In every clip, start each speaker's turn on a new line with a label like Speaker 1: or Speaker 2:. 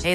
Speaker 1: Hey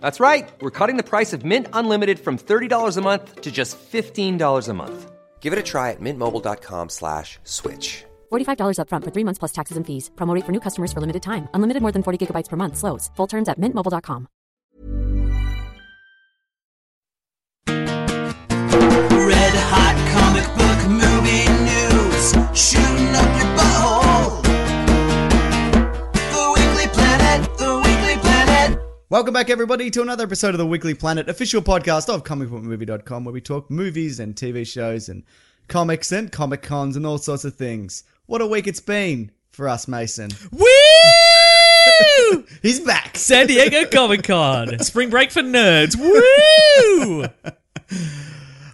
Speaker 2: That's right. We're cutting the price of Mint Unlimited from $30 a month to just $15 a month. Give it a try at mintmobile.com slash switch.
Speaker 3: $45 upfront for three months plus taxes and fees. Promo rate for new customers for limited time. Unlimited more than 40 gigabytes per month. Slows. Full terms at mintmobile.com.
Speaker 4: Red hot comic book movie news, shooting up your butthole. The Weekly Planet, the Weekly Planet.
Speaker 5: Welcome back, everybody, to another episode of the Weekly Planet official podcast of comicbookmovie.com, where we talk movies and TV shows and comics and comic cons and all sorts of things. What a week it's been for us, Mason.
Speaker 6: Woo!
Speaker 5: He's back.
Speaker 6: San Diego Comic Con, spring break for nerds. Woo!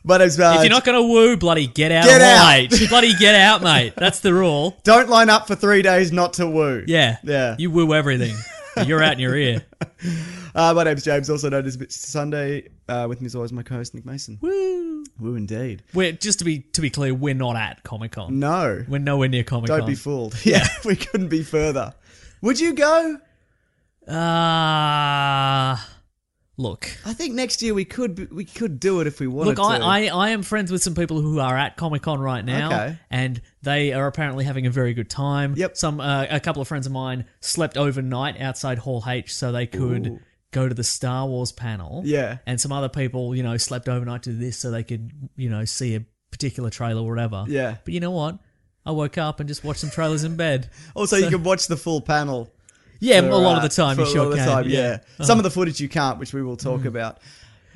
Speaker 5: But as well,
Speaker 6: If you're not gonna woo, bloody get out,
Speaker 5: Get out.
Speaker 6: mate. bloody get out, mate. That's the rule.
Speaker 5: don't line up for three days not to woo.
Speaker 6: Yeah,
Speaker 5: Yeah.
Speaker 6: You woo everything. You're out in your ear.
Speaker 5: Uh, my name's James, also known as Mr. Sunday. Uh, with me as always, my co host, Nick Mason.
Speaker 6: Woo!
Speaker 5: Woo, indeed.
Speaker 6: We're just to be to be clear, we're not at Comic Con.
Speaker 5: No.
Speaker 6: we're nowhere near Comic Con.
Speaker 5: Don't be fooled. Yeah, we couldn't be further. Would you go?
Speaker 6: Ah, look.
Speaker 5: I think next year we could be- we could do it if we wanted
Speaker 6: Look, I,
Speaker 5: to.
Speaker 6: I, I am friends with some people who are at Comic Con right now,
Speaker 5: Okay.
Speaker 6: and they are apparently having a very good time.
Speaker 5: Yep.
Speaker 6: Some uh, a couple of friends of mine slept overnight outside Hall H so they could
Speaker 5: Ooh.
Speaker 6: go to the Star Wars panel.
Speaker 5: Yeah.
Speaker 6: And some other people, you know, slept overnight to this so they could, you know, see a particular trailer or whatever.
Speaker 5: Yeah.
Speaker 6: But you know what? I woke up and just watched some trailers in bed.
Speaker 5: Also, you can watch the full panel.
Speaker 6: Yeah,
Speaker 5: for,
Speaker 6: a lot of
Speaker 5: uh,
Speaker 6: the time
Speaker 5: for
Speaker 6: you sure
Speaker 5: a lot of the
Speaker 6: can. Oh. Mm.
Speaker 5: time, yeah. Some of the footage you can't, which we will talk about.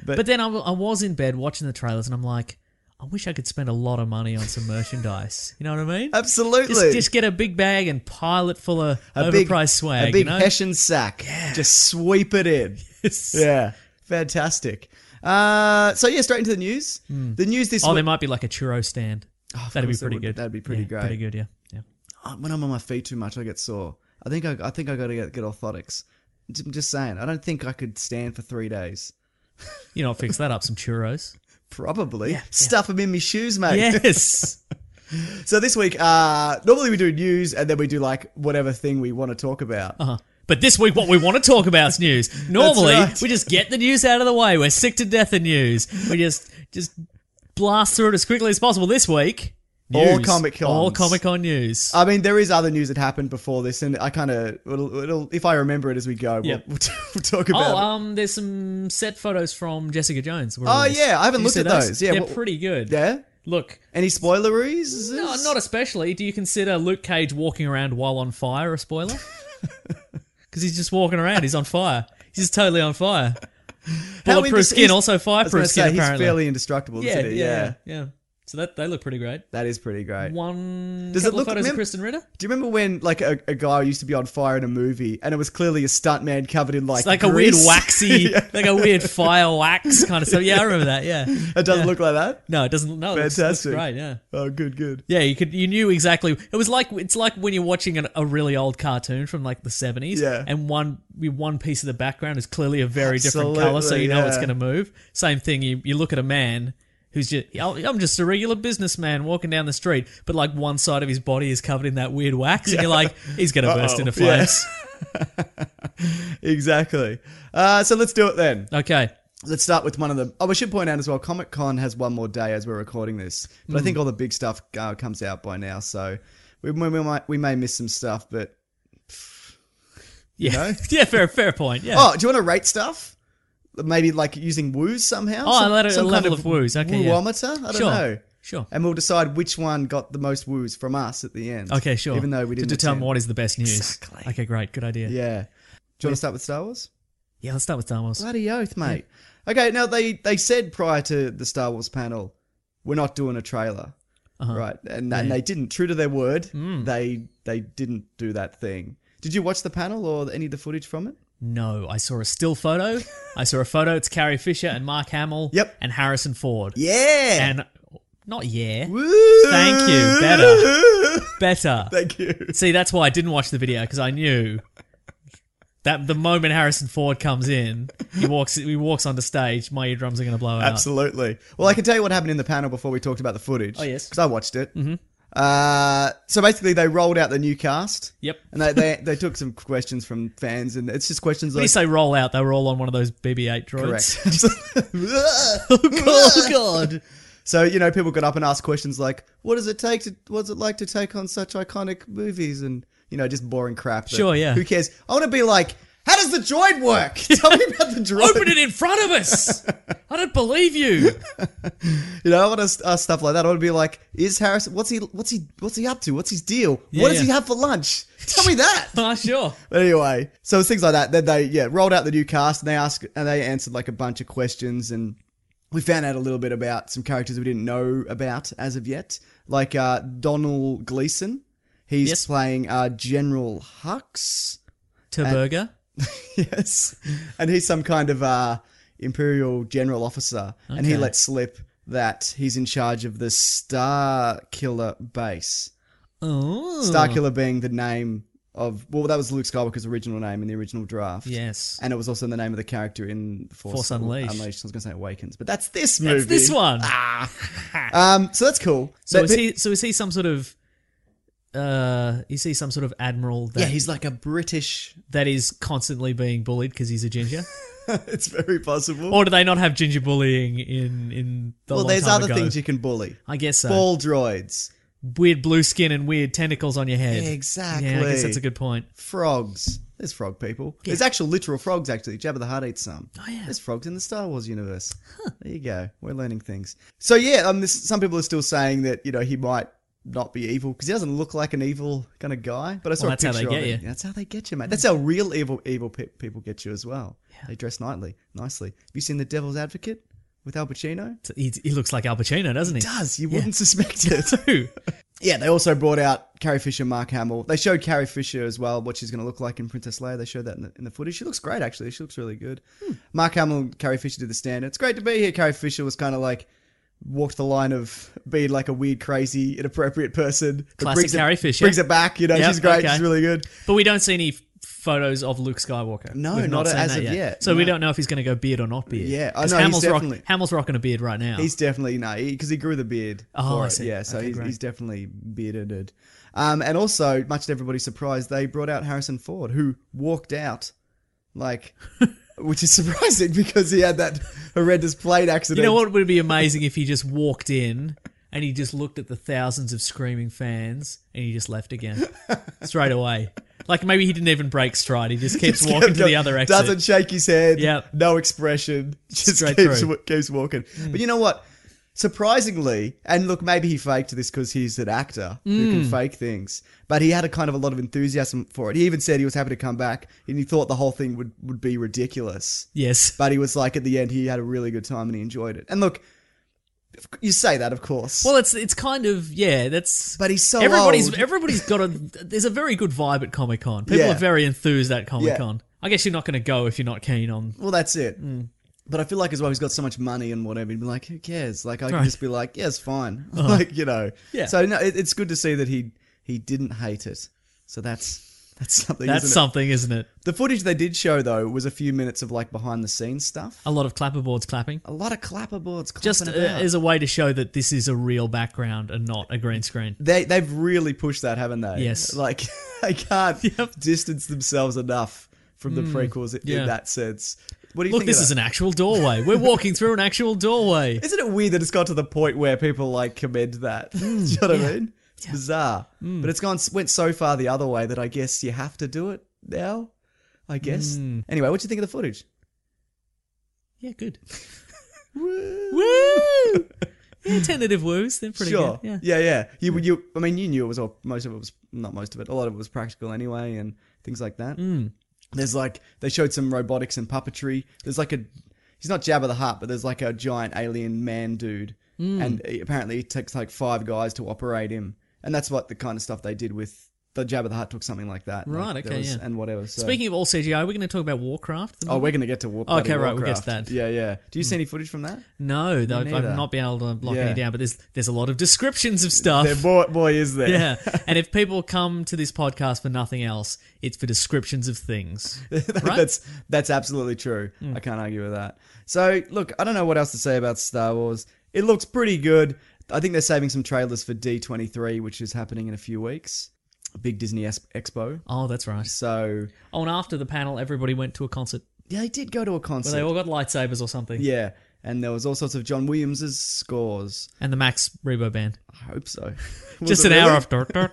Speaker 6: But then I, w- I was in bed watching the trailers, and I'm like, I wish I could spend a lot of money on some merchandise. You know what I mean?
Speaker 5: Absolutely,
Speaker 6: Just, just get a big bag and pile it full of
Speaker 5: a
Speaker 6: overpriced
Speaker 5: big
Speaker 6: swag.
Speaker 5: a big
Speaker 6: you know?
Speaker 5: Hessian sack. Just sweep it in.
Speaker 6: Yes.
Speaker 5: yeah, fantastic. Uh, so yeah, straight into the news. The news this
Speaker 6: Oh,
Speaker 5: week.
Speaker 6: there might be like a churro stand.
Speaker 5: Oh, of
Speaker 6: That'd be
Speaker 5: course there
Speaker 6: pretty
Speaker 5: would.
Speaker 6: good.
Speaker 5: That'd be pretty
Speaker 6: Yeah,
Speaker 5: great.
Speaker 6: Pretty good, yeah. yeah.
Speaker 5: Uh, When I'm on my feet too much, I get sore. I think I, I think I got to get, get orthotics. J- I'm just saying. I don't think I could stand for three days.
Speaker 6: You know, I'll fix that up. Some churros.
Speaker 5: Probably stuff them in my shoes, mate.
Speaker 6: yes.
Speaker 5: So this week, uh, normally we do news and then we do like whatever thing we want to talk about.
Speaker 6: Uh-huh. But this week, what we want to talk about is news. Normally,
Speaker 5: right.
Speaker 6: we just get the news out of the way. We're sick to death of news. We just just blast through it as quickly as possible. This week,
Speaker 5: All
Speaker 6: news.
Speaker 5: Comic-Cons.
Speaker 6: all Comic Con news.
Speaker 5: I mean, there is other news that happened before this, and I kind of it'll, it'll if I remember it as we go,
Speaker 6: Yep.
Speaker 5: we'll, we'll talk
Speaker 6: Oh,
Speaker 5: about. it.
Speaker 6: um, there's some set photos from Jessica Jones. were
Speaker 5: Oh,
Speaker 6: released.
Speaker 5: yeah, I haven't
Speaker 6: Did you
Speaker 5: looked
Speaker 6: see
Speaker 5: at those. Yeah,
Speaker 6: they're
Speaker 5: what-
Speaker 6: pretty good.
Speaker 5: Yeah.
Speaker 6: Look,
Speaker 5: Any spoileries?
Speaker 6: no, not especially. Do you consider Luke Cage walking around while on fire a spoiler? Because he's just walking around. He's on fire. He's just totally on fire.
Speaker 5: How
Speaker 6: Bulletproof
Speaker 5: indis-
Speaker 6: skin,
Speaker 5: he's-
Speaker 6: also
Speaker 5: I was gonna
Speaker 6: fireproof skin.
Speaker 5: say, he's
Speaker 6: apparently,
Speaker 5: fairly indestructible.
Speaker 6: yeah,
Speaker 5: isn't he?
Speaker 6: yeah, yeah, yeah. So that they look pretty great.
Speaker 5: That is pretty great.
Speaker 6: One
Speaker 5: Does it
Speaker 6: couple
Speaker 5: look-
Speaker 6: of photos
Speaker 5: mem-
Speaker 6: of Kristen Ritter.
Speaker 5: Do you remember when like a, a guy used to be on fire in a movie, and it was clearly a stuntman covered in like
Speaker 6: It's like a weird
Speaker 5: grease?
Speaker 6: waxy, like a weird fire wax kind of stuff. Yeah, I remember that. Yeah.
Speaker 5: it doesn't look like that.
Speaker 6: No, it doesn't. No, it looks, looks
Speaker 5: Fantastic.
Speaker 6: great. Yeah.
Speaker 5: Oh, good, good.
Speaker 6: Yeah, you could. You knew exactly. It was like it's like when you're watching an, a really old cartoon from like the seventies.
Speaker 5: Yeah.
Speaker 6: And one one piece of the background is clearly a very different color, so
Speaker 5: Absolutely,
Speaker 6: you know it's
Speaker 5: yeah.
Speaker 6: going to move. Same thing. You you look at a man who's just "Oh, I'm just a regular businessman walking down the street, but like one side of his body is covered in that weird wax, and you're like, he's going to burst into
Speaker 5: yeah.
Speaker 6: flames.
Speaker 5: Exactly. Uh, so let's do it then.
Speaker 6: Okay.
Speaker 5: Let's start with one of them. Oh, I should point out as well, Comic Con has one more day as we're recording this, but I
Speaker 6: Hmm.
Speaker 5: think all the big stuff uh, comes out by now, so we, we, we might we may miss some stuff. But
Speaker 6: Yeah.
Speaker 5: know?
Speaker 6: yeah. Fair. Fair point. Yeah.
Speaker 5: oh, do you want to rate stuff? Maybe like using woos somehow.
Speaker 6: Oh, a letter- a level of woos, okay, yeah.
Speaker 5: wooometer. I don't
Speaker 6: Sure.
Speaker 5: know. Uh,
Speaker 6: Sure.
Speaker 5: and we'll decide which one got the most woos from us at the end.
Speaker 6: Okay, sure.
Speaker 5: Even though we didn't
Speaker 6: to determine
Speaker 5: attend.
Speaker 6: what is the best news.
Speaker 5: Exactly.
Speaker 6: Okay, great, good idea. Yeah,
Speaker 5: Yeah. Do you want to start with Star Wars?
Speaker 6: let's start with Star Wars.
Speaker 5: Bloody oath, mate. Okay, now they they said prior to the Star Wars panel, we're not doing a trailer,
Speaker 6: Uh-huh.
Speaker 5: right? And, and they didn't. True to their word,
Speaker 6: Mm.
Speaker 5: they they didn't do that thing. Did you watch the panel or any of the footage from it?
Speaker 6: No, I saw a still photo. I saw a photo. It's Carrie Fisher and Mark Hamill.
Speaker 5: Yep.
Speaker 6: And Harrison Ford.
Speaker 5: Yeah.
Speaker 6: And not yeah.
Speaker 5: Woo!
Speaker 6: Thank you. Better. Better.
Speaker 5: Thank you.
Speaker 6: See, that's why I didn't watch the video because I knew that the moment Harrison Ford comes in, he walks he walks onto stage, my eardrums are going to blow out.
Speaker 5: Absolutely. Well, I can tell you what happened in the panel before we talked about the footage. Oh
Speaker 6: yes.
Speaker 5: because I watched it. Mm-hmm. Uh, so basically, they rolled out the new cast.
Speaker 6: Yep.
Speaker 5: And they, they they took some questions from fans, and it's just questions
Speaker 6: When you
Speaker 5: like
Speaker 6: say roll out, they were all on one of those BB-8 droids.
Speaker 5: Correct. oh god. So you know, people got up and asked questions like, "What does it take to? What's it like to take on such iconic movies?" And you know, just boring crap. that-
Speaker 6: Sure, yeah.
Speaker 5: Who cares? I want to be like, "How does the droid work? Tell me about the droid."
Speaker 6: Open it in front of us. I don't believe you.
Speaker 5: You know, I want to ask stuff like that. I want to be like, "Is Harris? What's he? What's he? What's he up to? What's his deal? what does
Speaker 6: yeah.
Speaker 5: he have for lunch? Tell me that."
Speaker 6: Ah, sure.
Speaker 5: But anyway, so it's things like that. Then they yeah rolled out the new cast and they asked and they answered like a bunch of questions and we found out a little bit about some characters we didn't know about as of yet, like uh, Donald Gleason. He's
Speaker 6: Yes.
Speaker 5: playing uh, General Hux.
Speaker 6: To burger.
Speaker 5: yes, and he's some kind of uh, imperial general officer, and he
Speaker 6: Okay.
Speaker 5: lets slip that he's in charge of the Star Killer base.
Speaker 6: Oh.
Speaker 5: Star Killer being the name of well, that was Luke Skywalker's original name in the original draft.
Speaker 6: Yes.
Speaker 5: And it was also the name of the character in Force,
Speaker 6: Force Unleashed.
Speaker 5: I was going to say Awakens, but that's this movie.
Speaker 6: That's this one.
Speaker 5: Um, so that's cool.
Speaker 6: So
Speaker 5: Ah. But-
Speaker 6: is he? So is he some sort of? Uh, is he some sort of admiral that
Speaker 5: yeah, he's like a British.
Speaker 6: that is constantly being bullied because he's a ginger?
Speaker 5: it's very possible.
Speaker 6: or do they not have ginger bullying in in the
Speaker 5: well,
Speaker 6: long
Speaker 5: there's
Speaker 6: time
Speaker 5: other
Speaker 6: ago?
Speaker 5: things you can bully.
Speaker 6: I guess so.
Speaker 5: Ball droids,
Speaker 6: Weird blue skin and weird tentacles on your head.
Speaker 5: Exactly.
Speaker 6: Yeah, I guess that's a good point.
Speaker 5: frogs. There's frog people. There's actual literal frogs. Actually, Jabba the Hutt eats some. Oh
Speaker 6: yeah.
Speaker 5: There's frogs in the Star Wars universe. There you go. We're learning things. So yeah, um, this, some people are still saying that you know he might not be evil because he doesn't look like an evil kind of guy. But I saw a
Speaker 6: Well, that's
Speaker 5: picture
Speaker 6: how they
Speaker 5: of
Speaker 6: get
Speaker 5: him.
Speaker 6: you.
Speaker 5: That's how they get you, mate. That's how real evil evil pe- people get you as well. They dress nightly, nicely. Have you seen The Devil's Advocate with Al Pacino?
Speaker 6: So He, he looks like Al Pacino, doesn't he?
Speaker 5: Does you wouldn't suspect it.
Speaker 6: Who?
Speaker 5: Yeah, they also brought out Carrie Fisher, Mark Hamill. They showed Carrie Fisher as well, what she's going to look like in Princess Leia. They showed that in the, in the footage. She looks great, actually. She looks really good.
Speaker 6: Hmm.
Speaker 5: Mark Hamill and Carrie Fisher did the stand. It's great to be here. Carrie Fisher was kind of like, walked the line of being like a weird, crazy, inappropriate person. but
Speaker 6: Classic
Speaker 5: brings it-
Speaker 6: Carrie Fisher.
Speaker 5: Brings it back, you know.
Speaker 6: Yep,
Speaker 5: she's great.
Speaker 6: okay.
Speaker 5: She's really good.
Speaker 6: But we don't see any f- photos of Luke Skywalker.
Speaker 5: No,
Speaker 6: We've
Speaker 5: not
Speaker 6: seen
Speaker 5: as
Speaker 6: that
Speaker 5: of yet,
Speaker 6: So we
Speaker 5: no.
Speaker 6: don't know if he's going to go beard or not beard.
Speaker 5: Yeah, I
Speaker 6: 'Cause
Speaker 5: know, he's
Speaker 6: Hamill's, rock-
Speaker 5: definitely-
Speaker 6: Hamill's rocking a beard right now.
Speaker 5: He's definitely no, because he, grew the beard.
Speaker 6: Oh,
Speaker 5: for
Speaker 6: I
Speaker 5: it.
Speaker 6: see.
Speaker 5: Yeah, so
Speaker 6: Okay,
Speaker 5: he's,
Speaker 6: great.
Speaker 5: he's definitely bearded. Um, and also, much to everybody's surprise, they brought out Harrison Ford, who walked out, like, which is surprising because he had that horrendous plane accident.
Speaker 6: you know what would be amazing if he just walked in and he just looked at the thousands of screaming fans and he just left again straight away. Like maybe he didn't even break stride. He just keeps
Speaker 5: Just
Speaker 6: walking
Speaker 5: kept
Speaker 6: to the
Speaker 5: going.
Speaker 6: other exit.
Speaker 5: Doesn't shake his head.
Speaker 6: Yep.
Speaker 5: No expression. Just
Speaker 6: Straight
Speaker 5: keeps,
Speaker 6: through. Hmm.
Speaker 5: keeps walking. But you know what? Surprisingly, and look, maybe he faked this because he's an actor who
Speaker 6: Hmm.
Speaker 5: can fake things. But he had a kind of a lot of enthusiasm for it. He even said he was happy to come back, and he thought the whole thing would, would be ridiculous.
Speaker 6: Yes.
Speaker 5: But he was like, at the end, he had a really good time and he enjoyed it. And look, you say that, of course.
Speaker 6: Well, it's it's kind of yeah. That's
Speaker 5: But he's so
Speaker 6: everybody's
Speaker 5: old.
Speaker 6: everybody's got a. There's a very good vibe at Comic Con. People
Speaker 5: Yeah.
Speaker 6: are very enthused at Comic Con. I guess you're not going to go if you're not keen on.
Speaker 5: Well, that's it.
Speaker 6: Mm.
Speaker 5: But I feel like as well, he's got so much money and whatever. He'd be like, who cares? Like, I can
Speaker 6: Right. Uh-huh.
Speaker 5: just be like, yeah, it's fine. like, you know.
Speaker 6: Yeah.
Speaker 5: So no, it, it's good to see that he he didn't hate it. So that's that's something.
Speaker 6: That's
Speaker 5: isn't it?
Speaker 6: something, is isn't it?
Speaker 5: The footage they did show though was a few minutes of like behind the scenes stuff.
Speaker 6: A lot of clapperboards clapping.
Speaker 5: A lot of clapperboards. clapping
Speaker 6: Just uh,
Speaker 5: about.
Speaker 6: as a way to show that this is a real background and not a green screen.
Speaker 5: they they've really pushed that, haven't they?
Speaker 6: Yes.
Speaker 5: Like they can't distance themselves enough from the prequels in,
Speaker 6: Mm. yeah.
Speaker 5: in that sense. What do you
Speaker 6: Look,
Speaker 5: think?
Speaker 6: this
Speaker 5: of
Speaker 6: is
Speaker 5: that?
Speaker 6: an actual doorway. We're walking through an actual doorway.
Speaker 5: Isn't it weird that it's got to the point where people like commend that? Do you know what I mean? It's bizarre, but it's gone went so far the other way that I guess you have to do it now. I guess. Anyway, what do you think of the footage?
Speaker 6: Yeah, good.
Speaker 5: Woo.
Speaker 6: Woo! Yeah, tentative woos. They're pretty
Speaker 5: sure.
Speaker 6: good.
Speaker 5: yeah,
Speaker 6: Yeah.
Speaker 5: yeah. You, you. I mean, you knew it was all. Most of it was not most of it. A lot of it was practical anyway, and things like that.
Speaker 6: Hmm.
Speaker 5: Mm. There's like they showed some robotics and puppetry. There's like a. He's not Jabba the Hutt, but there's like a giant alien man dude,
Speaker 6: Hmm.
Speaker 5: and he- apparently it takes like five guys to operate him, and that's what the kind of stuff they did with the Jabba the Hutt took something like that.
Speaker 6: Right,
Speaker 5: Like, there
Speaker 6: okay,
Speaker 5: was-
Speaker 6: yeah.
Speaker 5: and whatever. So.
Speaker 6: Speaking of all CGI, we're going to talk about Warcraft. the
Speaker 5: Oh, we're gonna get to War.
Speaker 6: Okay,
Speaker 5: bloody
Speaker 6: right, we'll get to
Speaker 5: Warcraft.
Speaker 6: that. Hmm.
Speaker 5: Yeah, yeah. Do you see any footage from that?
Speaker 6: No, though,
Speaker 5: neither.
Speaker 6: I've not been able to lock
Speaker 5: Yeah.
Speaker 6: any down, but there's there's a lot of descriptions of stuff.
Speaker 5: There, boy, boy, is there.
Speaker 6: yeah, and if people come to this podcast for nothing else, it's for descriptions of things. right? Hmm.
Speaker 5: That's that's absolutely true. I can't argue with that. So look, I don't know what else to say about Star Wars. It looks pretty good. I think they're saving some trailers for D23, which is happening in a few weeks, a big Disney es- expo.
Speaker 6: oh, that's right.
Speaker 5: So
Speaker 6: Oh, and after the panel, everybody went to a concert
Speaker 5: yeah, they did go to a
Speaker 6: where
Speaker 5: concert.
Speaker 6: they all got lightsabers or something.
Speaker 5: yeah, and there was all sorts of John Williams's scores.
Speaker 6: And the Max Rebo band.
Speaker 5: I hope so. Was
Speaker 6: Just
Speaker 5: it
Speaker 6: an hour
Speaker 5: really?
Speaker 6: of.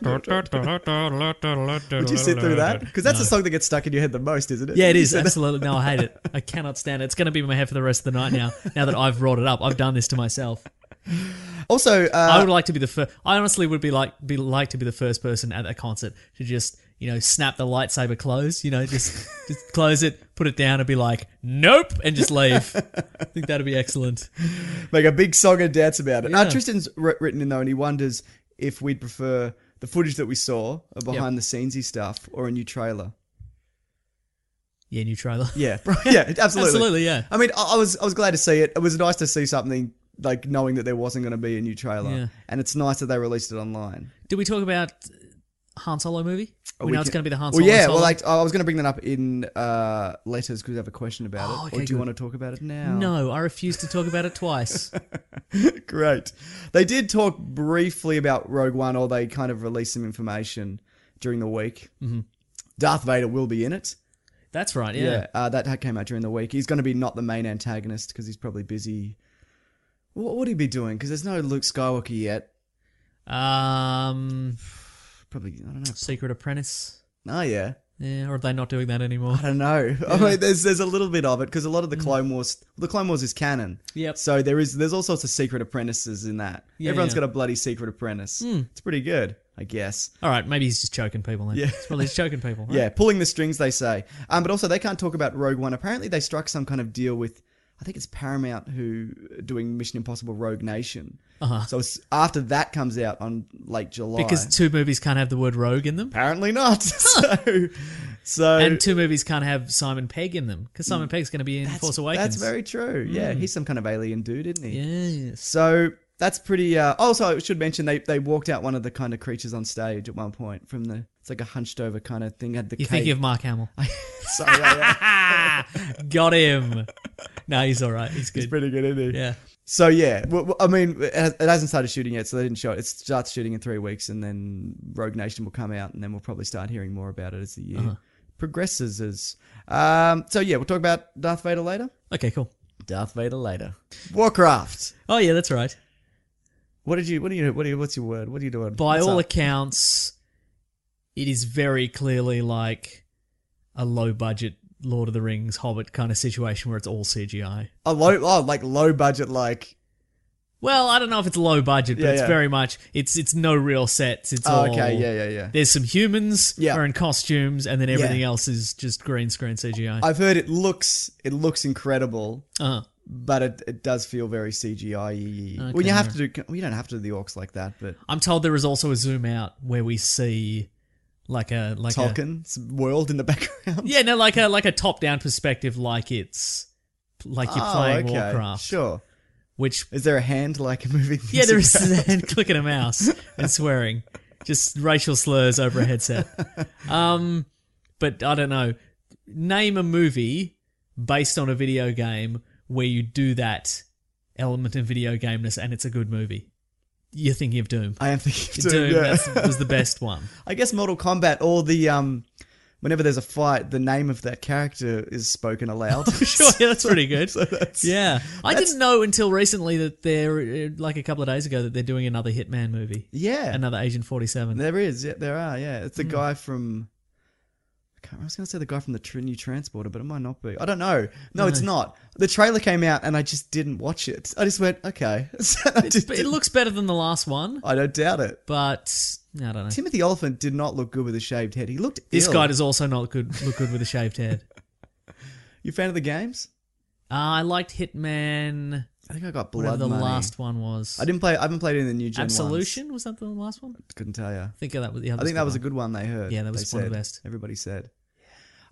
Speaker 6: Would
Speaker 5: Did you sit through that? Because that's the song that gets stuck in your head the most, isn't it?
Speaker 6: Yeah, it
Speaker 5: You
Speaker 6: is
Speaker 5: said that-
Speaker 6: absolutely. No, I hate it. I cannot stand it. It's going to be in my head for the rest of the night now. Now that I've brought it up, I've done this to myself.
Speaker 5: Also,
Speaker 6: I
Speaker 5: uh,
Speaker 6: would like to be the first. I honestly would be like be like to be the first person at a concert to just you know snap the lightsaber close. You know, just just close it, put it down, and be like, nope, and just leave. I think that'd be excellent.
Speaker 5: make a big song and dance about it. Now
Speaker 6: Yeah.
Speaker 5: Tristan's wr- written in though, and he wonders if we'd prefer the footage that we saw of behind the scenesy stuff or a new trailer.
Speaker 6: Yeah, new trailer.
Speaker 5: Yeah, bro- yeah, absolutely,
Speaker 6: Absolutely, yeah.
Speaker 5: I mean, I, I was I was glad to see it. It was nice to see something like knowing that there wasn't going to be a new trailer,
Speaker 6: Yeah.
Speaker 5: and it's nice that they released it online.
Speaker 6: Did we talk about Han Solo movie? We, know it's
Speaker 5: can-
Speaker 6: going to be the Han
Speaker 5: Oh, Well,
Speaker 6: Solo.
Speaker 5: yeah.
Speaker 6: solo.
Speaker 5: Well, like I was going to bring that up in uh, letters because I have a question about
Speaker 6: Oh,
Speaker 5: it.
Speaker 6: okay,
Speaker 5: or do you
Speaker 6: good.
Speaker 5: want to talk about it now?
Speaker 6: no, I refuse to talk about it twice.
Speaker 5: Great. They did talk briefly about Rogue One, or they kind of released some information during the week. Mm-hmm. Darth Vader will be in it.
Speaker 6: That's right. Yeah.
Speaker 5: Uh, that ha- came out during the week. He's going to be not the main antagonist because he's probably busy. What would he be doing? Because there's no Luke Skywalker yet.
Speaker 6: Um,
Speaker 5: Probably, I don't know.
Speaker 6: Secret Apprentice.
Speaker 5: Oh, yeah.
Speaker 6: Yeah, or are they not doing that anymore?
Speaker 5: I don't know. I mean, there's there's a little bit of it because a lot of the Clone Wars, the Clone Wars is canon.
Speaker 6: Mm. Yep.
Speaker 5: So there is there's all sorts of secret apprentices in that. Everyone's
Speaker 6: Yeah, yeah. Hmm.
Speaker 5: got a bloody secret apprentice. It's pretty good, I guess.
Speaker 6: All right, maybe he's just choking people. Then. Yeah, it's probably he's choking people. right?
Speaker 5: Yeah, pulling the strings, they say. Um, but also, they can't talk about Rogue One. Apparently, they struck some kind of deal with, I think it's Paramount who are doing Mission Impossible Rogue Nation. Uh-huh. So it's after that comes out on late July.
Speaker 6: because two movies can't have the word rogue in them,
Speaker 5: apparently not. so, so
Speaker 6: and two movies can't have Simon Pegg in them because Simon Pegg's going to be in Force Awakens.
Speaker 5: Mm. that's very true.
Speaker 6: Hmm.
Speaker 5: Yeah, he's some kind of alien dude, isn't he?
Speaker 6: yes.
Speaker 5: So that's pretty. Uh, also, I should mention they they walked out one of the kind of creatures on stage at one point from the. It's like a hunched over kind of thing. Had the
Speaker 6: You're
Speaker 5: cape.
Speaker 6: thinking of Mark Hamill.
Speaker 5: So, yeah, yeah.
Speaker 6: Got him. no, he's all right. He's good.
Speaker 5: It's pretty good, isn't he?
Speaker 6: yeah.
Speaker 5: So yeah, well, well, I mean, it has- it hasn't started shooting yet, so they didn't show it. It starts shooting in three weeks, and then Rogue Nation will come out, and then we'll probably start hearing more about it as the year
Speaker 6: Uh-huh.
Speaker 5: progresses. As um, so, yeah, we'll talk about Darth Vader later.
Speaker 6: Okay. Cool.
Speaker 5: Darth Vader later. Warcraft.
Speaker 6: Oh yeah, that's right.
Speaker 5: What did you? What do you? What do you? What's your word? What are you doing?
Speaker 6: By
Speaker 5: What's
Speaker 6: all
Speaker 5: up?
Speaker 6: accounts, it is very clearly like a low budget Lord of the Rings Hobbit kind of situation where it's all CGI.
Speaker 5: a low, oh, like low budget, like
Speaker 6: Well, I don't know if it's low budget, but
Speaker 5: Yeah,
Speaker 6: it's
Speaker 5: yeah.
Speaker 6: very much it's it's no real sets. It's
Speaker 5: Oh,
Speaker 6: all
Speaker 5: okay, yeah, yeah, yeah.
Speaker 6: There's some humans
Speaker 5: Yeah.
Speaker 6: are in costumes, and then
Speaker 5: Yeah.
Speaker 6: everything else is just green screen CGI.
Speaker 5: I've heard it looks it looks incredible,
Speaker 6: uh,
Speaker 5: but it, it does feel very CGI. -y. well,
Speaker 6: Okay,
Speaker 5: you have to do. Well, you don't have to do the orcs like that, but
Speaker 6: I'm told there is also a zoom out where we see like a like a
Speaker 5: Tolkien's world in the background.
Speaker 6: yeah no like a like a top down perspective like it's like you're playing Warcraft,
Speaker 5: Oh, Sure.
Speaker 6: which
Speaker 5: Is there a hand like moving? things
Speaker 6: yeah there is
Speaker 5: around?
Speaker 6: and clicking a mouse and swearing, just racial slurs over a headset. Um, but I don't know. Name a movie based on a video game where you do that element of video gameness, and it's a good movie. You're thinking of Doom.
Speaker 5: I am thinking
Speaker 6: Doom,
Speaker 5: too. Yeah.
Speaker 6: that's, was the best one.
Speaker 5: I guess Mortal Kombat or the um, whenever there's a fight, the name of that character is spoken aloud.
Speaker 6: Sure, yeah, that's pretty good.
Speaker 5: that's-
Speaker 6: yeah, I didn't know until recently that they're uh, like a couple of days ago that they're doing another Hitman movie,
Speaker 5: Yeah.
Speaker 6: uh, another Agent Forty Seven. Hmm.
Speaker 5: There is. Yeah, there are. Yeah, it's the guy from. I can't remember- I was going to say the guy from the tr- new transporter, but it might not be. I don't know. No, it's not. The trailer came out and I just didn't watch it. I just went, okay. So I, just
Speaker 6: But it
Speaker 5: didn't-
Speaker 6: looks better than the last one,
Speaker 5: I don't doubt it.
Speaker 6: but I don't know.
Speaker 5: Timothy Oliphant did not look good with a shaved head. He looked
Speaker 6: This
Speaker 5: ill.
Speaker 6: guy does also not good look good with a shaved head.
Speaker 5: You fan of the games?
Speaker 6: Uh, I liked Hitman.
Speaker 5: I think I got
Speaker 6: Whatever
Speaker 5: blood
Speaker 6: the
Speaker 5: money.
Speaker 6: last one was.
Speaker 5: I didn't play. I haven't played any of the new gen ones.
Speaker 6: Absolution was that the last one? I
Speaker 5: Couldn't tell you.
Speaker 6: think that was. Yeah,
Speaker 5: I think that was a good one. They heard.
Speaker 6: Yeah, that was
Speaker 5: They
Speaker 6: one of the
Speaker 5: said.
Speaker 6: best.
Speaker 5: Everybody said.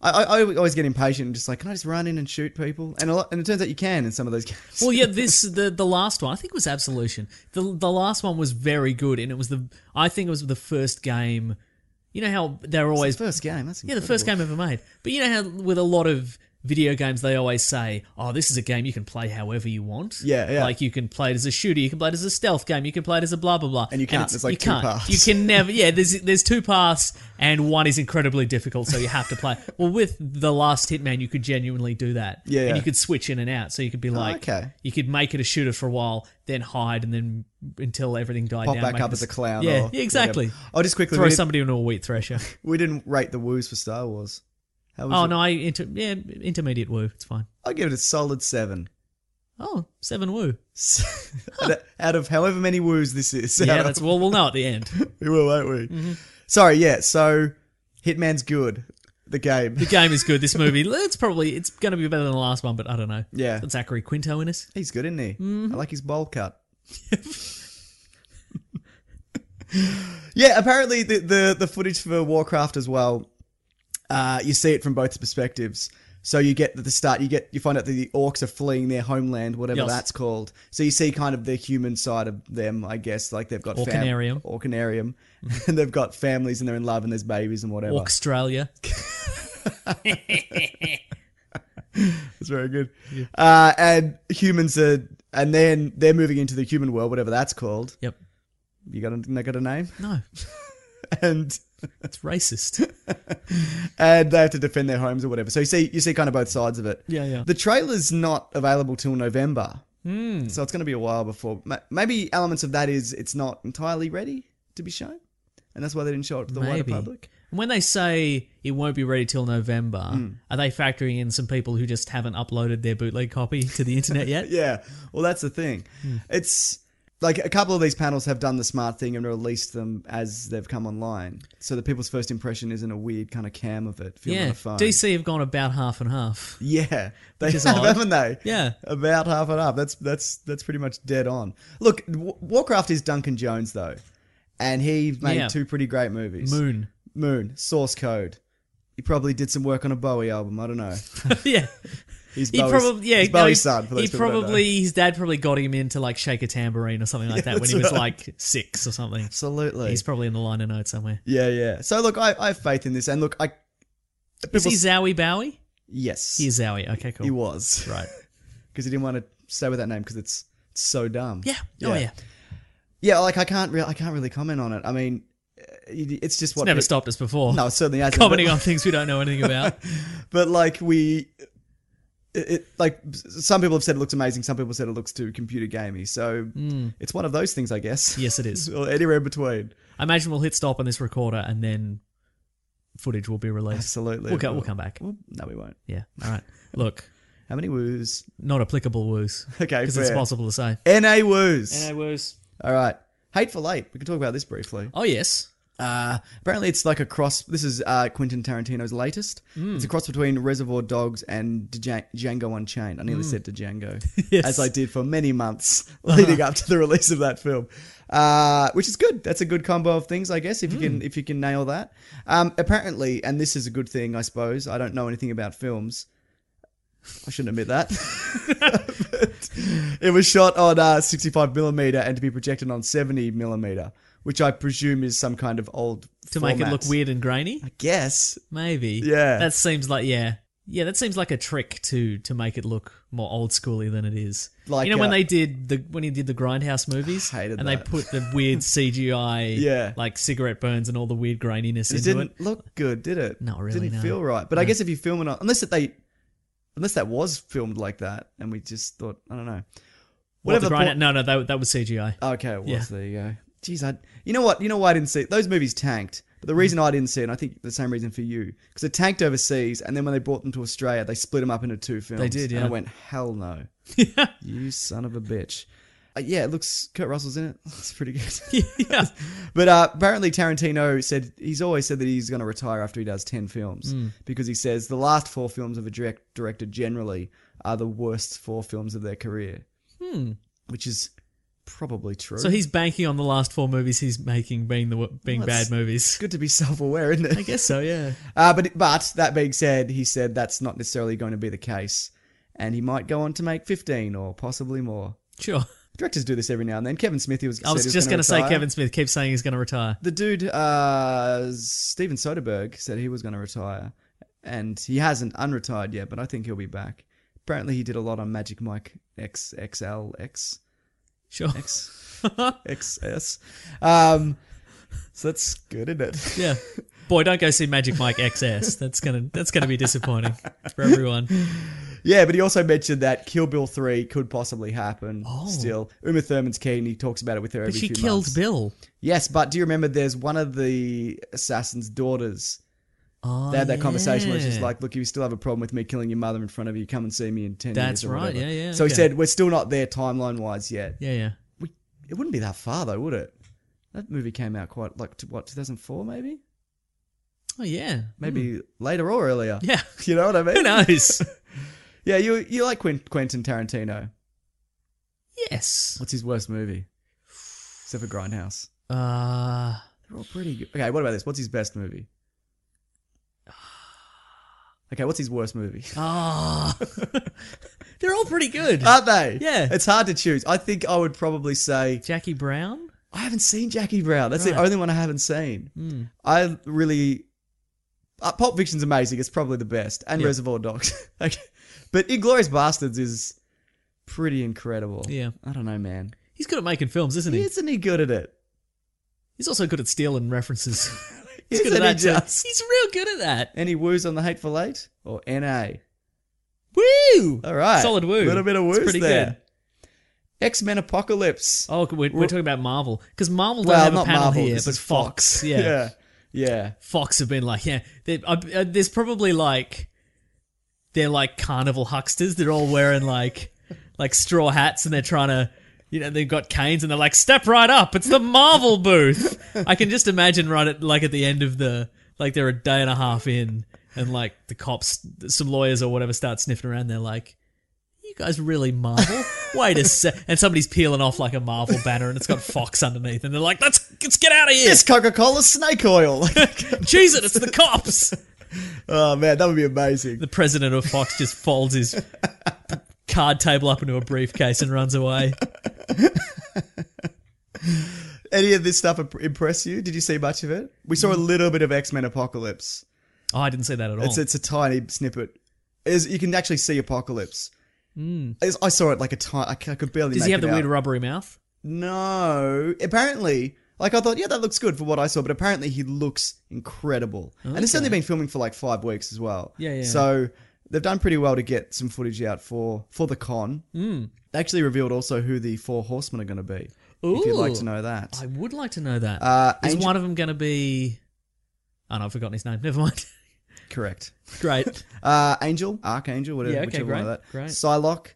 Speaker 5: I, I, I always get impatient and just like, can I just run in and shoot people? And a lot, and it turns out you can in some of those games.
Speaker 6: Well, yeah, this the the last one I think it was Absolution. the The last one was very good, and it was the I think it was the first game. You know how they're always
Speaker 5: first game. That's
Speaker 6: yeah the first game ever made, but you know how with a lot of video games they always say, "Oh, this is a game you can play however you want."
Speaker 5: Yeah, yeah.
Speaker 6: Like you can play it as a shooter, you can play it as a stealth game, you can play it as a blah blah blah.
Speaker 5: And you can't. There's like
Speaker 6: you
Speaker 5: two
Speaker 6: can't.
Speaker 5: paths.
Speaker 6: You can never. Yeah, there's there's two paths, and one is incredibly difficult, so you have to play. well, with the last Hitman, you could genuinely do that.
Speaker 5: Yeah,
Speaker 6: and
Speaker 5: yeah. Oh,
Speaker 6: you could switch in and out, so you could be like,
Speaker 5: okay.
Speaker 6: you could make it a shooter for a while, then hide, and then until everything died
Speaker 5: Pop
Speaker 6: down.
Speaker 5: back
Speaker 6: make
Speaker 5: up
Speaker 6: it
Speaker 5: as a clown.
Speaker 6: Yeah,
Speaker 5: or
Speaker 6: yeah, exactly.
Speaker 5: whatever. I'll just quickly.
Speaker 6: Throw
Speaker 5: we, did,
Speaker 6: somebody into a wheat thresher.
Speaker 5: we didn't rate the woos for Star Wars. How was
Speaker 6: oh
Speaker 5: it?
Speaker 6: no, I inter- yeah intermediate woo. It's fine.
Speaker 5: I'll give it a solid seven.
Speaker 6: Oh, seven woo.
Speaker 5: out of however many woos this is.
Speaker 6: Yeah,
Speaker 5: Out
Speaker 6: that's
Speaker 5: of,
Speaker 6: well. We'll know at the end.
Speaker 5: we will, won't we? Sorry, yeah. So, Hitman's good. The game.
Speaker 6: The game is good. This movie, it's probably it's going to be better than the last one, but I don't know.
Speaker 5: Yeah.
Speaker 6: It's got Zachary Quinto in it.
Speaker 5: He's good, isn't he? I like his bowl cut. yeah, apparently the, the, the footage for Warcraft as well, uh, you see it from both perspectives. So you get at the start, you get you find out that the orcs are fleeing their homeland, whatever
Speaker 6: Yes.
Speaker 5: that's called. So you see kind of the human side of them, I guess. Like they've got
Speaker 6: Orcanarium.
Speaker 5: Orcanarium, and they've got families and they're in love and there's babies and whatever.
Speaker 6: Australia.
Speaker 5: It's very good. Uh, and humans are, and then they're moving into the human world, whatever that's called.
Speaker 6: Yep.
Speaker 5: You got a, got a name?
Speaker 6: No,
Speaker 5: and
Speaker 6: it's racist.
Speaker 5: and they have to defend their homes or whatever. So you see you see kind of both sides of it.
Speaker 6: Yeah, yeah.
Speaker 5: The trailer's not available till November,
Speaker 6: Hmm.
Speaker 5: mm. so it's going to be a while before. ma- Maybe elements of that is it's not entirely ready to be shown, and that's why they didn't show it to the wider
Speaker 6: Maybe.
Speaker 5: public.
Speaker 6: And when they say it won't be ready till November,
Speaker 5: Hmm.
Speaker 6: are they factoring in some people who just haven't uploaded their bootleg copy to the internet yet?
Speaker 5: Yeah, well that's the thing.
Speaker 6: Hmm.
Speaker 5: It's like a couple of these panels have done the smart thing and released them as they've come online, so that people's first impression isn't a weird kind of cam of it. Filmed on
Speaker 6: Yeah,
Speaker 5: a phone.
Speaker 6: DC have gone about half and half.
Speaker 5: Yeah, they
Speaker 6: is
Speaker 5: have,
Speaker 6: odd.
Speaker 5: haven't they?
Speaker 6: Yeah.
Speaker 5: about half and half. That's that's that's pretty much dead on. Look, W- Warcraft is Duncan Jones though, and he made
Speaker 6: Yeah.
Speaker 5: two pretty great movies.
Speaker 6: Moon.
Speaker 5: Moon, Source Code. He probably did some work on a Bowie album. I don't know.
Speaker 6: yeah,
Speaker 5: He's
Speaker 6: he
Speaker 5: Bowie's,
Speaker 6: probably yeah
Speaker 5: he's
Speaker 6: no,
Speaker 5: Bowie's son. For
Speaker 6: he
Speaker 5: those people who don't know.
Speaker 6: probably his dad probably got him into like shake a tambourine or something like that when he was like six or something.
Speaker 5: absolutely.
Speaker 6: He's probably in the liner note somewhere.
Speaker 5: yeah, yeah. So look, I, I have faith in this, and look, I
Speaker 6: Is he Zowie Bowie?
Speaker 5: yes,
Speaker 6: He is Zowie. Okay, cool.
Speaker 5: he was
Speaker 6: Right.
Speaker 5: because he didn't want to stay with that name because it's so dumb.
Speaker 6: Yeah. Oh yeah.
Speaker 5: yeah. Like I can't, re- I can't really comment on it. I mean, uh, it- it's just what
Speaker 6: It's never
Speaker 5: pe-
Speaker 6: stopped us before.
Speaker 5: No, it certainly hasn't.
Speaker 6: Commenting
Speaker 5: but-
Speaker 6: on things we don't know anything about.
Speaker 5: but like we it, it, like s- some people have said it looks amazing some people said it looks too computer gamey so it's one of those things i guess
Speaker 6: Hmm. yes, it is.
Speaker 5: or anywhere in between
Speaker 6: I imagine we'll hit stop on this recorder and then footage will be released.
Speaker 5: absolutely
Speaker 6: We'll, go, we'll come back.
Speaker 5: Well, no we won't
Speaker 6: Yeah. All right. Look,
Speaker 5: how many woos
Speaker 6: not applicable woos.
Speaker 5: Okay,
Speaker 6: Because it's
Speaker 5: fair.
Speaker 6: possible to say.
Speaker 5: na woos
Speaker 6: woos.
Speaker 5: all right hateful eight we can talk about this briefly
Speaker 6: Oh, yes.
Speaker 5: uh apparently it's like a cross this is uh quentin tarantino's latest it's a cross between reservoir dogs and Dja- django unchained i nearly said django
Speaker 6: Yes.
Speaker 5: as i did for many months leading up to the release of that film, uh, which is good. That's a good combo of things, I guess. If you can, if you can nail that. Um, apparently, and this is a good thing, I suppose. I don't know anything about films. I shouldn't admit that. But it was shot on uh, 65 millimeter and to be projected on 70 millimeter, which I presume is some kind of old
Speaker 6: To make it look weird and grainy?
Speaker 5: Yes.
Speaker 6: Maybe.
Speaker 5: Yeah.
Speaker 6: That seems like, yeah. Yeah, that seems like a trick to to make it look more old schooly than it is.
Speaker 5: Like,
Speaker 6: you know when
Speaker 5: uh,
Speaker 6: they did the when he did the Grindhouse movies,
Speaker 5: Hated
Speaker 6: and
Speaker 5: that.
Speaker 6: they put the weird CGI,
Speaker 5: Yeah.
Speaker 6: like cigarette burns and all the weird graininess
Speaker 5: It
Speaker 6: into
Speaker 5: didn't
Speaker 6: it.
Speaker 5: look good, did it?
Speaker 6: Not really,
Speaker 5: Didn't
Speaker 6: no.
Speaker 5: feel right. But I guess if you film it on, unless that they, unless that was filmed like that, and we just thought, I don't know,
Speaker 6: What, the
Speaker 5: the
Speaker 6: Grindhouse-
Speaker 5: point-
Speaker 6: no, no, that, that was CGI.
Speaker 5: Okay, it was
Speaker 6: Yeah.
Speaker 5: there you go. Jeez, I. You know what? You know why I didn't see those movies tanked But the reason I didn't see it, and I think the same reason for you, because it tanked overseas, and then when they brought them to Australia, they split them up into two films.
Speaker 6: They did,
Speaker 5: And
Speaker 6: yeah.
Speaker 5: I went, hell no. you son of a bitch. Uh, yeah, it looks, Kurt Russell's in it. It's pretty good.
Speaker 6: yeah.
Speaker 5: But uh, apparently Tarantino said he's always said that he's going to retire after he does ten films
Speaker 6: Hmm.
Speaker 5: because he says the last four films of a direct director generally are the worst four films of their career, hmm. which is probably true.
Speaker 6: So he's banking on the last four movies he's making being the wo- being
Speaker 5: Well,
Speaker 6: bad
Speaker 5: it's-
Speaker 6: movies.
Speaker 5: it's good to be self-aware, isn't it?
Speaker 6: I guess so. Yeah.
Speaker 5: Uh, but but that being said, he said that's not necessarily going to be the case, and he might go on to make fifteen or possibly more.
Speaker 6: Sure.
Speaker 5: Directors do this every now and then. Kevin Smith, he was.
Speaker 6: I was just going to say
Speaker 5: Kevin.
Speaker 6: Kevin Smith keeps saying he's going to retire.
Speaker 5: The dude, uh, Steven Soderbergh, said he was going to retire, and he hasn't unretired yet, but I think he'll be back. Apparently, he did a lot on Magic Mike X XL X
Speaker 6: Sure.
Speaker 5: X XS. Um, so that's good, isn't it?
Speaker 6: Yeah. Boy, don't go see Magic Mike XS. That's gonna that's gonna be disappointing for everyone.
Speaker 5: Yeah, but he also mentioned that Kill Bill three could possibly happen. Still, Uma Thurman's keen. He talks about it with her
Speaker 6: Oh. But
Speaker 5: every
Speaker 6: she
Speaker 5: few
Speaker 6: killed
Speaker 5: months.
Speaker 6: Bill.
Speaker 5: Yes, but do you remember? There's one of the assassin's daughters.
Speaker 6: Oh,
Speaker 5: They had that conversation where she's
Speaker 6: yeah.
Speaker 5: like, "Look, you still have a problem with me killing your mother in front of you. Come and see me in ten
Speaker 6: That's
Speaker 5: years." or
Speaker 6: right,
Speaker 5: whatever."
Speaker 6: yeah, yeah,
Speaker 5: So
Speaker 6: okay.
Speaker 5: he said, "We're still not there timeline wise yet.
Speaker 6: yeah, yeah.
Speaker 5: We, it wouldn't be that far though, would it? That movie came out quite like t- what 2004, maybe,
Speaker 6: Oh yeah,
Speaker 5: maybe later or earlier.
Speaker 6: yeah.
Speaker 5: you know what I mean?
Speaker 6: Who knows?
Speaker 5: Yeah, you you like Quin- Quentin Tarantino?
Speaker 6: yes.
Speaker 5: What's his worst movie? Except for Grindhouse.
Speaker 6: Uh,
Speaker 5: They're all pretty good. Okay, what about this? What's his best movie? Okay, what's his worst movie?
Speaker 6: ah, they're all pretty good.
Speaker 5: Aren't they?
Speaker 6: Yeah.
Speaker 5: It's hard to choose. I think I would probably say
Speaker 6: Jackie Brown.
Speaker 5: I haven't seen Jackie Brown. That's the
Speaker 6: Right. Hmm.
Speaker 5: only one I haven't seen. I really. Uh, Pulp Fiction's amazing. It's probably the best. And
Speaker 6: Yeah.
Speaker 5: Reservoir Dogs. like, but Inglorious Bastards is pretty incredible.
Speaker 6: Yeah.
Speaker 5: I don't know, man.
Speaker 6: He's good at making films, isn't he?
Speaker 5: Isn't he good at it?
Speaker 6: He's also good at stealing references. He's
Speaker 5: Isn't
Speaker 6: good at that.
Speaker 5: he
Speaker 6: too.
Speaker 5: just?
Speaker 6: He's real good at that.
Speaker 5: Any woos on the Hateful Eight? Or NA?
Speaker 6: Woo!
Speaker 5: All right.
Speaker 6: Solid woo.
Speaker 5: A little bit of
Speaker 6: It's
Speaker 5: woos
Speaker 6: pretty
Speaker 5: there.
Speaker 6: good.
Speaker 5: X Men Apocalypse.
Speaker 6: Oh, we're, we're talking about Marvel because Marvel don't
Speaker 5: well,
Speaker 6: have a
Speaker 5: not
Speaker 6: panel
Speaker 5: Marvel.
Speaker 6: here,
Speaker 5: this
Speaker 6: but
Speaker 5: is
Speaker 6: Fox.
Speaker 5: Fox.
Speaker 6: Yeah.
Speaker 5: yeah. Yeah.
Speaker 6: Fox have been like, yeah, they, uh, uh, there's probably like they're like carnival hucksters. They're all wearing like like straw hats, and they're trying to. You know, they've got canes and they're like, step right up. It's the Marvel booth. I can just imagine right at, like at the end of the, like they're a day and a half in and like the cops, some lawyers or whatever start sniffing around. They're like, you guys really Marvel? Wait a sec. And somebody's peeling off like a Marvel banner and it's got Fox underneath. And they're like, let's, let's get out of here.
Speaker 5: This Coca Cola snake oil.
Speaker 6: Cheese it. It's the cops.
Speaker 5: oh, man. That would be amazing.
Speaker 6: the president of Fox just folds his card table up into a briefcase and runs away.
Speaker 5: Any of this stuff imp- impress you? Did you see much of it? We saw a little bit of X Men Apocalypse.
Speaker 6: Mm. Oh, I didn't see that at all.
Speaker 5: It's, it's a tiny snippet. Is you can actually see Apocalypse.
Speaker 6: Hmm.
Speaker 5: It's- I saw it like a tiny. I c- I could barely.
Speaker 6: Does
Speaker 5: make
Speaker 6: he have
Speaker 5: it
Speaker 6: the
Speaker 5: out.
Speaker 6: weird rubbery mouth?
Speaker 5: No, apparently, like I thought, yeah, that looks good for what I saw, but apparently he looks incredible. And it's only been filming for like five weeks as well.
Speaker 6: Yeah, yeah.
Speaker 5: So they've done pretty well to get some footage out for for the con. Mm. They actually revealed also who the four horsemen are going to be. If you'd like
Speaker 6: Ooh.
Speaker 5: to know that,
Speaker 6: I would like to know that. Is
Speaker 5: Uh, Angel-
Speaker 6: one of them going to be? Oh no, I've forgotten his name. Never mind.
Speaker 5: correct.
Speaker 6: Great.
Speaker 5: Uh, Angel, Archangel, whatever,
Speaker 6: Yeah, okay,
Speaker 5: whichever one of
Speaker 6: great,
Speaker 5: that.
Speaker 6: great.
Speaker 5: Psylocke,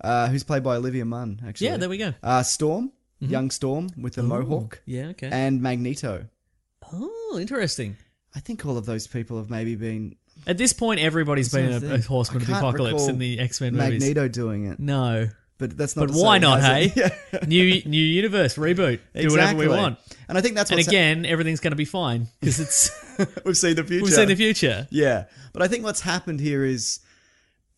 Speaker 5: uh, who's played by Olivia Munn. Actually,
Speaker 6: Yeah, there we go. Mm-hmm.
Speaker 5: Uh, Storm, young Storm with the mohawk,
Speaker 6: Yeah. Okay.
Speaker 5: and Magneto.
Speaker 6: oh, interesting.
Speaker 5: I think all of those people have maybe been
Speaker 6: At this point, everybody's
Speaker 5: That's
Speaker 6: been
Speaker 5: what I
Speaker 6: a, a
Speaker 5: think.
Speaker 6: horseman
Speaker 5: I
Speaker 6: of the
Speaker 5: can't
Speaker 6: apocalypse
Speaker 5: recall
Speaker 6: in the X Men movies.
Speaker 5: Magneto doing it,
Speaker 6: No,
Speaker 5: but that's not.
Speaker 6: but
Speaker 5: to
Speaker 6: why
Speaker 5: say
Speaker 6: not? Hey,
Speaker 5: he hasn't. Yeah,
Speaker 6: new new universe reboot. Do whatever we
Speaker 5: exactly.
Speaker 6: want.
Speaker 5: And I think that's
Speaker 6: And
Speaker 5: what
Speaker 6: again, everything's going to be fine because it's
Speaker 5: we've seen the future.
Speaker 6: we've seen the future.
Speaker 5: Yeah, but I think what's happened here is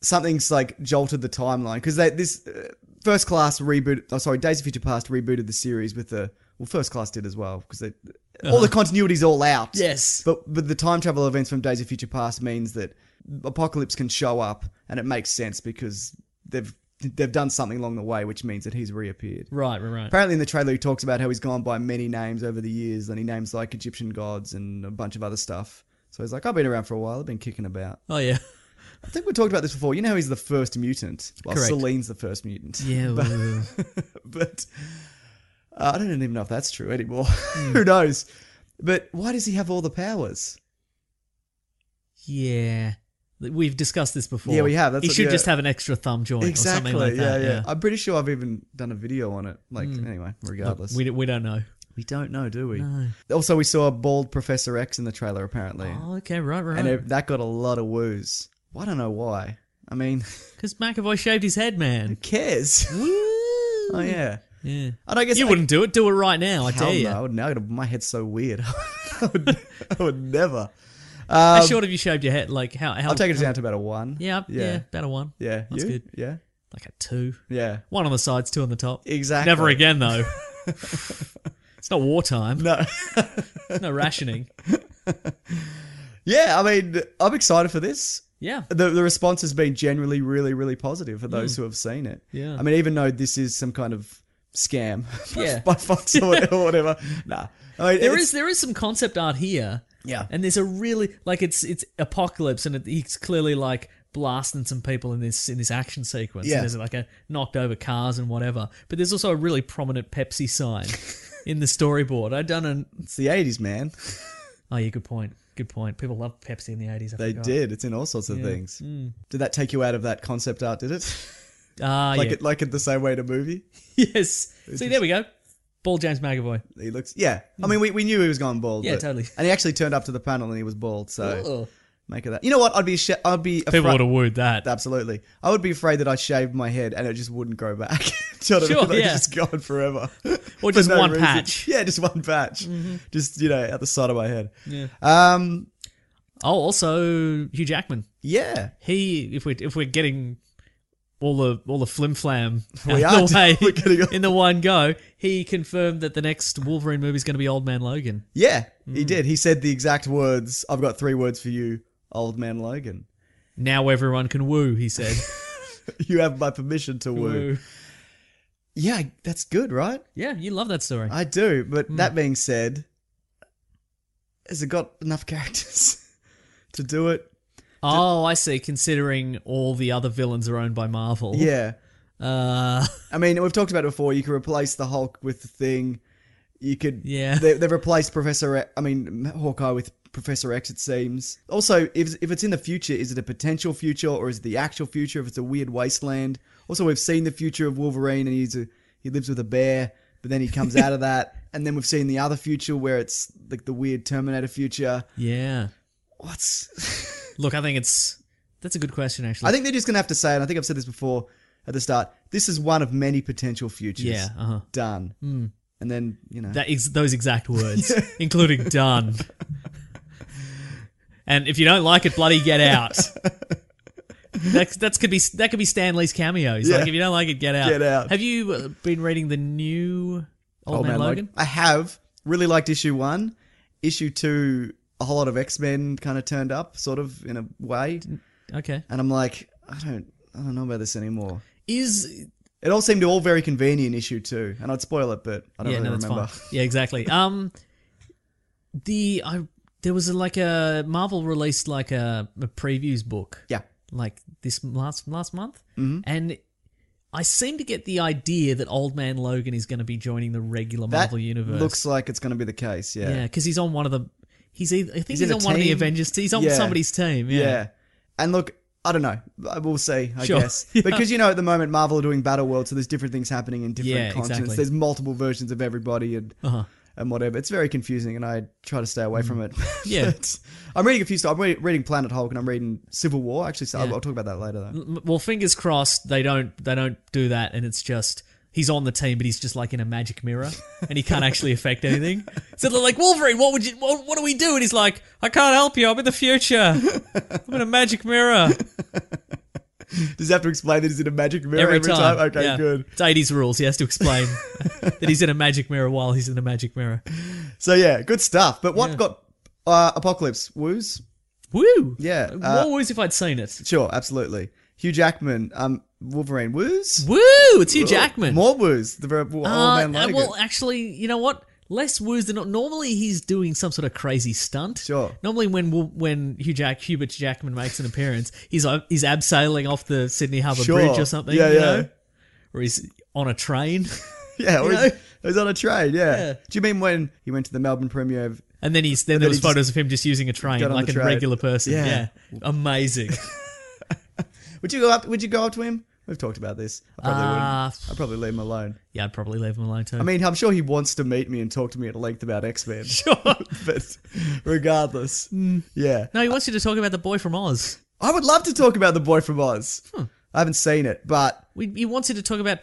Speaker 5: something's like jolted the timeline because this uh, first class reboot. Oh, sorry, Days of Future Past rebooted the series with the well, first class did as well because all the continuity's all out.
Speaker 6: Yes.
Speaker 5: but but the time travel events from Days of Future Past means that Apocalypse can show up, and it makes sense because they've they've done something along the way, which means that he's reappeared.
Speaker 6: Right, right, right.
Speaker 5: Apparently, in the trailer, he talks about how he's gone by many names over the years, and he names like Egyptian gods and a bunch of other stuff. So he's like, I've been around for a while. I've been kicking about.
Speaker 6: Oh yeah,
Speaker 5: I think we talked about this before. You know how he's the first mutant. Well,
Speaker 6: Correct.
Speaker 5: Celine's the first mutant.
Speaker 6: yeah. well, Hmm.
Speaker 5: but uh, I don't even know if that's true anymore. Who knows? But why does he have all the powers?
Speaker 6: Yeah. We've discussed this before.
Speaker 5: Yeah, we have. That's
Speaker 6: he
Speaker 5: what-
Speaker 6: should
Speaker 5: yeah.
Speaker 6: just have an extra thumb joint
Speaker 5: Exactly.
Speaker 6: or something like
Speaker 5: yeah,
Speaker 6: that. Hmm.
Speaker 5: yeah, I'm pretty sure I've even done a video on it. Like, anyway, regardless.
Speaker 6: We, we don't know.
Speaker 5: We don't know, do we? Also, we saw a bald Professor X in the trailer, apparently.
Speaker 6: Oh, okay, right,
Speaker 5: and
Speaker 6: right.
Speaker 5: it, that got a lot of woos. Well, I don't know why. I mean,
Speaker 6: Because McAvoy shaved his head, man.
Speaker 5: who cares? oh, yeah.
Speaker 6: Yeah.
Speaker 5: And I guess
Speaker 6: You
Speaker 5: I-
Speaker 6: wouldn't do it. Do it right now. I
Speaker 5: Hell
Speaker 6: tell you.
Speaker 5: no, I would, now my head's so weird. I, would, I would never. Um,
Speaker 6: How short have you shaved your head? Like how? how
Speaker 5: I'll take it down to about a one.
Speaker 6: Yeah, yeah,
Speaker 5: yeah,
Speaker 6: about a one.
Speaker 5: yeah.
Speaker 6: that's
Speaker 5: You?
Speaker 6: good.
Speaker 5: Yeah,
Speaker 6: Like a two.
Speaker 5: yeah.
Speaker 6: One on the sides, two on the top.
Speaker 5: Exactly.
Speaker 6: Never again, though. it's not wartime.
Speaker 5: No.
Speaker 6: No rationing.
Speaker 5: yeah, I mean, I'm excited for this.
Speaker 6: Yeah.
Speaker 5: The, the response has been generally really, really positive for those who have seen it.
Speaker 6: Mm. Yeah.
Speaker 5: I mean, even though this is some kind of scam
Speaker 6: Yeah.
Speaker 5: by Fox or whatever, whatever. Nah. I mean,
Speaker 6: There
Speaker 5: it's-
Speaker 6: is there is some concept art here.
Speaker 5: Yeah.
Speaker 6: And there's a really like it's it's apocalypse and it, he's clearly like blasting some people in this in this action sequence.
Speaker 5: Yeah.
Speaker 6: And there's like a knocked over cars and whatever. But there's also a really prominent Pepsi sign in the storyboard. I done an
Speaker 5: It's the 80s, man.
Speaker 6: Oh yeah, good point. Good point. People loved Pepsi in the eighties.
Speaker 5: They did. It's in all sorts of things.
Speaker 6: Hmm.
Speaker 5: Did that take you out of that concept art, did it?
Speaker 6: Ah
Speaker 5: like
Speaker 6: yeah.
Speaker 5: it like it the same way in a movie?
Speaker 6: yes. See, there we go. Ball James McAvoy.
Speaker 5: He looks. Yeah, I mean, we, we knew he was going bald.
Speaker 6: Hmm. Yeah,
Speaker 5: but-
Speaker 6: totally.
Speaker 5: And he actually turned up to the panel and he was bald. So
Speaker 6: Ugh.
Speaker 5: make of that. You know what? I'd be sh- I'd be
Speaker 6: People
Speaker 5: afraid-
Speaker 6: would have wooed that.
Speaker 5: absolutely. I would be afraid that I shaved my head and it just wouldn't grow back. Do you know what I
Speaker 6: Sure,
Speaker 5: mean? Like,
Speaker 6: yeah.
Speaker 5: It's just gone forever.
Speaker 6: Or
Speaker 5: For
Speaker 6: just
Speaker 5: no
Speaker 6: one
Speaker 5: reason.
Speaker 6: patch. Mm-hmm.
Speaker 5: Yeah, just one patch. Just you know, at the side of my head.
Speaker 6: Yeah.
Speaker 5: Um.
Speaker 6: Oh, also Hugh Jackman.
Speaker 5: Yeah.
Speaker 6: he if we if we're getting all the all the flim flam
Speaker 5: We
Speaker 6: out
Speaker 5: are.
Speaker 6: the way
Speaker 5: We're getting all-
Speaker 6: in the one go, he confirmed that the next Wolverine movie is going to be Old Man Logan.
Speaker 5: Yeah. He
Speaker 6: Mm.
Speaker 5: did. He said the exact words. I've got three words for you, old man Logan.
Speaker 6: Now everyone can woo, he said.
Speaker 5: You have my permission to woo.
Speaker 6: woo.
Speaker 5: Yeah, that's good, right?
Speaker 6: Yeah, you love that story.
Speaker 5: I do, but that being said, has it got enough characters to do it?
Speaker 6: oh, I see. Considering all the other villains are owned by Marvel.
Speaker 5: Yeah.
Speaker 6: Uh,
Speaker 5: I mean, we've talked about it before. You could replace the Hulk with the Thing. You could.
Speaker 6: Yeah.
Speaker 5: They, they've replaced Professor. X- I mean, Hawkeye with Professor X. It seems. Also, if if it's in the future, is it a potential future or is it the actual future? If it's a weird wasteland. Also, we've seen the future of Wolverine, and he's a, he lives with a bear, but then he comes out of that, and then we've seen the other future where it's like the weird Terminator future.
Speaker 6: yeah.
Speaker 5: What's
Speaker 6: Look, I think it's that's a good question actually.
Speaker 5: I think they're just gonna have to say, and I think I've said this before at the start. This is one of many potential futures.
Speaker 6: Yeah, uh-huh.
Speaker 5: done. And then you know,
Speaker 6: That is those exact words, including done. And if you don't like it, bloody get out. That's that's could be that could be Stan Lee's cameos.
Speaker 5: Yeah.
Speaker 6: Like if you don't like it, get out.
Speaker 5: Get out.
Speaker 6: Have you uh, been reading the new Old, Man, Logan?
Speaker 5: I have really liked issue one. Issue two, a whole lot of X Men kind of turned up, sort of in a way.
Speaker 6: Okay.
Speaker 5: And I'm like, I don't, I don't know about this anymore.
Speaker 6: Is
Speaker 5: It all seemed all very convenient issue two, and I'd spoil it, but I don't
Speaker 6: yeah,
Speaker 5: really
Speaker 6: no, that's
Speaker 5: remember.
Speaker 6: fine. Yeah, exactly. Um, the I there was a, like a Marvel released like a, a previews book.
Speaker 5: Yeah,
Speaker 6: like this last last month,
Speaker 5: Mm-hmm.
Speaker 6: and I seem to get the idea that Old Man Logan is going to be joining the regular
Speaker 5: that
Speaker 6: Marvel universe.
Speaker 5: looks like it's going to be the case. Yeah,
Speaker 6: yeah, because he's on one of the he's either, I think he's,
Speaker 5: in a
Speaker 6: on one of the
Speaker 5: team?
Speaker 6: Avengers. He's on
Speaker 5: Yeah.
Speaker 6: somebody's team. Yeah.
Speaker 5: Yeah. And look, I don't know. I- We'll see, I
Speaker 6: Sure.
Speaker 5: guess. Because, you know, at the moment, Marvel are doing Battle World, so there's different things happening in different
Speaker 6: Yeah,
Speaker 5: continents.
Speaker 6: exactly. Uh-huh.
Speaker 5: There's multiple versions of everybody and, and whatever. It's very confusing, and I try to stay away from it.
Speaker 6: Mm. Yeah.
Speaker 5: But I'm reading a few stuff. I'm re- reading Planet Hulk, and I'm reading Civil War. Actually, so I'll, I'll talk about that later, though.
Speaker 6: M- Well, fingers crossed they don't they don't do that, and it's just. He's on the team, but he's just like in a magic mirror, and he can't actually affect anything. So they're like, "Wolverine, what would you? What, what do we do?" And he's like, "I can't help you. I'm in the future. I'm in a magic mirror."
Speaker 5: Does he have to explain that he's in a magic mirror
Speaker 6: every,
Speaker 5: every,
Speaker 6: time.
Speaker 5: Okay,
Speaker 6: Yeah.
Speaker 5: good.
Speaker 6: It's 80s rules. He has to explain that he's in a magic mirror while he's in a magic mirror.
Speaker 5: So, yeah, good stuff. But what got uh, Apocalypse? Woos?
Speaker 6: Woo!
Speaker 5: Yeah, uh,
Speaker 6: what was if I'd seen it?
Speaker 5: Sure, absolutely. Hugh Jackman, um, Wolverine, woos?
Speaker 6: Woo! It's Hugh Jackman.
Speaker 5: More woos. The verbal old
Speaker 6: Uh,
Speaker 5: man
Speaker 6: uh,
Speaker 5: Logan.
Speaker 6: well, actually, you know what? Less woos than normally. He's doing some sort of crazy stunt.
Speaker 5: Sure.
Speaker 6: Normally, when Wo- when Hugh Jack Hubert Jackman makes an appearance, he's uh, he's abseiling off the Sydney Harbour
Speaker 5: Sure.
Speaker 6: Bridge or something.
Speaker 5: Yeah,
Speaker 6: you
Speaker 5: yeah.
Speaker 6: Know? Or he's on a train.
Speaker 5: yeah, or
Speaker 6: you
Speaker 5: he's-
Speaker 6: know?
Speaker 5: It was on a train, yeah.
Speaker 6: Yeah.
Speaker 5: Do you mean when he went to the Melbourne premiere of
Speaker 6: And then he's then
Speaker 5: And
Speaker 6: there
Speaker 5: then
Speaker 6: was
Speaker 5: he just
Speaker 6: photos of him just using a train
Speaker 5: got on
Speaker 6: like
Speaker 5: the
Speaker 6: a
Speaker 5: train.
Speaker 6: regular person.
Speaker 5: Yeah.
Speaker 6: Yeah, amazing.
Speaker 5: Would you go up would you go up to him? We've talked about this. I probably
Speaker 6: Ah,
Speaker 5: wouldn't. I'd probably leave him alone.
Speaker 6: yeah, I'd probably leave him alone too.
Speaker 5: I mean, I'm sure he wants to meet me and talk to me at length about X Men. Sure. but regardless.
Speaker 6: Mm.
Speaker 5: Yeah.
Speaker 6: no, he wants you to talk about the boy from Oz.
Speaker 5: I would love to talk about the boy from Oz. I haven't seen it, but
Speaker 6: We, he wants you to talk about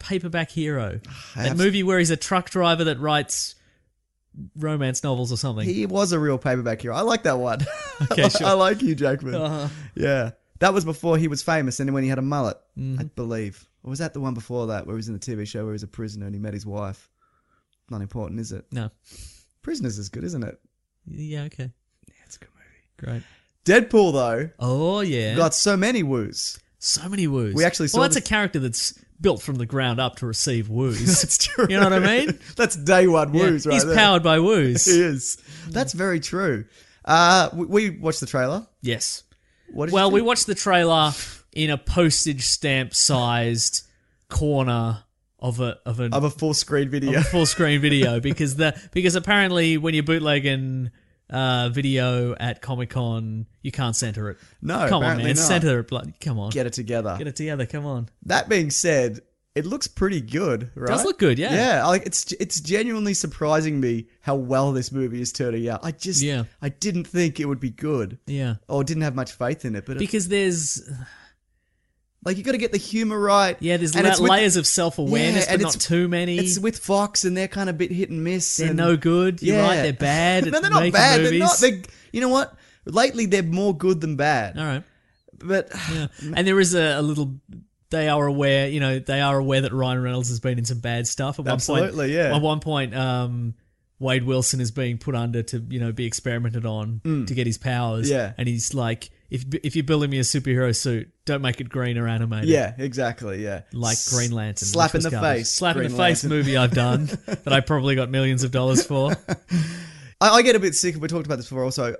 Speaker 6: Paperback Hero, that
Speaker 5: have-
Speaker 6: movie where he's a truck driver that writes romance novels or something.
Speaker 5: he was a real paperback hero. I like that one.
Speaker 6: Okay, sure. Uh-huh.
Speaker 5: I like Hugh Jackman. Yeah. That was before he was famous and when he had a mullet,
Speaker 6: Mm-hmm.
Speaker 5: I believe. Or was that the one before that where he was in the TV show where he was a prisoner and he met his wife? Not important, is it?
Speaker 6: no,
Speaker 5: Prisoners is good, isn't it?
Speaker 6: yeah, okay,
Speaker 5: Yeah, it's a good movie.
Speaker 6: great.
Speaker 5: Deadpool, though,
Speaker 6: Oh yeah,
Speaker 5: got so many woos.
Speaker 6: so many woos.
Speaker 5: We actually saw
Speaker 6: well, that's
Speaker 5: this-
Speaker 6: a character that's built from the ground up to receive woos.
Speaker 5: That's true.
Speaker 6: You know what I mean?
Speaker 5: That's day one
Speaker 6: Yeah,
Speaker 5: woos, right?
Speaker 6: he's
Speaker 5: there.
Speaker 6: powered by woos.
Speaker 5: He is. That's very true. Uh, we, we watched the trailer.
Speaker 6: Yes.
Speaker 5: What did you
Speaker 6: Well, we
Speaker 5: think?
Speaker 6: watched the trailer in a postage stamp sized corner of a of an
Speaker 5: of a full screen video.
Speaker 6: full screen video because the because apparently when you're bootlegging uh, video at Comic Con you can't center it.
Speaker 5: No,
Speaker 6: come on,
Speaker 5: apparently
Speaker 6: man,
Speaker 5: not.
Speaker 6: center it. Blood. Come on,
Speaker 5: Get it together.
Speaker 6: Get it together. Come on.
Speaker 5: That being said, it looks pretty good, right?
Speaker 6: Does look good, yeah.
Speaker 5: Yeah, I like it's it's genuinely surprising me how well this movie is turning out. I just
Speaker 6: Yeah.
Speaker 5: I didn't think it would be good.
Speaker 6: Yeah,
Speaker 5: Or didn't have much faith in it, but it,
Speaker 6: because there's
Speaker 5: like you got to get the humor right.
Speaker 6: yeah there's
Speaker 5: And
Speaker 6: la-
Speaker 5: it's with-
Speaker 6: layers of self awareness,
Speaker 5: Yeah,
Speaker 6: but
Speaker 5: and
Speaker 6: not
Speaker 5: it's-
Speaker 6: too many.
Speaker 5: It's with Fox, and they're kind of bit hit and miss.
Speaker 6: they're
Speaker 5: and-
Speaker 6: no good. You're right.
Speaker 5: Yeah.
Speaker 6: They're bad.
Speaker 5: no,
Speaker 6: at
Speaker 5: they're not
Speaker 6: making
Speaker 5: bad.
Speaker 6: Movies.
Speaker 5: They're not. They're, you know what? Lately, they're more good than bad.
Speaker 6: All right.
Speaker 5: But
Speaker 6: Yeah. And there is a, a little. They are aware, you know, they are aware that Ryan Reynolds has been in some bad stuff. At one point,
Speaker 5: Absolutely, yeah.
Speaker 6: At one point, um, Wade Wilson is being put under to, you know, be experimented on to get his powers.
Speaker 5: Mm. Yeah.
Speaker 6: And he's like, if if you're building me a superhero suit, don't make it green or animated.
Speaker 5: yeah, exactly. Yeah,
Speaker 6: Like
Speaker 5: S-
Speaker 6: Green Lantern.
Speaker 5: slap in
Speaker 6: which was
Speaker 5: the
Speaker 6: garbage.
Speaker 5: face,
Speaker 6: Slap in
Speaker 5: Green
Speaker 6: the face
Speaker 5: Lantern.
Speaker 6: movie I've done that I probably got millions of dollars for.
Speaker 5: I, I get a bit sick. of We talked about this before. Also,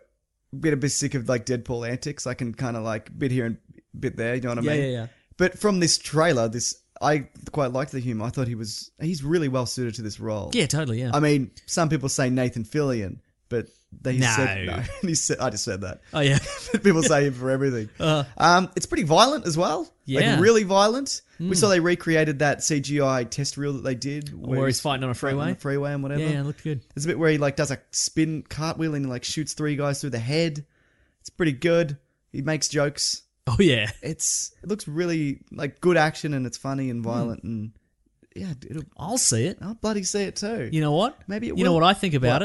Speaker 5: get a bit sick of like Deadpool antics. I can kind of like bit here and bit there. You know what I
Speaker 6: Yeah,
Speaker 5: mean?
Speaker 6: yeah, yeah.
Speaker 5: But from this trailer, this I quite liked the humor. I thought he was he's really well suited to this role.
Speaker 6: Yeah, totally, yeah.
Speaker 5: I mean, some people say Nathan Fillion, but they
Speaker 6: No.
Speaker 5: said no. he said I just said that.
Speaker 6: oh, yeah.
Speaker 5: people say him for everything. um, it's pretty violent as well.
Speaker 6: Uh. Yeah. Hmm.
Speaker 5: Like really violent. We saw they recreated that CGI test reel that they did
Speaker 6: Where he's fighting on a
Speaker 5: on
Speaker 6: freeway.
Speaker 5: the freeway and whatever.
Speaker 6: Yeah, yeah, it looked good.
Speaker 5: There's a bit where he like does a spin cartwheel and he like shoots three guys through the head. It's pretty good. He makes jokes.
Speaker 6: Oh, yeah.
Speaker 5: It's it looks really like good action and it's funny and violent and yeah, it'll,
Speaker 6: I'll see it.
Speaker 5: I'll bloody see it too.
Speaker 6: You know what?
Speaker 5: Maybe it
Speaker 6: You know
Speaker 5: will.
Speaker 6: what I think about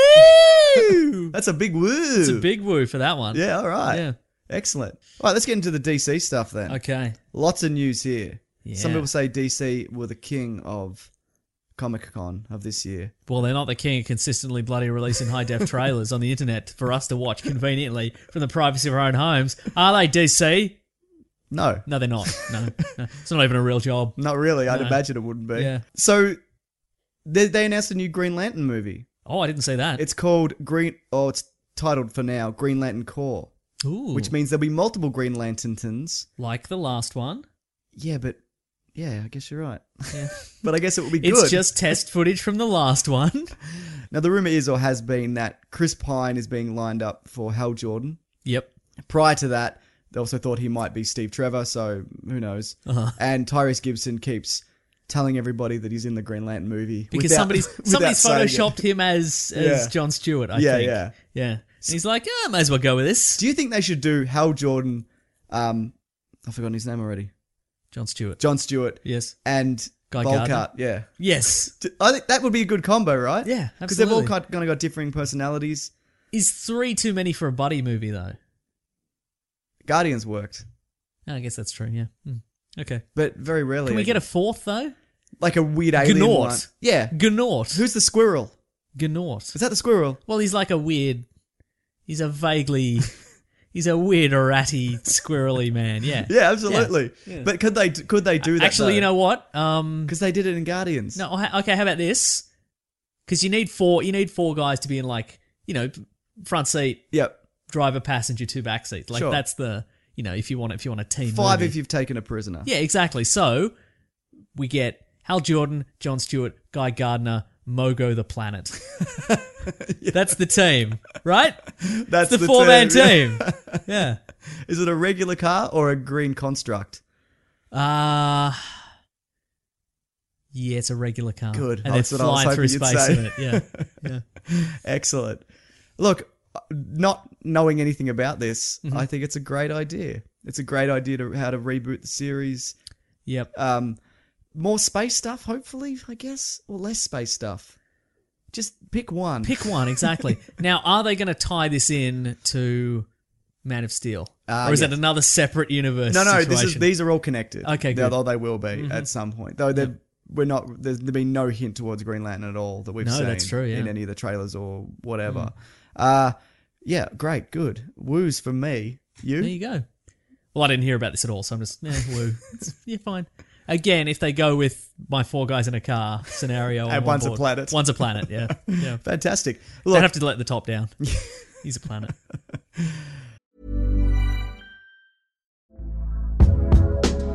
Speaker 6: it? Woo!
Speaker 5: that's a big woo.
Speaker 6: It's a big woo for that one.
Speaker 5: yeah. All right.
Speaker 6: Yeah.
Speaker 5: Excellent. All right, let's get into the DC stuff then.
Speaker 6: Okay.
Speaker 5: Lots of news here. Some
Speaker 6: Yeah.
Speaker 5: people say DC were the king of Comic Con of this year.
Speaker 6: Well, they're not the king of consistently bloody releasing high def trailers on the internet for us to watch conveniently from the privacy of our own homes. Are they DC?
Speaker 5: No,
Speaker 6: No, they're not. No, no. it's not even a real job.
Speaker 5: not really. I'd
Speaker 6: No.
Speaker 5: imagine it wouldn't be.
Speaker 6: Yeah.
Speaker 5: So they, they announced a new Green Lantern movie.
Speaker 6: Oh, I didn't say that.
Speaker 5: It's called Green. Oh, it's titled for now Green Lantern Corps,
Speaker 6: Ooh,
Speaker 5: which means there'll be multiple Green Lanterns.
Speaker 6: like the last one.
Speaker 5: Yeah, but yeah, I guess you're right. but I guess it will be good.
Speaker 6: It's just test footage from the last one.
Speaker 5: now the rumor is or has been that Chris Pine is being lined up for Hal Jordan.
Speaker 6: yep.
Speaker 5: Prior to that, they also thought he might be Steve Trevor, so who knows?
Speaker 6: Uh-huh.
Speaker 5: And Tyrese Gibson keeps telling everybody that he's in the Green Lantern movie
Speaker 6: Because
Speaker 5: without-
Speaker 6: somebody's
Speaker 5: without
Speaker 6: somebody's
Speaker 5: saying it.
Speaker 6: photoshopped him as as
Speaker 5: Yeah.
Speaker 6: John Stewart. I
Speaker 5: Yeah,
Speaker 6: think.
Speaker 5: yeah.
Speaker 6: yeah. And he's like, yeah, I may as well go with this.
Speaker 5: Do you think they should do Hal Jordan? Um, I've forgotten his name already.
Speaker 6: John Stewart.
Speaker 5: John Stewart
Speaker 6: Yes.
Speaker 5: and
Speaker 6: Guy
Speaker 5: Volkart.
Speaker 6: Gardner?
Speaker 5: Yeah,
Speaker 6: Yes.
Speaker 5: D- I think that would be a good combo, right?
Speaker 6: Yeah,
Speaker 5: because they've all
Speaker 6: absolutely.
Speaker 5: kind of got differing personalities.
Speaker 6: Is three too many for a buddy movie though?
Speaker 5: Guardians worked,
Speaker 6: I guess that's true. Yeah. Hmm. Okay.
Speaker 5: but very rarely.
Speaker 6: Can we get a fourth though?
Speaker 5: like a weird alien
Speaker 6: Gnort.
Speaker 5: one? Yeah,
Speaker 6: Gnort.
Speaker 5: who's the squirrel?
Speaker 6: Gnort?
Speaker 5: Is that the squirrel?
Speaker 6: Well, he's like a weird. He's a vaguely. he's a weird, ratty, squirrely man. Yeah.
Speaker 5: Yeah, absolutely.
Speaker 6: Yeah.
Speaker 5: But could they could they do that?
Speaker 6: Actually, you know what? Um.
Speaker 5: because they did it in Guardians.
Speaker 6: No. ha- Okay. How about this? Because you need four. You need four guys to be in like you know front seat,
Speaker 5: Yep.
Speaker 6: driver, passenger, two back seats. Like
Speaker 5: Sure.
Speaker 6: that's the you know if you want if you want a team.
Speaker 5: Five
Speaker 6: movie.
Speaker 5: if you've taken a prisoner.
Speaker 6: Yeah, exactly. So we get Hal Jordan, John Stewart, Guy Gardner, Mogo the Planet. That's the team, right?
Speaker 5: That's
Speaker 6: It's the,
Speaker 5: the
Speaker 6: four man
Speaker 5: term,
Speaker 6: team. yeah.
Speaker 5: Is it a regular car or a green construct?
Speaker 6: Uh yeah, it's a regular car.
Speaker 5: Good.
Speaker 6: And
Speaker 5: That's
Speaker 6: they're
Speaker 5: what I was
Speaker 6: flying through
Speaker 5: hoping you'd
Speaker 6: space
Speaker 5: say.
Speaker 6: in it. Yeah. yeah.
Speaker 5: Excellent. Look, not knowing anything about this,
Speaker 6: Mm-hmm.
Speaker 5: I think it's a great idea. It's a great idea to how to reboot the series.
Speaker 6: Yep.
Speaker 5: Um, more space stuff, hopefully, I guess, or less space stuff. Just pick one.
Speaker 6: Pick one, exactly. now, are they going to tie this in to Man of Steel?
Speaker 5: Uh,
Speaker 6: or is
Speaker 5: yes.
Speaker 6: it another separate universe?
Speaker 5: No, no, this is,
Speaker 6: situation?
Speaker 5: these are all connected.
Speaker 6: Okay,
Speaker 5: Though-
Speaker 6: good. Mm-hmm.
Speaker 5: Though they will be at some point. Though they've we're not. There's been no hint towards Green Lantern at all that we've
Speaker 6: No,
Speaker 5: seen
Speaker 6: that's true, yeah. Mm.
Speaker 5: in any of the trailers or whatever. Uh yeah, great, good. Woos for me. You?
Speaker 6: There you go. Well, I didn't hear about this at all, so I'm just, eh, woo. It's- you're fine. Again, if they go with my four guys in a car scenario, I'm
Speaker 5: And
Speaker 6: on
Speaker 5: one's a
Speaker 6: board.
Speaker 5: planet.
Speaker 6: One's a planet, yeah. yeah.
Speaker 5: Fantastic.
Speaker 6: Don't
Speaker 5: Look,
Speaker 6: have to let the top down. He's a planet.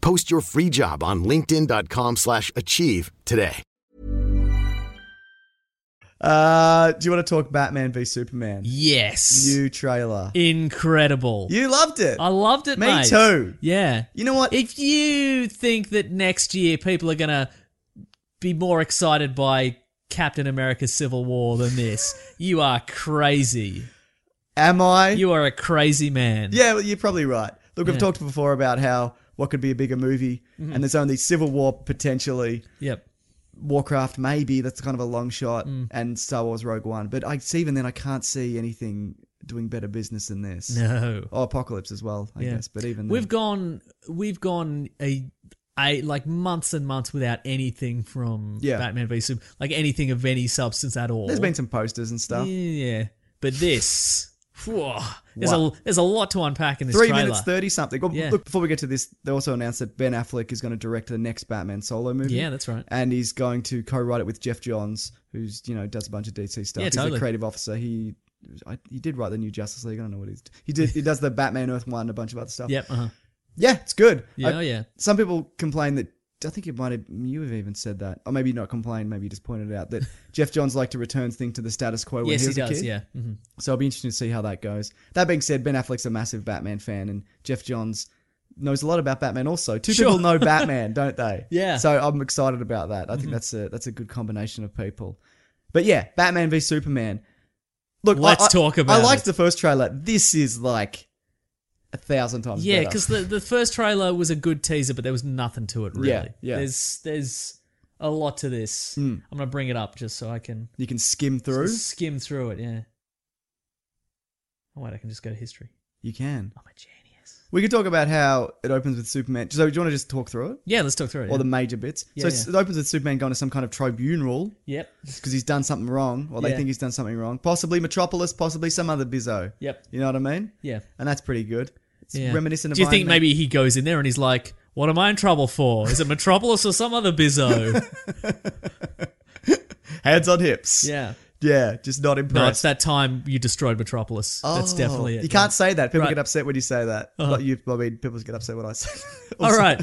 Speaker 7: Post your free job on linkedin.com/achieve slash achieve today.
Speaker 5: uh, do you want to talk Batman v Superman?
Speaker 6: Yes.
Speaker 5: New trailer.
Speaker 6: Incredible.
Speaker 5: you loved it.
Speaker 6: I loved it,
Speaker 5: Me
Speaker 6: mate.
Speaker 5: too.
Speaker 6: Yeah.
Speaker 5: you know what?
Speaker 6: If you think that next year people are going to be more excited by Captain America's Civil War than this, you are crazy.
Speaker 5: Am I?
Speaker 6: You are a crazy man.
Speaker 5: Yeah, well, you're probably right. Look, I've talked before about how what could be a bigger movie,
Speaker 6: Mm-hmm.
Speaker 5: and there's only Civil War potentially,
Speaker 6: Yep.
Speaker 5: Warcraft maybe. That's kind of a long shot,
Speaker 6: Mm.
Speaker 5: and Star Wars Rogue One. But I see even then, I can't see anything doing better business than this.
Speaker 6: No.
Speaker 5: Or Apocalypse as well, I guess. But even
Speaker 6: we've
Speaker 5: then-
Speaker 6: gone we've gone a a like months and months without anything from
Speaker 5: Yeah.
Speaker 6: Batman v Super like anything of any substance at all.
Speaker 5: there's been some posters and stuff.
Speaker 6: yeah, but this. Whoa, there's a there's a lot to unpack in this
Speaker 5: Three
Speaker 6: trailer.
Speaker 5: minutes thirty something. Well,
Speaker 6: Yeah.
Speaker 5: Look, before we get to this, they also announced that Ben Affleck is going to direct the next Batman solo movie.
Speaker 6: Yeah, that's right.
Speaker 5: and he's going to co-write it with Jeff Johns, who's you know does a bunch of DC stuff.
Speaker 6: Yeah,
Speaker 5: he's
Speaker 6: totally.
Speaker 5: a creative officer. He I, he did write the new Justice League. I don't know what he's he did. He does the Batman Earth One, and a bunch of other stuff.
Speaker 6: Yep. Uh-huh.
Speaker 5: yeah, it's good.
Speaker 6: Yeah.
Speaker 5: I-
Speaker 6: oh yeah.
Speaker 5: Some people complain that I think it might have you have even said that, or maybe not complain, maybe just pointed out that Jeff Johns liked to return things to the status quo when
Speaker 6: Yes,
Speaker 5: he
Speaker 6: he
Speaker 5: was a
Speaker 6: does.
Speaker 5: kid.
Speaker 6: Yeah. hmm
Speaker 5: So I'll be interested to see how that goes. That being said, Ben Affleck's a massive Batman fan, and Jeff Johns knows a lot about Batman. Also, two
Speaker 6: Sure.
Speaker 5: people know Batman, don't they?
Speaker 6: Yeah. Mm-hmm.
Speaker 5: So I'm excited about that. I think that's a that's a good combination of people. But yeah, Batman v Superman. Look, I-
Speaker 6: Let's
Speaker 5: I-
Speaker 6: talk about
Speaker 5: I liked
Speaker 6: it.
Speaker 5: the first trailer. This is like a thousand times.
Speaker 6: Yeah,
Speaker 5: better.
Speaker 6: because the, the first trailer was a good teaser, but there was nothing to it really.
Speaker 5: Yeah, yeah. Hmm.
Speaker 6: There's there's a lot to this. I'm gonna bring it up just so I can
Speaker 5: you can skim through.
Speaker 6: skim through it. Yeah. Oh wait, I can just go to history.
Speaker 5: You can.
Speaker 6: I'm a genius.
Speaker 5: We could talk about how it opens with Superman. So do you want to just talk through it?
Speaker 6: Yeah, let's talk through it.
Speaker 5: Or
Speaker 6: yeah.
Speaker 5: the major bits.
Speaker 6: Yeah,
Speaker 5: so it's-
Speaker 6: yeah.
Speaker 5: it opens with Superman going to some kind of tribunal
Speaker 6: yep.
Speaker 5: because he's done something wrong, or they
Speaker 6: Yeah.
Speaker 5: think he's done something wrong. Possibly Metropolis, possibly some other bizzo.
Speaker 6: Yep.
Speaker 5: You know what I mean?
Speaker 6: Yeah.
Speaker 5: And that's pretty good. It's
Speaker 6: yeah.
Speaker 5: reminiscent of
Speaker 6: Do you think
Speaker 5: Iron Man.
Speaker 6: maybe he goes in there and he's like, "What am I in trouble for? Is it Metropolis or some other bizzo?"
Speaker 5: hands on hips?
Speaker 6: yeah.
Speaker 5: Yeah, just not impressed.
Speaker 6: No, it's that time you destroyed Metropolis. That's
Speaker 5: Oh,
Speaker 6: definitely it.
Speaker 5: You can't say that. People
Speaker 6: Right. Uh-huh.
Speaker 5: get upset when you say that. Not you, I mean, people get upset when I say that.
Speaker 6: All right.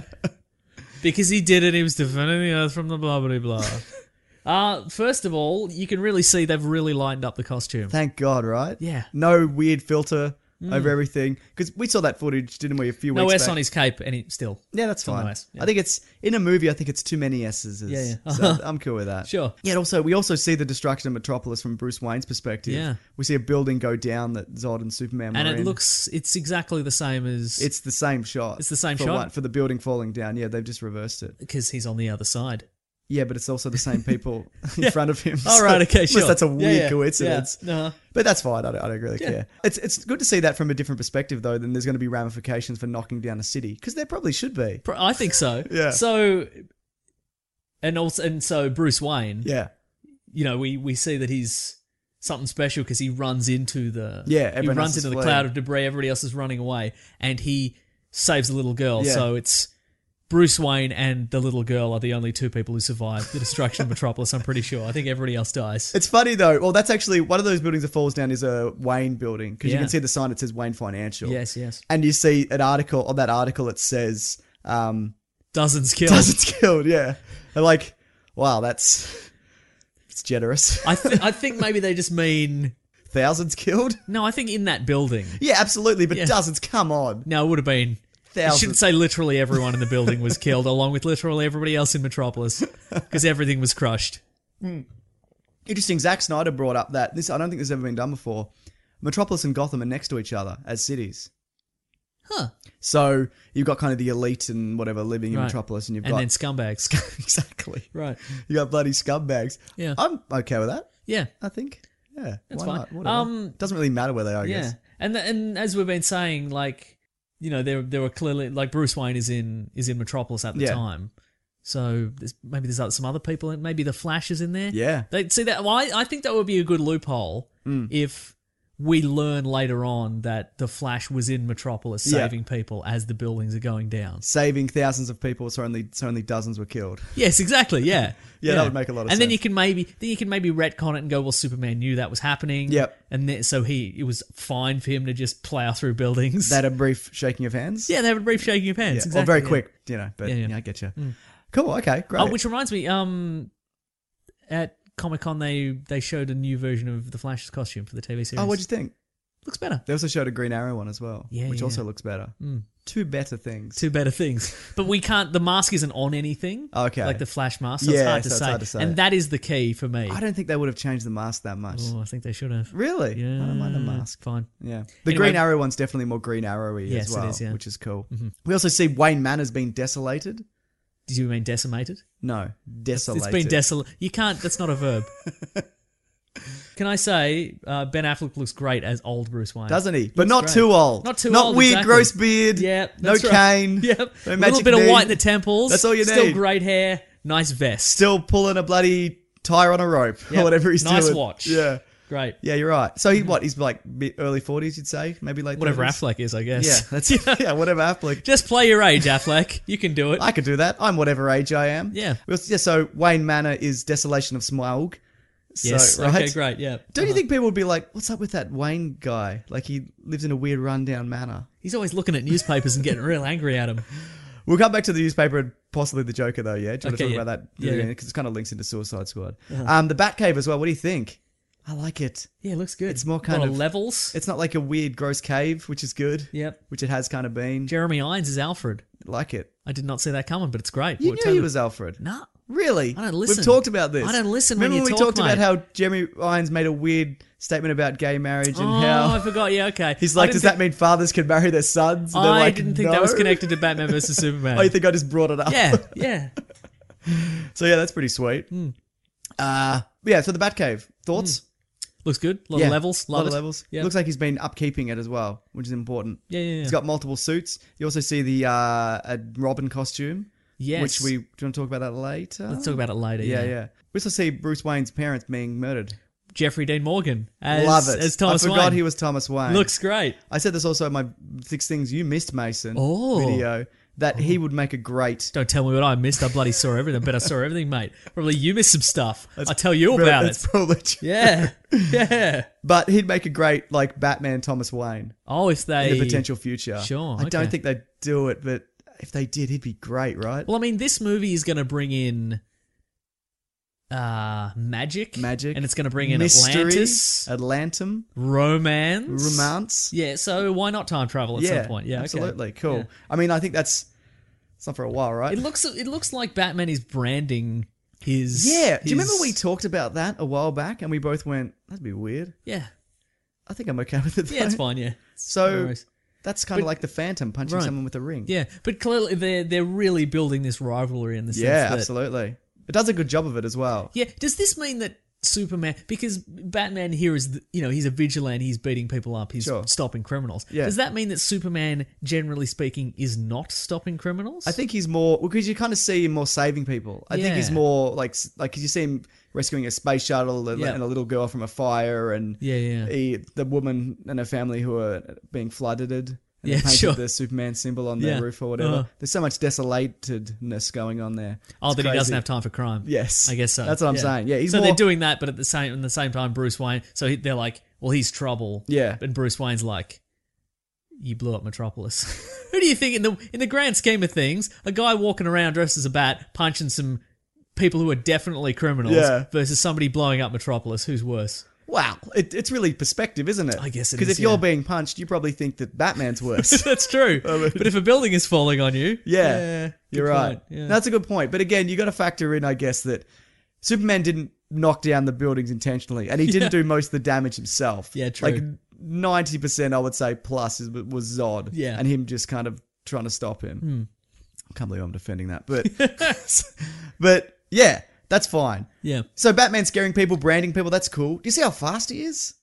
Speaker 6: Because he did it, he was defending the earth from the blah blah blah. uh, first of all, you can really see they've really lined up the costume.
Speaker 5: Thank God, right?
Speaker 6: Yeah. Mm.
Speaker 5: No weird filter over everything. Because we saw that footage, didn't we, a few
Speaker 6: No
Speaker 5: weeks
Speaker 6: S
Speaker 5: back?
Speaker 6: on his cape, and he still.
Speaker 5: Yeah, that's
Speaker 6: Still
Speaker 5: fine.
Speaker 6: no S, yeah.
Speaker 5: I think it's in a movie. I think it's too many S's.
Speaker 6: Yeah, yeah.
Speaker 5: so I'm cool with that.
Speaker 6: Sure.
Speaker 5: Yeah. And also, we also see the destruction of Metropolis from Bruce Wayne's perspective.
Speaker 6: Yeah.
Speaker 5: We see a building go down that Zod and Superman.
Speaker 6: And
Speaker 5: were
Speaker 6: it
Speaker 5: in.
Speaker 6: looks, it's exactly the same as
Speaker 5: It's the same shot.
Speaker 6: It's the same
Speaker 5: for
Speaker 6: shot?
Speaker 5: for the building falling down. Yeah, they've just reversed it.
Speaker 6: because he's on the other side.
Speaker 5: Yeah, but it's also the same people in front of him.
Speaker 6: All right, okay,
Speaker 5: unless
Speaker 6: sure.
Speaker 5: That's a
Speaker 6: Yeah,
Speaker 5: weird
Speaker 6: yeah, yeah.
Speaker 5: coincidence.
Speaker 6: Uh-huh.
Speaker 5: But that's fine. I don't, I don't really care. It's it's good to see that from a different perspective, though. Then there's going to be ramifications for knocking down a city because there probably should be.
Speaker 6: Pro- I think so.
Speaker 5: Yeah.
Speaker 6: So, and also, and so Bruce Wayne.
Speaker 5: Yeah.
Speaker 6: You know, we we see that he's something special because he runs into the
Speaker 5: Yeah,
Speaker 6: He
Speaker 5: everyone else
Speaker 6: runs
Speaker 5: is
Speaker 6: into the
Speaker 5: fleeing.
Speaker 6: cloud of debris. Everybody else is running away, and he saves the little girl.
Speaker 5: Yeah.
Speaker 6: So it's. Bruce Wayne and the little girl are the only two people who survive the destruction of Metropolis. I'm pretty sure. I think everybody else dies.
Speaker 5: It's funny though. Well, that's actually one of those buildings that falls down is a Wayne building because you
Speaker 6: Yeah.
Speaker 5: can see the sign that says Wayne Financial.
Speaker 6: Yes, yes.
Speaker 5: And you see an article on that article it says um,
Speaker 6: Dozens killed.
Speaker 5: dozens killed. Yeah. And like, wow, that's it's generous.
Speaker 6: I th- I think maybe they just mean
Speaker 5: Thousands killed.
Speaker 6: no. I think in that building.
Speaker 5: Yeah, absolutely. But
Speaker 6: Yeah.
Speaker 5: dozens. Come on.
Speaker 6: No, it would have been. You
Speaker 5: Thousands.
Speaker 6: shouldn't say literally everyone in the building was killed, along with literally everybody else in Metropolis, because everything was crushed.
Speaker 5: Interesting. Zack Snyder brought up that this. I don't think this has ever been done before. Metropolis and Gotham are next to each other as cities.
Speaker 6: Huh.
Speaker 5: So you've got kind of the elite and whatever living in
Speaker 6: Right.
Speaker 5: Metropolis, and you've
Speaker 6: And
Speaker 5: got
Speaker 6: then scumbags.
Speaker 5: exactly
Speaker 6: right.
Speaker 5: You got bloody scumbags.
Speaker 6: Yeah.
Speaker 5: I'm okay with that.
Speaker 6: Yeah.
Speaker 5: I think. Yeah.
Speaker 6: That's
Speaker 5: why
Speaker 6: fine.
Speaker 5: not? Whatever.
Speaker 6: Um,
Speaker 5: Doesn't really matter where they are. I
Speaker 6: yeah.
Speaker 5: guess.
Speaker 6: And th- and as we've been saying, like you know, there there were clearly like Bruce Wayne is in is in Metropolis at the
Speaker 5: Yeah.
Speaker 6: time. So there's, maybe there's some other people, and maybe the Flash is in there.
Speaker 5: Yeah. Hmm.
Speaker 6: They see that. Well, I, I think that would be a good loophole if we learn later on that the Flash was in Metropolis
Speaker 5: Yeah.
Speaker 6: saving people as the buildings are going down.
Speaker 5: Saving thousands of people, so only so only dozens were killed.
Speaker 6: Yes, exactly. Yeah.
Speaker 5: Yeah, that would make a lot of
Speaker 6: and And then
Speaker 5: sense.
Speaker 6: you can maybe then you can maybe retcon it and go, well, Superman knew that was happening.
Speaker 5: Yep.
Speaker 6: And then, so he it was fine for him to just plow through buildings.
Speaker 5: That a brief shaking of hands.
Speaker 6: yeah, they have a brief shaking of hands.
Speaker 5: Yeah,
Speaker 6: Exactly.
Speaker 5: Or very
Speaker 6: yeah.
Speaker 5: quick, you know. But yeah,
Speaker 6: Yeah, yeah.
Speaker 5: I get you. Cool. Okay. Great.
Speaker 6: Oh, which reminds me, um, at Comic Con they they showed a new version of the Flash's costume for the TV series.
Speaker 5: oh, what'd you think?
Speaker 6: looks better.
Speaker 5: They also showed a Green Arrow one as well,
Speaker 6: Yeah,
Speaker 5: which
Speaker 6: yeah. Mm.
Speaker 5: also looks better. Two better things.
Speaker 6: Two better things, but we can't. The mask isn't on anything.
Speaker 5: Okay.
Speaker 6: Like the Flash mask. So
Speaker 5: Yeah,
Speaker 6: it's hard to
Speaker 5: so it's
Speaker 6: say.
Speaker 5: hard to say.
Speaker 6: And that is the key for me.
Speaker 5: I don't think they would have changed the mask that much.
Speaker 6: Oh, I think they should have.
Speaker 5: Really?
Speaker 6: Yeah.
Speaker 5: I don't mind the mask.
Speaker 6: Fine.
Speaker 5: Yeah. The
Speaker 6: Anyway-
Speaker 5: Green Arrow one's definitely more Green Arrowy
Speaker 6: Yes,
Speaker 5: as
Speaker 6: it
Speaker 5: well,
Speaker 6: is, yeah. Mm-hmm.
Speaker 5: which is cool. We also see Wayne Manor's been desolated.
Speaker 6: Did you mean decimated?
Speaker 5: No, desolated.
Speaker 6: It's been desolate. You can't. That's not a verb. Can I say uh, Ben Affleck looks great as old Bruce Wayne?
Speaker 5: doesn't he? But
Speaker 6: Looks
Speaker 5: not
Speaker 6: great.
Speaker 5: too old.
Speaker 6: Not too old.
Speaker 5: Not weird,
Speaker 6: exactly.
Speaker 5: gross beard.
Speaker 6: Yeah.
Speaker 5: no
Speaker 6: that's right.
Speaker 5: cane.
Speaker 6: Yep.
Speaker 5: no
Speaker 6: a little
Speaker 5: magic
Speaker 6: bit of
Speaker 5: knee.
Speaker 6: white in the temples.
Speaker 5: That's all you
Speaker 6: Still
Speaker 5: need.
Speaker 6: great hair. Nice vest.
Speaker 5: Still pulling a bloody tire on a rope
Speaker 6: Yep.
Speaker 5: or whatever he's
Speaker 6: Nice
Speaker 5: doing.
Speaker 6: watch.
Speaker 5: Yeah.
Speaker 6: Great.
Speaker 5: Yeah, you're right. So he what? He's like mid- early forties, you'd say, maybe late.
Speaker 6: Whatever
Speaker 5: 30s?
Speaker 6: Affleck is, I guess.
Speaker 5: Yeah, that's yeah. whatever Affleck.
Speaker 6: Just play your age, Affleck. You can do it.
Speaker 5: I could do that. I'm whatever age I am.
Speaker 6: Yeah.
Speaker 5: We also- Yeah. So Wayne Manor is desolation of Smaug. So,
Speaker 6: yes.
Speaker 5: right?
Speaker 6: Okay. Great. Yeah.
Speaker 5: Don't you think people would be like, "What's up with that Wayne guy? Like he lives in a weird rundown manor."
Speaker 6: He's always looking at newspapers and getting real angry at him.
Speaker 5: We'll come back to the newspaper and possibly the Joker, though. Yeah, do you want
Speaker 6: Okay,
Speaker 5: to talk
Speaker 6: yeah.
Speaker 5: about that?
Speaker 6: Yeah, Uh-huh. yeah.
Speaker 5: because it kind of links into Suicide Squad. Um, the Batcave as well. What do you think? I like it.
Speaker 6: Yeah, looks good.
Speaker 5: It's more kind
Speaker 6: Lot
Speaker 5: of-
Speaker 6: levels.
Speaker 5: It's not like a weird, gross cave, which is good.
Speaker 6: Yep.
Speaker 5: Which it has kind of been.
Speaker 6: Jeremy Irons is Alfred.
Speaker 5: like it.
Speaker 6: I did not see that coming, but it's great.
Speaker 5: You
Speaker 6: What
Speaker 5: knew he
Speaker 6: totally-
Speaker 5: was Alfred.
Speaker 6: Nah.
Speaker 5: Really?
Speaker 6: I don't listen.
Speaker 5: We've talked about this.
Speaker 6: I don't listen when
Speaker 5: Remember
Speaker 6: you
Speaker 5: we
Speaker 6: talk,
Speaker 5: talked about
Speaker 6: mate.
Speaker 5: how Jeremy Irons made a weird statement about gay marriage and
Speaker 6: oh,
Speaker 5: how
Speaker 6: I forgot. Yeah, okay.
Speaker 5: he's
Speaker 6: I
Speaker 5: like,
Speaker 6: didn't
Speaker 5: does
Speaker 6: think-
Speaker 5: that mean fathers can marry their sons? And they're
Speaker 6: I
Speaker 5: like,
Speaker 6: didn't think that was
Speaker 5: "No."
Speaker 6: connected to Batman versus Superman.
Speaker 5: Oh, you think I just brought it up?
Speaker 6: yeah, Hmm. yeah.
Speaker 5: So yeah, that's pretty sweet. Uh, but yeah. So the Batcave
Speaker 6: Hmm.
Speaker 5: thoughts.
Speaker 6: Looks good. A lot
Speaker 5: Yeah.
Speaker 6: of levels. Love
Speaker 5: lot of
Speaker 6: it.
Speaker 5: levels.
Speaker 6: Yeah.
Speaker 5: Looks like he's been upkeeping it as well, which is important.
Speaker 6: yeah, yeah, yeah.
Speaker 5: He's got multiple suits. You also see the uh, a Robin costume,
Speaker 6: yes.
Speaker 5: which we do you want to talk about that later.
Speaker 6: Let's talk about it later.
Speaker 5: Yeah, yeah. We also see Bruce Wayne's parents being murdered.
Speaker 6: Jeffrey Dean Morgan as,
Speaker 5: Love it.
Speaker 6: as Thomas
Speaker 5: I forgot
Speaker 6: Wayne.
Speaker 5: he was Thomas Wayne.
Speaker 6: Looks great.
Speaker 5: I said this also in my six things you missed, Mason.
Speaker 6: Oh.
Speaker 5: video that he would make a great.
Speaker 6: Don't tell me what I missed. I bloody saw everything, but I saw everything, mate. Probably you missed some stuff. I'll tell you all about
Speaker 5: That's
Speaker 6: it.
Speaker 5: probably true.
Speaker 6: Yeah, yeah.
Speaker 5: But he'd make a great like Batman Thomas Wayne
Speaker 6: Oh, if they
Speaker 5: in the potential future.
Speaker 6: Sure,
Speaker 5: I don't
Speaker 6: okay.
Speaker 5: think they'd do it, but if they did, he'd be great, right?
Speaker 6: Well, I mean, this movie is going to bring in uh magic,
Speaker 5: Magic,
Speaker 6: and it's going to bring in
Speaker 5: mystery,
Speaker 6: Atlantis,
Speaker 5: Atlantum,
Speaker 6: romance,
Speaker 5: romance.
Speaker 6: Yeah, so why not time travel at some point? Yeah, okay.
Speaker 5: absolutely cool.
Speaker 6: Yeah.
Speaker 5: I mean, I think that's it's not for a while, right?
Speaker 6: It looks it looks like Batman is branding his.
Speaker 5: yeah. Do you remember
Speaker 6: his-
Speaker 5: we talked about that a while back, and we both went, "That'd be weird."
Speaker 6: Yeah,
Speaker 5: I think I'm okay with it.
Speaker 6: yeah, it's
Speaker 5: though.
Speaker 6: fine. Yeah. No
Speaker 5: So
Speaker 6: worries.
Speaker 5: that's kind of
Speaker 6: But-
Speaker 5: like the Phantom punching
Speaker 6: Right.
Speaker 5: someone with a ring.
Speaker 6: Yeah, but clearly they're they're really building this rivalry in the sense
Speaker 5: yeah,
Speaker 6: that
Speaker 5: absolutely. It does a good job of it as well.
Speaker 6: Yeah, does this mean that Superman because Batman here is the, you know he's a vigilante, he's beating people up, he's
Speaker 5: Sure.
Speaker 6: stopping criminals.
Speaker 5: Yeah.
Speaker 6: Does that mean that Superman, generally speaking, is not stopping criminals?
Speaker 5: I think he's more because you kind of see him more saving people. I think he's
Speaker 6: Yeah.
Speaker 5: more like s- like 'cause you see him rescuing a space shuttle and,
Speaker 6: Yeah.
Speaker 5: and a little girl from a fire and
Speaker 6: Yeah, yeah.
Speaker 5: he- the woman and her family who are being flooded. And they
Speaker 6: Yeah,
Speaker 5: painted
Speaker 6: sure.
Speaker 5: The Superman symbol on
Speaker 6: Yeah.
Speaker 5: their roof or whatever.
Speaker 6: Uh-huh.
Speaker 5: There's so much desolatedness going on there.
Speaker 6: Oh,
Speaker 5: It's
Speaker 6: that he
Speaker 5: crazy.
Speaker 6: doesn't have time for crime.
Speaker 5: Yes.
Speaker 6: I guess so.
Speaker 5: That's what I'm saying. Yeah, he's
Speaker 6: so
Speaker 5: more-
Speaker 6: they're doing that, but at the same in the same time, Bruce Wayne. So he, they're like, well, he's trouble.
Speaker 5: Yeah.
Speaker 6: and Bruce Wayne's like, you blew up Metropolis. Who do you think in the in the grand scheme of things, a guy walking around dressed as a bat punching some people who are definitely criminals
Speaker 5: Yeah.
Speaker 6: versus somebody blowing up Metropolis? Who's worse?
Speaker 5: Wow, it, it's really perspective, isn't it?
Speaker 6: I guess it
Speaker 5: because
Speaker 6: is,
Speaker 5: if you're
Speaker 6: yeah.
Speaker 5: being punched, you probably think that Batman's worse.
Speaker 6: That's true. but if a building is falling on you,
Speaker 5: Yeah,
Speaker 6: good
Speaker 5: you're right.
Speaker 6: point. Yeah.
Speaker 5: That's a good point. But again, you got to factor in, I guess, that Superman didn't knock down the buildings intentionally, and he didn't do most of the damage himself.
Speaker 6: Yeah, true.
Speaker 5: Like ninety percent, I would say, plus is, was Zod.
Speaker 6: Yeah. Hmm.
Speaker 5: and him just kind of trying to stop him. I can't believe I'm defending that, but but yeah, that's fine.
Speaker 6: yeah.
Speaker 5: So Batman scaring people, branding people, that's cool. Do you see how fast he is?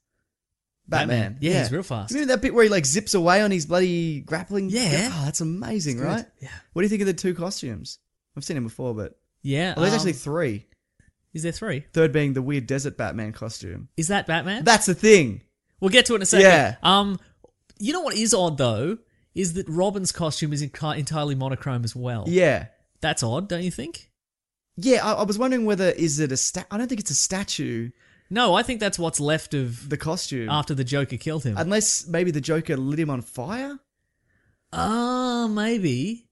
Speaker 5: Batman.
Speaker 6: Batman. Yeah, he's real fast.
Speaker 5: You remember that bit where he like zips away on his bloody grappling?
Speaker 6: Yeah.
Speaker 5: Oh, that's amazing,
Speaker 6: It's good.
Speaker 5: right?
Speaker 6: Yeah.
Speaker 5: What do you think of the two costumes? I've seen him before, but
Speaker 6: Yeah.
Speaker 5: well, there's
Speaker 6: um,
Speaker 5: actually three.
Speaker 6: is there three?
Speaker 5: Third being the weird desert Batman costume.
Speaker 6: Is that Batman?
Speaker 5: That's the thing.
Speaker 6: We'll get to it in a second.
Speaker 5: Yeah.
Speaker 6: Um, you know what is odd though is that Robin's costume is enc- entirely monochrome as well.
Speaker 5: Yeah.
Speaker 6: That's odd, don't you think?
Speaker 5: Yeah, I, I was wondering whether is it a stat? I don't think it's a statue.
Speaker 6: No, I think that's what's left of
Speaker 5: The costume,
Speaker 6: after the Joker killed him.
Speaker 5: unless maybe the Joker lit him on fire.
Speaker 6: Ah, maybe.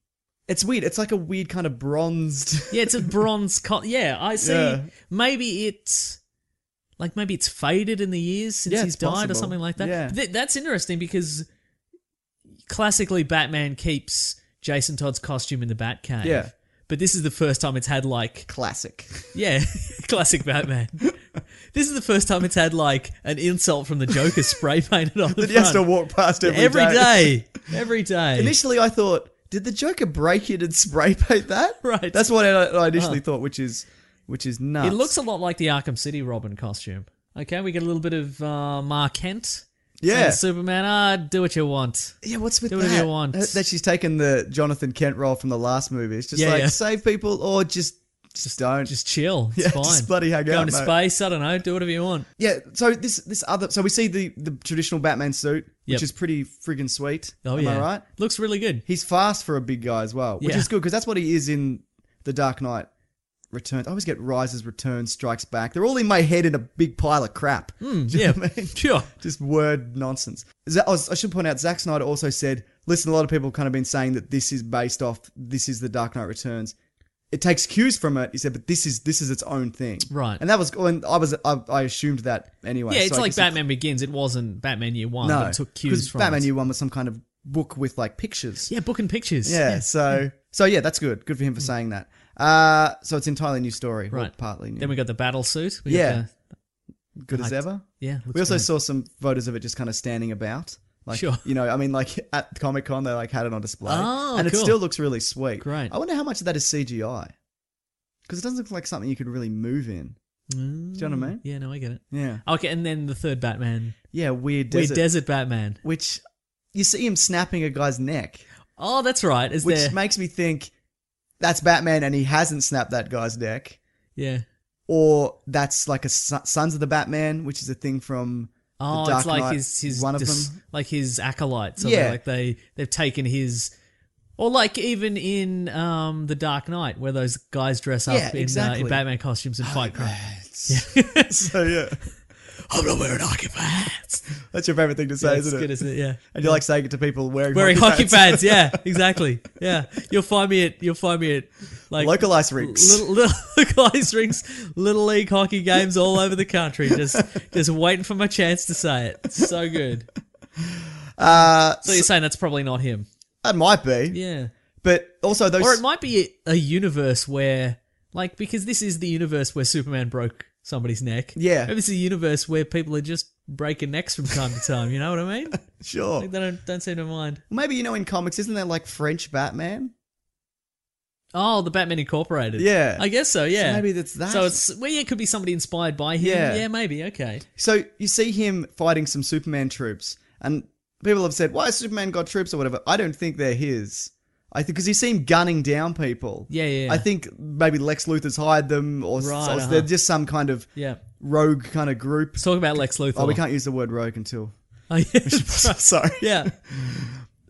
Speaker 5: It's weird. It's like a weird kind of bronzed.
Speaker 6: Yeah, it's a bronze. Co- yeah, I see.
Speaker 5: Yeah.
Speaker 6: Maybe it's like maybe it's faded in the years since
Speaker 5: Yeah,
Speaker 6: he's
Speaker 5: it's
Speaker 6: died or
Speaker 5: possible.
Speaker 6: something like that.
Speaker 5: Yeah.
Speaker 6: Th- that's interesting because classically Batman keeps Jason Todd's costume in the Batcave.
Speaker 5: Yeah.
Speaker 6: But this is the first time it's had like
Speaker 5: Classic.
Speaker 6: Yeah, classic Batman. this is the first time it's had like an insult from the Joker spray painted on
Speaker 5: that
Speaker 6: the front.
Speaker 5: he has to walk past every,
Speaker 6: every day. Every day.
Speaker 5: Initially, I thought, did the Joker break it and spray paint that?
Speaker 6: Right. Uh-huh.
Speaker 5: That's what I, I initially thought, which is which is nuts.
Speaker 6: it looks a lot like the Arkham City Robin costume. Okay, we get a little bit of uh, Mark Kent.
Speaker 5: yeah,
Speaker 6: And Superman, ah, do what you want.
Speaker 5: yeah. What's with
Speaker 6: Do
Speaker 5: that?
Speaker 6: whatever you want.
Speaker 5: That that she's taken the Jonathan Kent role from the last movie. It's just
Speaker 6: Yeah,
Speaker 5: like
Speaker 6: yeah.
Speaker 5: save people or just just, don't.
Speaker 6: Just chill. It's
Speaker 5: Yeah,
Speaker 6: fine.
Speaker 5: just bloody hang
Speaker 6: Go
Speaker 5: out,
Speaker 6: into
Speaker 5: mate.
Speaker 6: space. I don't know. Do whatever you want.
Speaker 5: yeah. So this this other so we see the the traditional Batman suit,
Speaker 6: Yep.
Speaker 5: which is pretty friggin' sweet.
Speaker 6: Oh
Speaker 5: Am
Speaker 6: yeah,
Speaker 5: I right?
Speaker 6: Looks really good.
Speaker 5: He's fast for a big guy as well, which
Speaker 6: Yeah.
Speaker 5: is good because that's what he is in the Dark Knight Returns. I always get rises, returns, strikes back. They're all in my head in a big pile of crap. Do you
Speaker 6: Hmm, yeah,
Speaker 5: know what I mean?
Speaker 6: sure.
Speaker 5: Just word nonsense. Za- I was- I should point out, Zack Snyder also said, listen, a lot of people have kind of been saying that this is based off, this is the Dark Knight Returns. It takes cues from it, he said, but this is this is its own thing,
Speaker 6: Right.
Speaker 5: And that was, and I was, I, I assumed that anyway.
Speaker 6: Yeah, it's
Speaker 5: so I
Speaker 6: like
Speaker 5: guess it-
Speaker 6: Batman Begins. It wasn't Batman Year One. but it took
Speaker 5: 'cause
Speaker 6: cues from
Speaker 5: Batman
Speaker 6: it.
Speaker 5: Year One was some kind of book with like pictures.
Speaker 6: Yeah, book and pictures.
Speaker 5: Yeah. So so yeah, that's good. Good for him for saying that. Uh, so it's entirely new story, well,
Speaker 6: Right.
Speaker 5: partly new.
Speaker 6: Then we got the battle suit. We
Speaker 5: Yeah.
Speaker 6: Got the,
Speaker 5: Good as
Speaker 6: I-
Speaker 5: ever.
Speaker 6: yeah. looks
Speaker 5: We also
Speaker 6: great.
Speaker 5: saw some photos of it just kind of standing about. Like,
Speaker 6: Sure.
Speaker 5: You know, I mean, like at Comic Con, they like had it on display,
Speaker 6: Oh,
Speaker 5: and it
Speaker 6: cool.
Speaker 5: still looks really sweet.
Speaker 6: Great.
Speaker 5: I wonder how much of that is CGI, because it doesn't look like something you could really move in.
Speaker 6: Mm,
Speaker 5: Do you know what I mean?
Speaker 6: Yeah. No, I get it. Oh,
Speaker 5: Yeah.
Speaker 6: Okay, and then the third Batman.
Speaker 5: Yeah. Weird
Speaker 6: Weird
Speaker 5: desert.
Speaker 6: desert Batman.
Speaker 5: Which you see him snapping a guy's neck,
Speaker 6: Oh, that's right. Is
Speaker 5: which
Speaker 6: there?
Speaker 5: makes me think that's Batman, and he hasn't snapped that guy's neck,
Speaker 6: yeah.
Speaker 5: or that's like a Son- Sons of the Batman, which is a thing from.
Speaker 6: Oh,
Speaker 5: Dark
Speaker 6: it's like
Speaker 5: Knight,
Speaker 6: his his
Speaker 5: one of
Speaker 6: dis-
Speaker 5: them.
Speaker 6: like his acolytes. Or yeah,
Speaker 5: Yeah.
Speaker 6: like they they've taken his, or like even in um the Dark Knight where those guys dress up
Speaker 5: Yeah,
Speaker 6: in, uh,
Speaker 5: exactly.
Speaker 6: in Batman costumes and fight crime.
Speaker 5: so yeah,
Speaker 6: I'm not wearing hockey pads.
Speaker 5: that's your favorite thing to say,
Speaker 6: Yeah, it's
Speaker 5: isn't
Speaker 6: good,
Speaker 5: it?
Speaker 6: isn't it? Yeah.
Speaker 5: And you like saying it to people wearing
Speaker 6: Wearing hockey
Speaker 5: pads.
Speaker 6: pads, yeah, exactly, yeah. You'll find me at you'll find me at like
Speaker 5: Local ice rinks.
Speaker 6: little, little local ice rinks, little league hockey games all over the country, just just waiting for my chance to say it. So good.
Speaker 5: Uh,
Speaker 6: So you're saying that's probably not him?
Speaker 5: that might be.
Speaker 6: Yeah.
Speaker 5: But also those.
Speaker 6: Or it might be a universe where, like, because this is the universe where Superman broke somebody's neck.
Speaker 5: Yeah.
Speaker 6: Maybe it's a universe where people are just breaking necks from time to time. You know what I mean?
Speaker 5: sure.
Speaker 6: Like, they don't don't seem to mind.
Speaker 5: Maybe you know in comics, isn't there like French Batman?
Speaker 6: Oh, the Batman Incorporated.
Speaker 5: Yeah.
Speaker 6: I guess so. Yeah.
Speaker 5: So maybe that's that.
Speaker 6: So it's well, yeah, it could be somebody inspired by him.
Speaker 5: Yeah.
Speaker 6: Yeah, maybe. Okay.
Speaker 5: So you see him fighting some Superman troops, and people have said, "Why has Superman got troops or whatever?" I don't think they're his. I think because you see him gunning down people.
Speaker 6: Yeah, yeah, yeah.
Speaker 5: I think maybe Lex Luthor's hired them, or,
Speaker 6: Right,
Speaker 5: or
Speaker 6: uh-huh.
Speaker 5: they're just some kind of
Speaker 6: Yeah.
Speaker 5: rogue kind of group.
Speaker 6: Let's talk about Lex Luthor.
Speaker 5: Oh, we can't use the word rogue until.
Speaker 6: Oh, yeah. that's right.
Speaker 5: Sorry.
Speaker 6: yeah.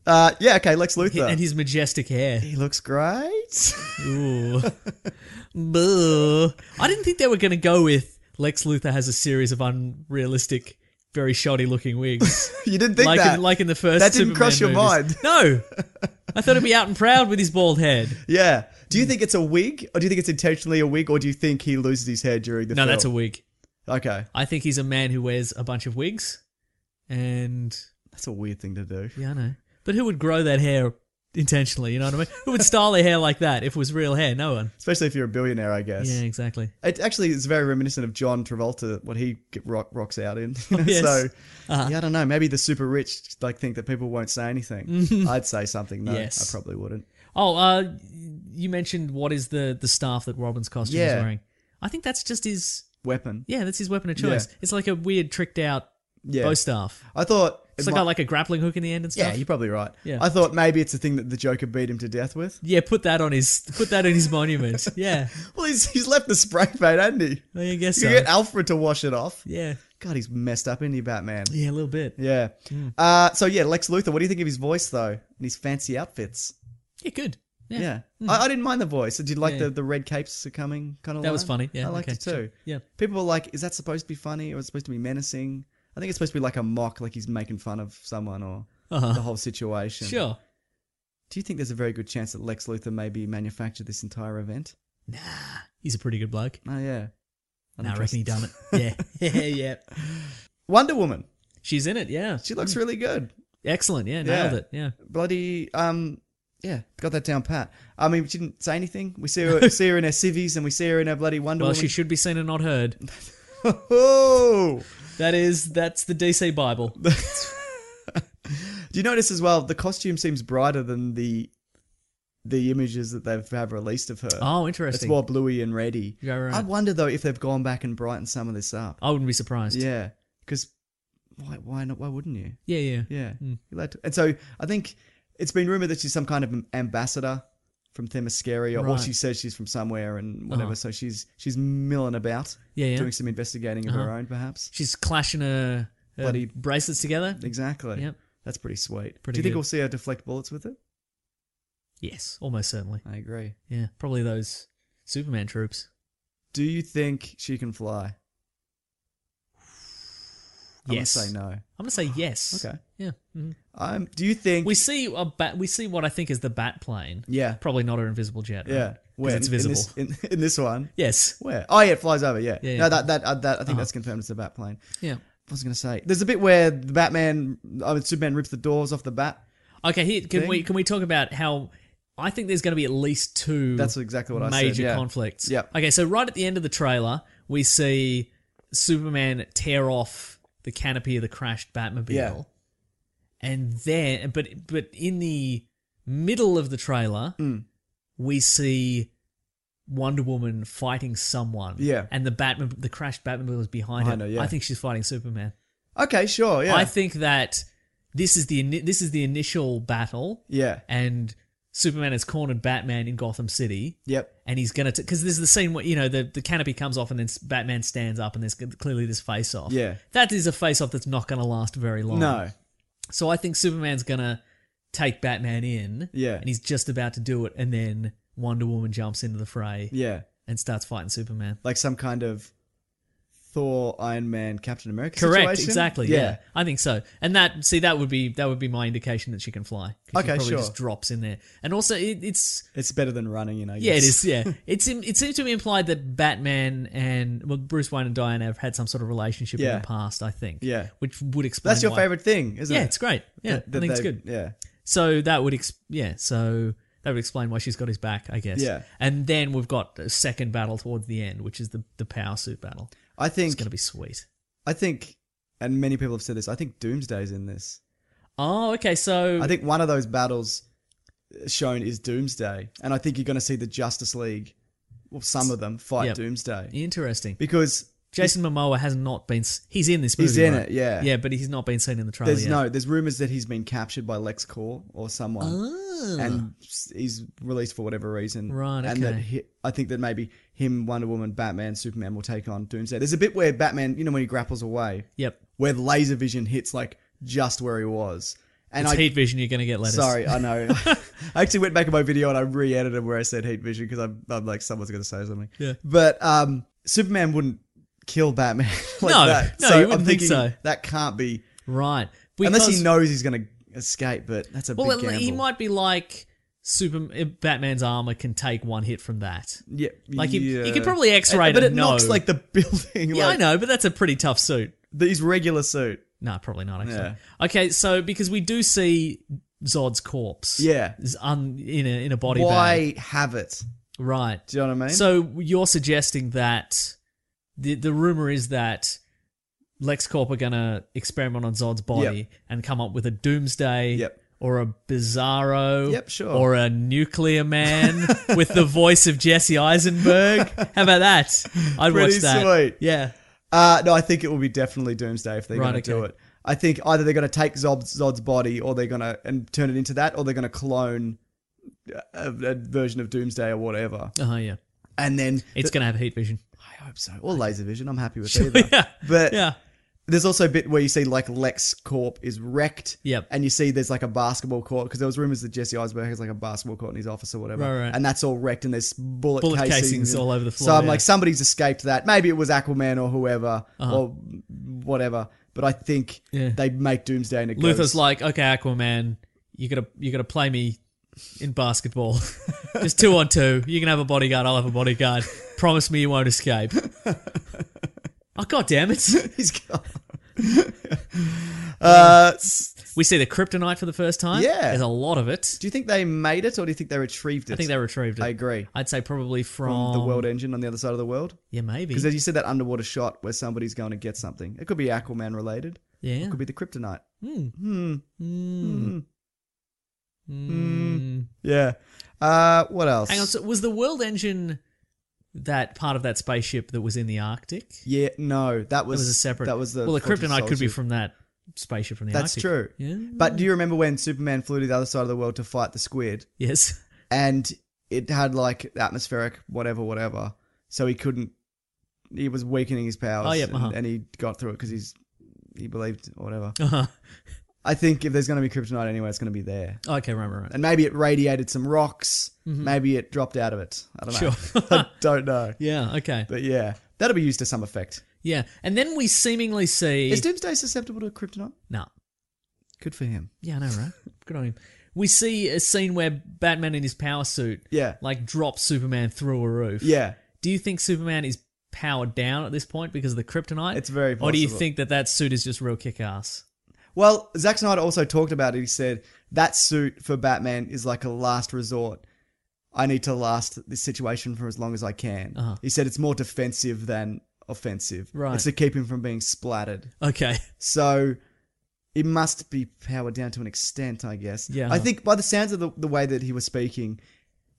Speaker 5: Uh, yeah. Okay. Lex Luthor.
Speaker 6: And his majestic hair.
Speaker 5: he looks great.
Speaker 6: Ooh. Boo. I didn't think they were going to go with Lex Luthor has a series of unrealistic, very shoddy looking wigs.
Speaker 5: you didn't think
Speaker 6: like,
Speaker 5: that?
Speaker 6: In, like in the first
Speaker 5: That didn't
Speaker 6: Superman
Speaker 5: cross your
Speaker 6: movies.
Speaker 5: mind.
Speaker 6: No. I thought he'd be out and proud with his bald head.
Speaker 5: Yeah. Do you think it's a wig, or do you think it's intentionally a wig, or do you think he loses his hair during the
Speaker 6: No,
Speaker 5: film?
Speaker 6: that's a wig.
Speaker 5: Okay,
Speaker 6: I think he's a man who wears a bunch of wigs. And
Speaker 5: that's a weird thing to do.
Speaker 6: yeah, I know. But who would grow that hair intentionally? You know what I mean? Who would style their hair like that if it was real hair? No one.
Speaker 5: Especially if you're a billionaire, I guess.
Speaker 6: Yeah, exactly.
Speaker 5: It actually is very reminiscent of John Travolta, what he get rock, rocks out in.
Speaker 6: yes. Uh-huh.
Speaker 5: So, yeah, I don't know. Maybe the super rich like think that people won't say anything. I'd say something. No, I
Speaker 6: Yes.
Speaker 5: probably wouldn't.
Speaker 6: Oh, uh, you mentioned what is the the staff that Robin's costume is
Speaker 5: Yeah.
Speaker 6: wearing? I think that's just his.
Speaker 5: Weapon.
Speaker 6: Yeah, that's his weapon of choice.
Speaker 5: Yeah.
Speaker 6: It's like a weird tricked out
Speaker 5: Yeah.
Speaker 6: bow staff.
Speaker 5: I thought it
Speaker 6: It's like
Speaker 5: might-
Speaker 6: got like a grappling hook in the end and
Speaker 5: yeah,
Speaker 6: stuff.
Speaker 5: you're probably right.
Speaker 6: Yeah.
Speaker 5: I thought maybe it's a thing that the Joker beat him to death with.
Speaker 6: yeah, put that on his put that on his monument. Yeah,
Speaker 5: Well, he's, he's left the spray paint, hasn't he?
Speaker 6: I guess
Speaker 5: You
Speaker 6: so.
Speaker 5: get Alfred to wash it off.
Speaker 6: yeah,
Speaker 5: God, he's messed up, isn't he, Batman?
Speaker 6: yeah, a little bit. Yeah,
Speaker 5: Yeah. Uh, so yeah, Lex Luthor. What do you think of his voice though, and his fancy outfits?
Speaker 6: good. Yeah, Hmm.
Speaker 5: Yeah, I, I didn't mind the voice. Did you like
Speaker 6: Yeah.
Speaker 5: the, the red capes are coming kind of?
Speaker 6: that was funny. Yeah,
Speaker 5: I liked
Speaker 6: okay,
Speaker 5: it too.
Speaker 6: sure. Yeah,
Speaker 5: People were like, "Is that supposed to be funny, or is it supposed to be menacing?" I think it's supposed to be like a mock, like he's making fun of someone or the whole situation.
Speaker 6: Uh, Uh-huh. sure.
Speaker 5: Do you think there's a very good chance that Lex Luthor maybe manufactured this entire event?
Speaker 6: He's a pretty good bloke.
Speaker 5: Oh yeah.
Speaker 6: Nah, I reckon he done it. Yeah, yeah, yeah.
Speaker 5: Wonder Woman.
Speaker 6: She's in it. Yeah,
Speaker 5: She looks really good.
Speaker 6: excellent. Yeah,
Speaker 5: Yeah.
Speaker 6: nailed it. Yeah.
Speaker 5: bloody um yeah, got that down pat. I mean, she didn't say anything. We see her, see her in her civvies, and we see her in her bloody Wonder
Speaker 6: Well,
Speaker 5: Woman.
Speaker 6: she should be seen and not heard.
Speaker 5: oh,
Speaker 6: That is, that's the DC Bible.
Speaker 5: do you notice as well? The costume seems brighter than the the images that they've have released of her.
Speaker 6: Oh,
Speaker 5: it's
Speaker 6: interesting.
Speaker 5: more bluey and reddy.
Speaker 6: Yeah, right.
Speaker 5: I wonder though if they've gone back and brightened some of this up.
Speaker 6: I wouldn't be surprised.
Speaker 5: Yeah, because why why not? Why wouldn't you?
Speaker 6: yeah, yeah.
Speaker 5: Yeah,
Speaker 6: Hmm.
Speaker 5: you like to, and so I think it's been rumored that she's some kind of ambassador from Themyscira, or
Speaker 6: Right.
Speaker 5: she says she's from somewhere and whatever.
Speaker 6: Uh-huh.
Speaker 5: So she's she's milling about,
Speaker 6: Yeah, Uh-huh. yeah.
Speaker 5: doing some investigating of her own, perhaps.
Speaker 6: She's clashing her, her
Speaker 5: Bloody-
Speaker 6: bracelets together.
Speaker 5: Exactly.
Speaker 6: Yep.
Speaker 5: That's pretty sweet.
Speaker 6: Pretty
Speaker 5: Do you think
Speaker 6: good.
Speaker 5: we'll see her deflect bullets with it?
Speaker 6: Yes, almost certainly.
Speaker 5: I agree.
Speaker 6: Yeah, probably those Superman troops.
Speaker 5: Do you think she can fly? I'm
Speaker 6: Yes.
Speaker 5: gonna say no.
Speaker 6: I'm gonna say yes.
Speaker 5: Okay.
Speaker 6: Yeah. mhm.
Speaker 5: Um, do you think
Speaker 6: We see a bat. We see what I think is the bat plane.
Speaker 5: Yeah.
Speaker 6: Probably not her invisible jet. Right?
Speaker 5: Yeah.
Speaker 6: Because
Speaker 5: Where
Speaker 6: it's
Speaker 5: In-
Speaker 6: visible.
Speaker 5: In this, in, in this one.
Speaker 6: yes.
Speaker 5: Where? Oh yeah, it flies over. Yeah.
Speaker 6: Yeah, yeah.
Speaker 5: No, that that uh, that I think
Speaker 6: Uh-huh.
Speaker 5: that's confirmed. It's a bat plane.
Speaker 6: Yeah.
Speaker 5: I was I gonna say, there's a bit where the Batman, I mean, Superman rips the doors off the bat.
Speaker 6: Okay. Here, can we
Speaker 5: Thing.
Speaker 6: can we talk about how I think there's going to be at least two.
Speaker 5: That's exactly what I
Speaker 6: Mm. major
Speaker 5: said, yeah.
Speaker 6: conflicts.
Speaker 5: Yep.
Speaker 6: Okay, so right at the end of the trailer, we see Superman tear off the canopy of the crashed Batmobile,
Speaker 5: Yeah.
Speaker 6: and then, but but in the middle of the trailer,
Speaker 5: Mm.
Speaker 6: we see Wonder Woman fighting someone.
Speaker 5: Yeah.
Speaker 6: and the Batman, the crashed Batmobile is behind,
Speaker 5: Behind
Speaker 6: her.
Speaker 5: her, yeah.
Speaker 6: I think she's fighting Superman.
Speaker 5: Okay, sure, yeah.
Speaker 6: I think that this is the ini- this is the initial battle,
Speaker 5: yeah.
Speaker 6: and Superman has cornered Batman in Gotham City,
Speaker 5: Yep.
Speaker 6: and he's gonna because this is the scene where you know the, the canopy comes off and then s- Batman stands up and there's g- clearly this face off.
Speaker 5: Yeah.
Speaker 6: that is a face off that's not gonna last very long.
Speaker 5: No.
Speaker 6: so I think Superman's gonna take Batman in.
Speaker 5: Yeah.
Speaker 6: and he's just about to do it, and then Wonder Woman jumps into the fray
Speaker 5: Yeah.
Speaker 6: and starts fighting Superman.
Speaker 5: Like some kind of Thor, Iron Man, Captain America
Speaker 6: Correct,
Speaker 5: situation?
Speaker 6: exactly. Yeah. I think so. And that, see, that would be that would be my indication that she can fly. 'Cause she
Speaker 5: Okay,
Speaker 6: probably
Speaker 5: sure.
Speaker 6: Just drops in there, and also it, it's
Speaker 5: It's better than running, you know.
Speaker 6: yeah, it is yeah. it's im- it seems to be implied that Batman and well, Bruce Wayne and Diana have had some sort of relationship
Speaker 5: Yeah.
Speaker 6: in the past. I think.
Speaker 5: Yeah.
Speaker 6: which would explain.
Speaker 5: That's your
Speaker 6: why-
Speaker 5: favorite thing, isn't
Speaker 6: Yeah,
Speaker 5: it?
Speaker 6: it's great. Yeah,
Speaker 5: That- that
Speaker 6: I think it's
Speaker 5: they-
Speaker 6: good.
Speaker 5: Yeah.
Speaker 6: So that would ex- yeah. So that would explain why she's got his back, I guess.
Speaker 5: Yeah.
Speaker 6: And then we've got a second battle towards the end, which is the the power suit battle.
Speaker 5: I
Speaker 6: It's
Speaker 5: think,
Speaker 6: going to be sweet.
Speaker 5: I think, and many people have said this, I think Doomsday's in this.
Speaker 6: Oh, okay. So
Speaker 5: I think one of those battles shown is Doomsday, and I think you're going to see the Justice League, well, some of them fight
Speaker 6: Yep.
Speaker 5: Doomsday
Speaker 6: interesting.
Speaker 5: because
Speaker 6: Jason Momoa has not been. s- He's in this movie.
Speaker 5: He's in
Speaker 6: right?
Speaker 5: it, yeah.
Speaker 6: Yeah, but he's not been seen in the trailer.
Speaker 5: there's
Speaker 6: yet.
Speaker 5: no there's rumors that he's been captured by LexCorp or someone, and s- he's released for whatever reason.
Speaker 6: Oh. Right,
Speaker 5: and that
Speaker 6: okay.
Speaker 5: he, I think that maybe him, Wonder Woman, Batman, Superman will take on Doomsday. There's a bit where Batman, you know, when he grapples away,
Speaker 6: Yep.
Speaker 5: where the laser vision hits like just where he was, and
Speaker 6: It's
Speaker 5: I
Speaker 6: heat vision. You're going to get letters.
Speaker 5: Sorry, I know. I actually went back in my video and I re-edited where I said heat vision because I'm, I'm like someone's going to say something.
Speaker 6: Yeah.
Speaker 5: But um, Superman wouldn't kill Batman. like
Speaker 6: No,
Speaker 5: that.
Speaker 6: no,
Speaker 5: so
Speaker 6: you
Speaker 5: I'm
Speaker 6: wouldn't think
Speaker 5: thinking
Speaker 6: so.
Speaker 5: That can't be
Speaker 6: Right.
Speaker 5: unless
Speaker 6: Because-
Speaker 5: he knows he's going to escape. But that's a
Speaker 6: Well,
Speaker 5: big gamble.
Speaker 6: he might be like Super Batman's armor can take one hit from that.
Speaker 5: Yeah,
Speaker 6: Like he,
Speaker 5: yeah.
Speaker 6: he could probably X-ray
Speaker 5: But
Speaker 6: it
Speaker 5: it
Speaker 6: and know.
Speaker 5: knocks like the building.
Speaker 6: yeah,
Speaker 5: like,
Speaker 6: I know, but that's a pretty tough suit.
Speaker 5: the- His regular suit.
Speaker 6: No, probably not actually.
Speaker 5: Yeah.
Speaker 6: Okay, so because we do see Zod's corpse.
Speaker 5: Yeah.
Speaker 6: Is Un, in a in a body bag.
Speaker 5: Why have it?
Speaker 6: Right.
Speaker 5: Do you know what I mean?
Speaker 6: So you're suggesting that the the rumor is that LexCorp are gonna experiment on Zod's body
Speaker 5: Yep.
Speaker 6: and come up with a Doomsday.
Speaker 5: Yep.
Speaker 6: Or a Bizarro,
Speaker 5: Yep, sure.
Speaker 6: or a Nuclear Man with the voice of Jesse Eisenberg. How about that? I'd
Speaker 5: Pretty
Speaker 6: watch that.
Speaker 5: sweet.
Speaker 6: Yeah,
Speaker 5: Uh, no, I think it will be definitely Doomsday if they're
Speaker 6: Right,
Speaker 5: going to do
Speaker 6: okay.
Speaker 5: it. I think either they're going to take Zod, Zod's body, or they're going to and turn it into that, or they're going to clone uh, a, a version of Doomsday or whatever,
Speaker 6: oh yeah,
Speaker 5: and then
Speaker 6: it's gonna have heat vision.
Speaker 5: I hope so. Or laser vision. I'm happy with either.
Speaker 6: yeah,
Speaker 5: But
Speaker 6: yeah,
Speaker 5: there's also a bit where you see like Lex Corp is wrecked.
Speaker 6: Yep.
Speaker 5: And you see there's like a basketball court because there was rumors that Jesse Eisenberg has like a basketball court in his office or whatever.
Speaker 6: Right, right.
Speaker 5: And that's all wrecked and there's bullet,
Speaker 6: Bullet
Speaker 5: casings,
Speaker 6: casings
Speaker 5: and-
Speaker 6: all over the
Speaker 5: So
Speaker 6: floor,
Speaker 5: I'm
Speaker 6: yeah. Uh-huh.
Speaker 5: like somebody's escaped that. Maybe it was Aquaman or whoever or whatever. But I think
Speaker 6: Yeah.
Speaker 5: they make Doomsday and it
Speaker 6: Luther's
Speaker 5: goes-
Speaker 6: like, okay, Aquaman, you gotta you gotta play me in basketball. Just two on two. You can have a bodyguard. I'll have a bodyguard. Promise me you won't escape. oh god damn it!
Speaker 5: he's got. uh, s-
Speaker 6: We see the kryptonite for the first time.
Speaker 5: Yeah.
Speaker 6: there's a lot of it.
Speaker 5: do you think they made it or do you think they retrieved it?
Speaker 6: I think they retrieved it. Um,
Speaker 5: I agree.
Speaker 6: I'd say probably
Speaker 5: From
Speaker 6: from,
Speaker 5: the world engine on the other side of the world.
Speaker 6: Yeah, maybe.
Speaker 5: Because as you said, that underwater shot where somebody's going to get something. It could be Aquaman related.
Speaker 6: yeah.
Speaker 5: It could be the kryptonite.
Speaker 6: Hmm.
Speaker 5: Hmm.
Speaker 6: Hmm. Hmm.
Speaker 5: Yeah. Uh, what else?
Speaker 6: Hang on. So was the world engine that part of that spaceship that was in the Arctic?
Speaker 5: yeah. No, that was,
Speaker 6: that was a separate.
Speaker 5: That was the.
Speaker 6: well, the
Speaker 5: Fortress of
Speaker 6: kryptonite could be
Speaker 5: Solitude.
Speaker 6: from that spaceship from the
Speaker 5: That's
Speaker 6: Arctic.
Speaker 5: true.
Speaker 6: Yeah.
Speaker 5: But do you remember when Superman flew to the other side of the world to fight the squid,
Speaker 6: Yes.
Speaker 5: and it had like atmospheric whatever, whatever, so he couldn't. He was weakening his powers.
Speaker 6: Oh, yep,
Speaker 5: and,
Speaker 6: uh-huh.
Speaker 5: and he got through it because he's he believed or whatever.
Speaker 6: Uh-huh.
Speaker 5: I think if there's going to be kryptonite anyway, it's going to be there.
Speaker 6: Okay. Right. Right. right.
Speaker 5: and maybe it radiated some rocks. Maybe it dropped out of it. I don't know.
Speaker 6: Mm-hmm. Sure.
Speaker 5: I don't know.
Speaker 6: Yeah. Okay.
Speaker 5: But yeah, that'll be used to some effect.
Speaker 6: Yeah. And then we seemingly see.
Speaker 5: Is Doomsday susceptible to kryptonite?
Speaker 6: no.
Speaker 5: Good for him.
Speaker 6: Yeah. I know. Right. Good on him. We see a scene where Batman in his power suit,
Speaker 5: Yeah.
Speaker 6: like drops Superman through a roof.
Speaker 5: Yeah.
Speaker 6: Do you think Superman is powered down at this point because of the kryptonite?
Speaker 5: It's very
Speaker 6: Or do you
Speaker 5: possible.
Speaker 6: think that that suit is just real kick ass?
Speaker 5: Well, Zack Snyder also talked about it. He said that suit for Batman is like a last resort. I need to last this situation for as long as I can. He said it's more defensive than offensive.
Speaker 6: Uh-huh. Right.
Speaker 5: It's to keep him from being splattered.
Speaker 6: Okay.
Speaker 5: So it must be powered down to an extent, I guess.
Speaker 6: Yeah.
Speaker 5: I think by the sounds of the, the way that he was speaking,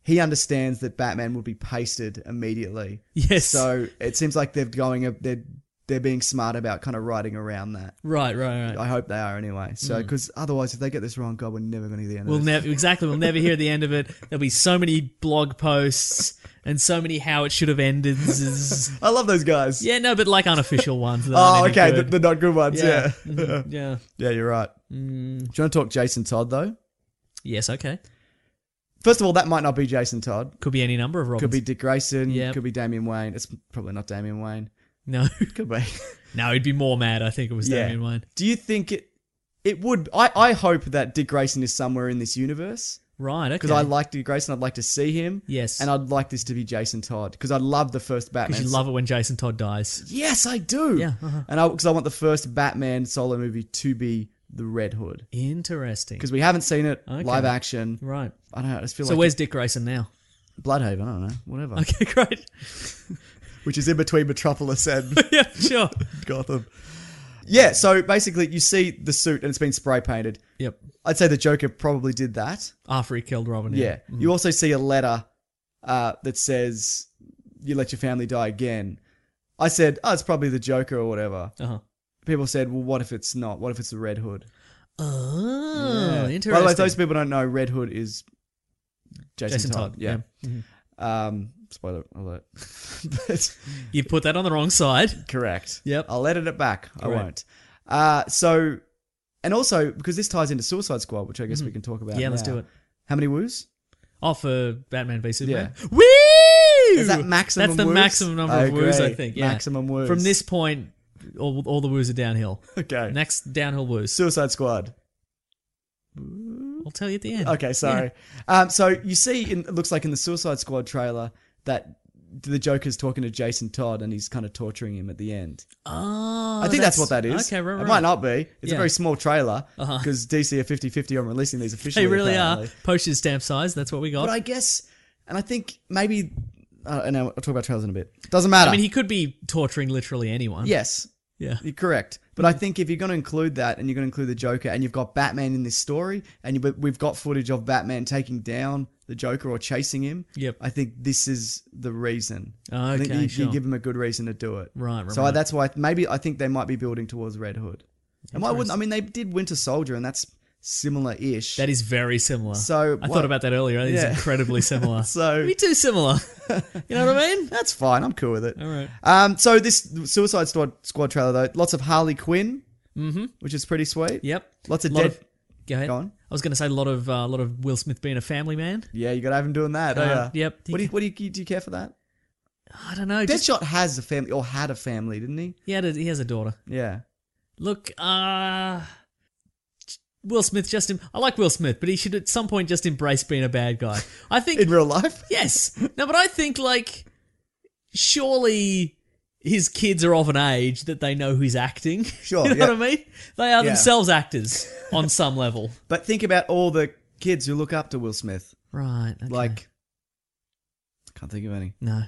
Speaker 5: he understands that Batman would be pasted immediately.
Speaker 6: Yes.
Speaker 5: So it seems like they're going, a- they're they're being smart about kind of riding around that.
Speaker 6: Right, right, right.
Speaker 5: I hope they are anyway. So because otherwise, if they get this wrong, God, we're never going to the end.
Speaker 6: Mm. We'll
Speaker 5: of this.
Speaker 6: never exactly. We'll never hear the end of it. There'll be so many blog posts and so many how it should have ended.
Speaker 5: I love those guys.
Speaker 6: Yeah, no, but like unofficial ones. that
Speaker 5: Oh,
Speaker 6: aren't any
Speaker 5: okay, the,
Speaker 6: good.
Speaker 5: the not good ones. Yeah.
Speaker 6: Mhm, yeah. Mm.
Speaker 5: Yeah, you're right. Do you want to talk Jason Todd though?
Speaker 6: Yes. Okay.
Speaker 5: First of all, that might not be Jason Todd.
Speaker 6: Could be any number of Robins.
Speaker 5: Could be Dick Grayson.
Speaker 6: Yep.
Speaker 5: Could be Damian Wayne. It's probably not Damian Wayne.
Speaker 6: no.
Speaker 5: Could be.
Speaker 6: no, he'd be more mad. I think it was
Speaker 5: Yeah.
Speaker 6: Damien Wayne.
Speaker 5: Do you think it? It would. I, I hope that Dick Grayson is somewhere in this universe
Speaker 6: Right. Okay.
Speaker 5: because I like Dick Grayson. I'd like to see him.
Speaker 6: Yes.
Speaker 5: And I'd like this to be Jason Todd because I love the first Batman.
Speaker 6: because you love it when Jason Todd dies.
Speaker 5: Yes, I do.
Speaker 6: Yeah, uh-huh.
Speaker 5: And I because I want the first Batman solo movie to be the Red Hood
Speaker 6: Interesting.
Speaker 5: because we haven't seen it
Speaker 6: Okay.
Speaker 5: live action.
Speaker 6: Right.
Speaker 5: I don't know. I just feel
Speaker 6: So
Speaker 5: like
Speaker 6: where's Dick Grayson now?
Speaker 5: Bloodhaven? I don't know. Whatever.
Speaker 6: Okay, great.
Speaker 5: Which is in between Metropolis and
Speaker 6: yeah, sure.
Speaker 5: Gotham. Yeah. So basically, you see the suit and it's been spray painted.
Speaker 6: Yep.
Speaker 5: I'd say the Joker probably did that.
Speaker 6: After he killed Robin.
Speaker 5: Yeah. Mm-hmm. You also see a letter uh, that says, "You let your family die again." I said, "Oh, it's probably the Joker or whatever."
Speaker 6: Uh huh.
Speaker 5: People said, "Well, what if it's not? What if it's the Red Hood?"
Speaker 6: Oh,
Speaker 5: Yeah.
Speaker 6: interesting.
Speaker 5: By the way, if those people don't know, Red Hood is Jason,
Speaker 6: Jason
Speaker 5: Todd.
Speaker 6: Todd,
Speaker 5: Yeah. Um, spoiler alert. but
Speaker 6: you put that on the wrong side.
Speaker 5: correct.
Speaker 6: Yep.
Speaker 5: I'll edit it back. I
Speaker 6: Correct.
Speaker 5: won't. Uh, so, and also because this ties into Suicide Squad, which I guess we can talk about.
Speaker 6: Mm-hmm. Yeah, let's
Speaker 5: now.
Speaker 6: do it.
Speaker 5: How many woos?
Speaker 6: Oh, for Batman v Superman.
Speaker 5: Yeah.
Speaker 6: Woo!
Speaker 5: Is that maximum?
Speaker 6: That's the
Speaker 5: woos?
Speaker 6: maximum number
Speaker 5: I
Speaker 6: of woos, I
Speaker 5: agree.
Speaker 6: think. Yeah.
Speaker 5: Maximum woos
Speaker 6: From this point, all, all the woos are downhill.
Speaker 5: Okay.
Speaker 6: Next downhill woos.
Speaker 5: Suicide Squad.
Speaker 6: I'll tell you at the end.
Speaker 5: Okay, sorry. Um, so you see, in, it looks like in the Suicide Squad trailer that the Joker's talking to Jason Todd and he's kind of torturing him at the end.
Speaker 6: Oh,
Speaker 5: I think that's, what that is.
Speaker 6: Okay, right, right.
Speaker 5: It might not be. It's a
Speaker 6: Yeah. Uh-huh.
Speaker 5: very small trailer because DC are 50 50 on releasing these officially.
Speaker 6: They really
Speaker 5: apparently.
Speaker 6: are. Postage stamp size. That's what we got.
Speaker 5: But I
Speaker 6: I,
Speaker 5: guess, and I think maybe, uh, and I'll talk about trailers in a bit. Doesn't matter.
Speaker 6: mean, he could be torturing literally anyone.
Speaker 5: yes,
Speaker 6: Yeah.
Speaker 5: you're correct. But I think if you're going to include that and you're going to include the Joker and you've got Batman in this story and you, but we've got footage of Batman taking down the Joker or chasing him,
Speaker 6: Yep.
Speaker 5: I think this is the reason. I think
Speaker 6: Okay,
Speaker 5: you, you
Speaker 6: sure.
Speaker 5: give him a good reason to do it.
Speaker 6: Right, right,
Speaker 5: So I,
Speaker 6: right.
Speaker 5: that's why maybe I think they might be building towards Red Hood. And why wouldn't I mean they did Winter Soldier and that's similar ish.
Speaker 6: That is very similar.
Speaker 5: So,
Speaker 6: I
Speaker 5: what-
Speaker 6: thought about that earlier. It is
Speaker 5: Yeah.
Speaker 6: incredibly similar.
Speaker 5: So-
Speaker 6: me too similar. you know what I mean?
Speaker 5: that's fine. I'm cool with it.
Speaker 6: All right.
Speaker 5: Um, so this Suicide Squad, Squad trailer though, lots of Harley Quinn, mm-hmm. which is pretty sweet.
Speaker 6: Yep.
Speaker 5: Lots of
Speaker 6: Lot
Speaker 5: dead.
Speaker 6: of- Go ahead.
Speaker 5: Go on.
Speaker 6: I was going to say a lot of uh, a lot of Will Smith being a family man.
Speaker 5: Yeah, you gotta have him doing that. don't
Speaker 6: Uh,
Speaker 5: ya?
Speaker 6: yep.
Speaker 5: What do you, what do you do? You care for that?
Speaker 6: I don't know. Just,
Speaker 5: Deadshot has a family or had a family, didn't he?
Speaker 6: he had a, he has a daughter.
Speaker 5: Yeah.
Speaker 6: Look, uh Will Smith just em- I like Will Smith, but he should at some point just embrace being a bad guy. I think
Speaker 5: In real life.
Speaker 6: Yes. No, but I think like surely his kids are of an age that they know who's acting.
Speaker 5: Sure,
Speaker 6: you know
Speaker 5: yeah.
Speaker 6: what I mean? They are themselves actors on some level.
Speaker 5: But think about all the kids who look up to Will Smith.
Speaker 6: Right. okay.
Speaker 5: Like, I can't think of any.
Speaker 6: no.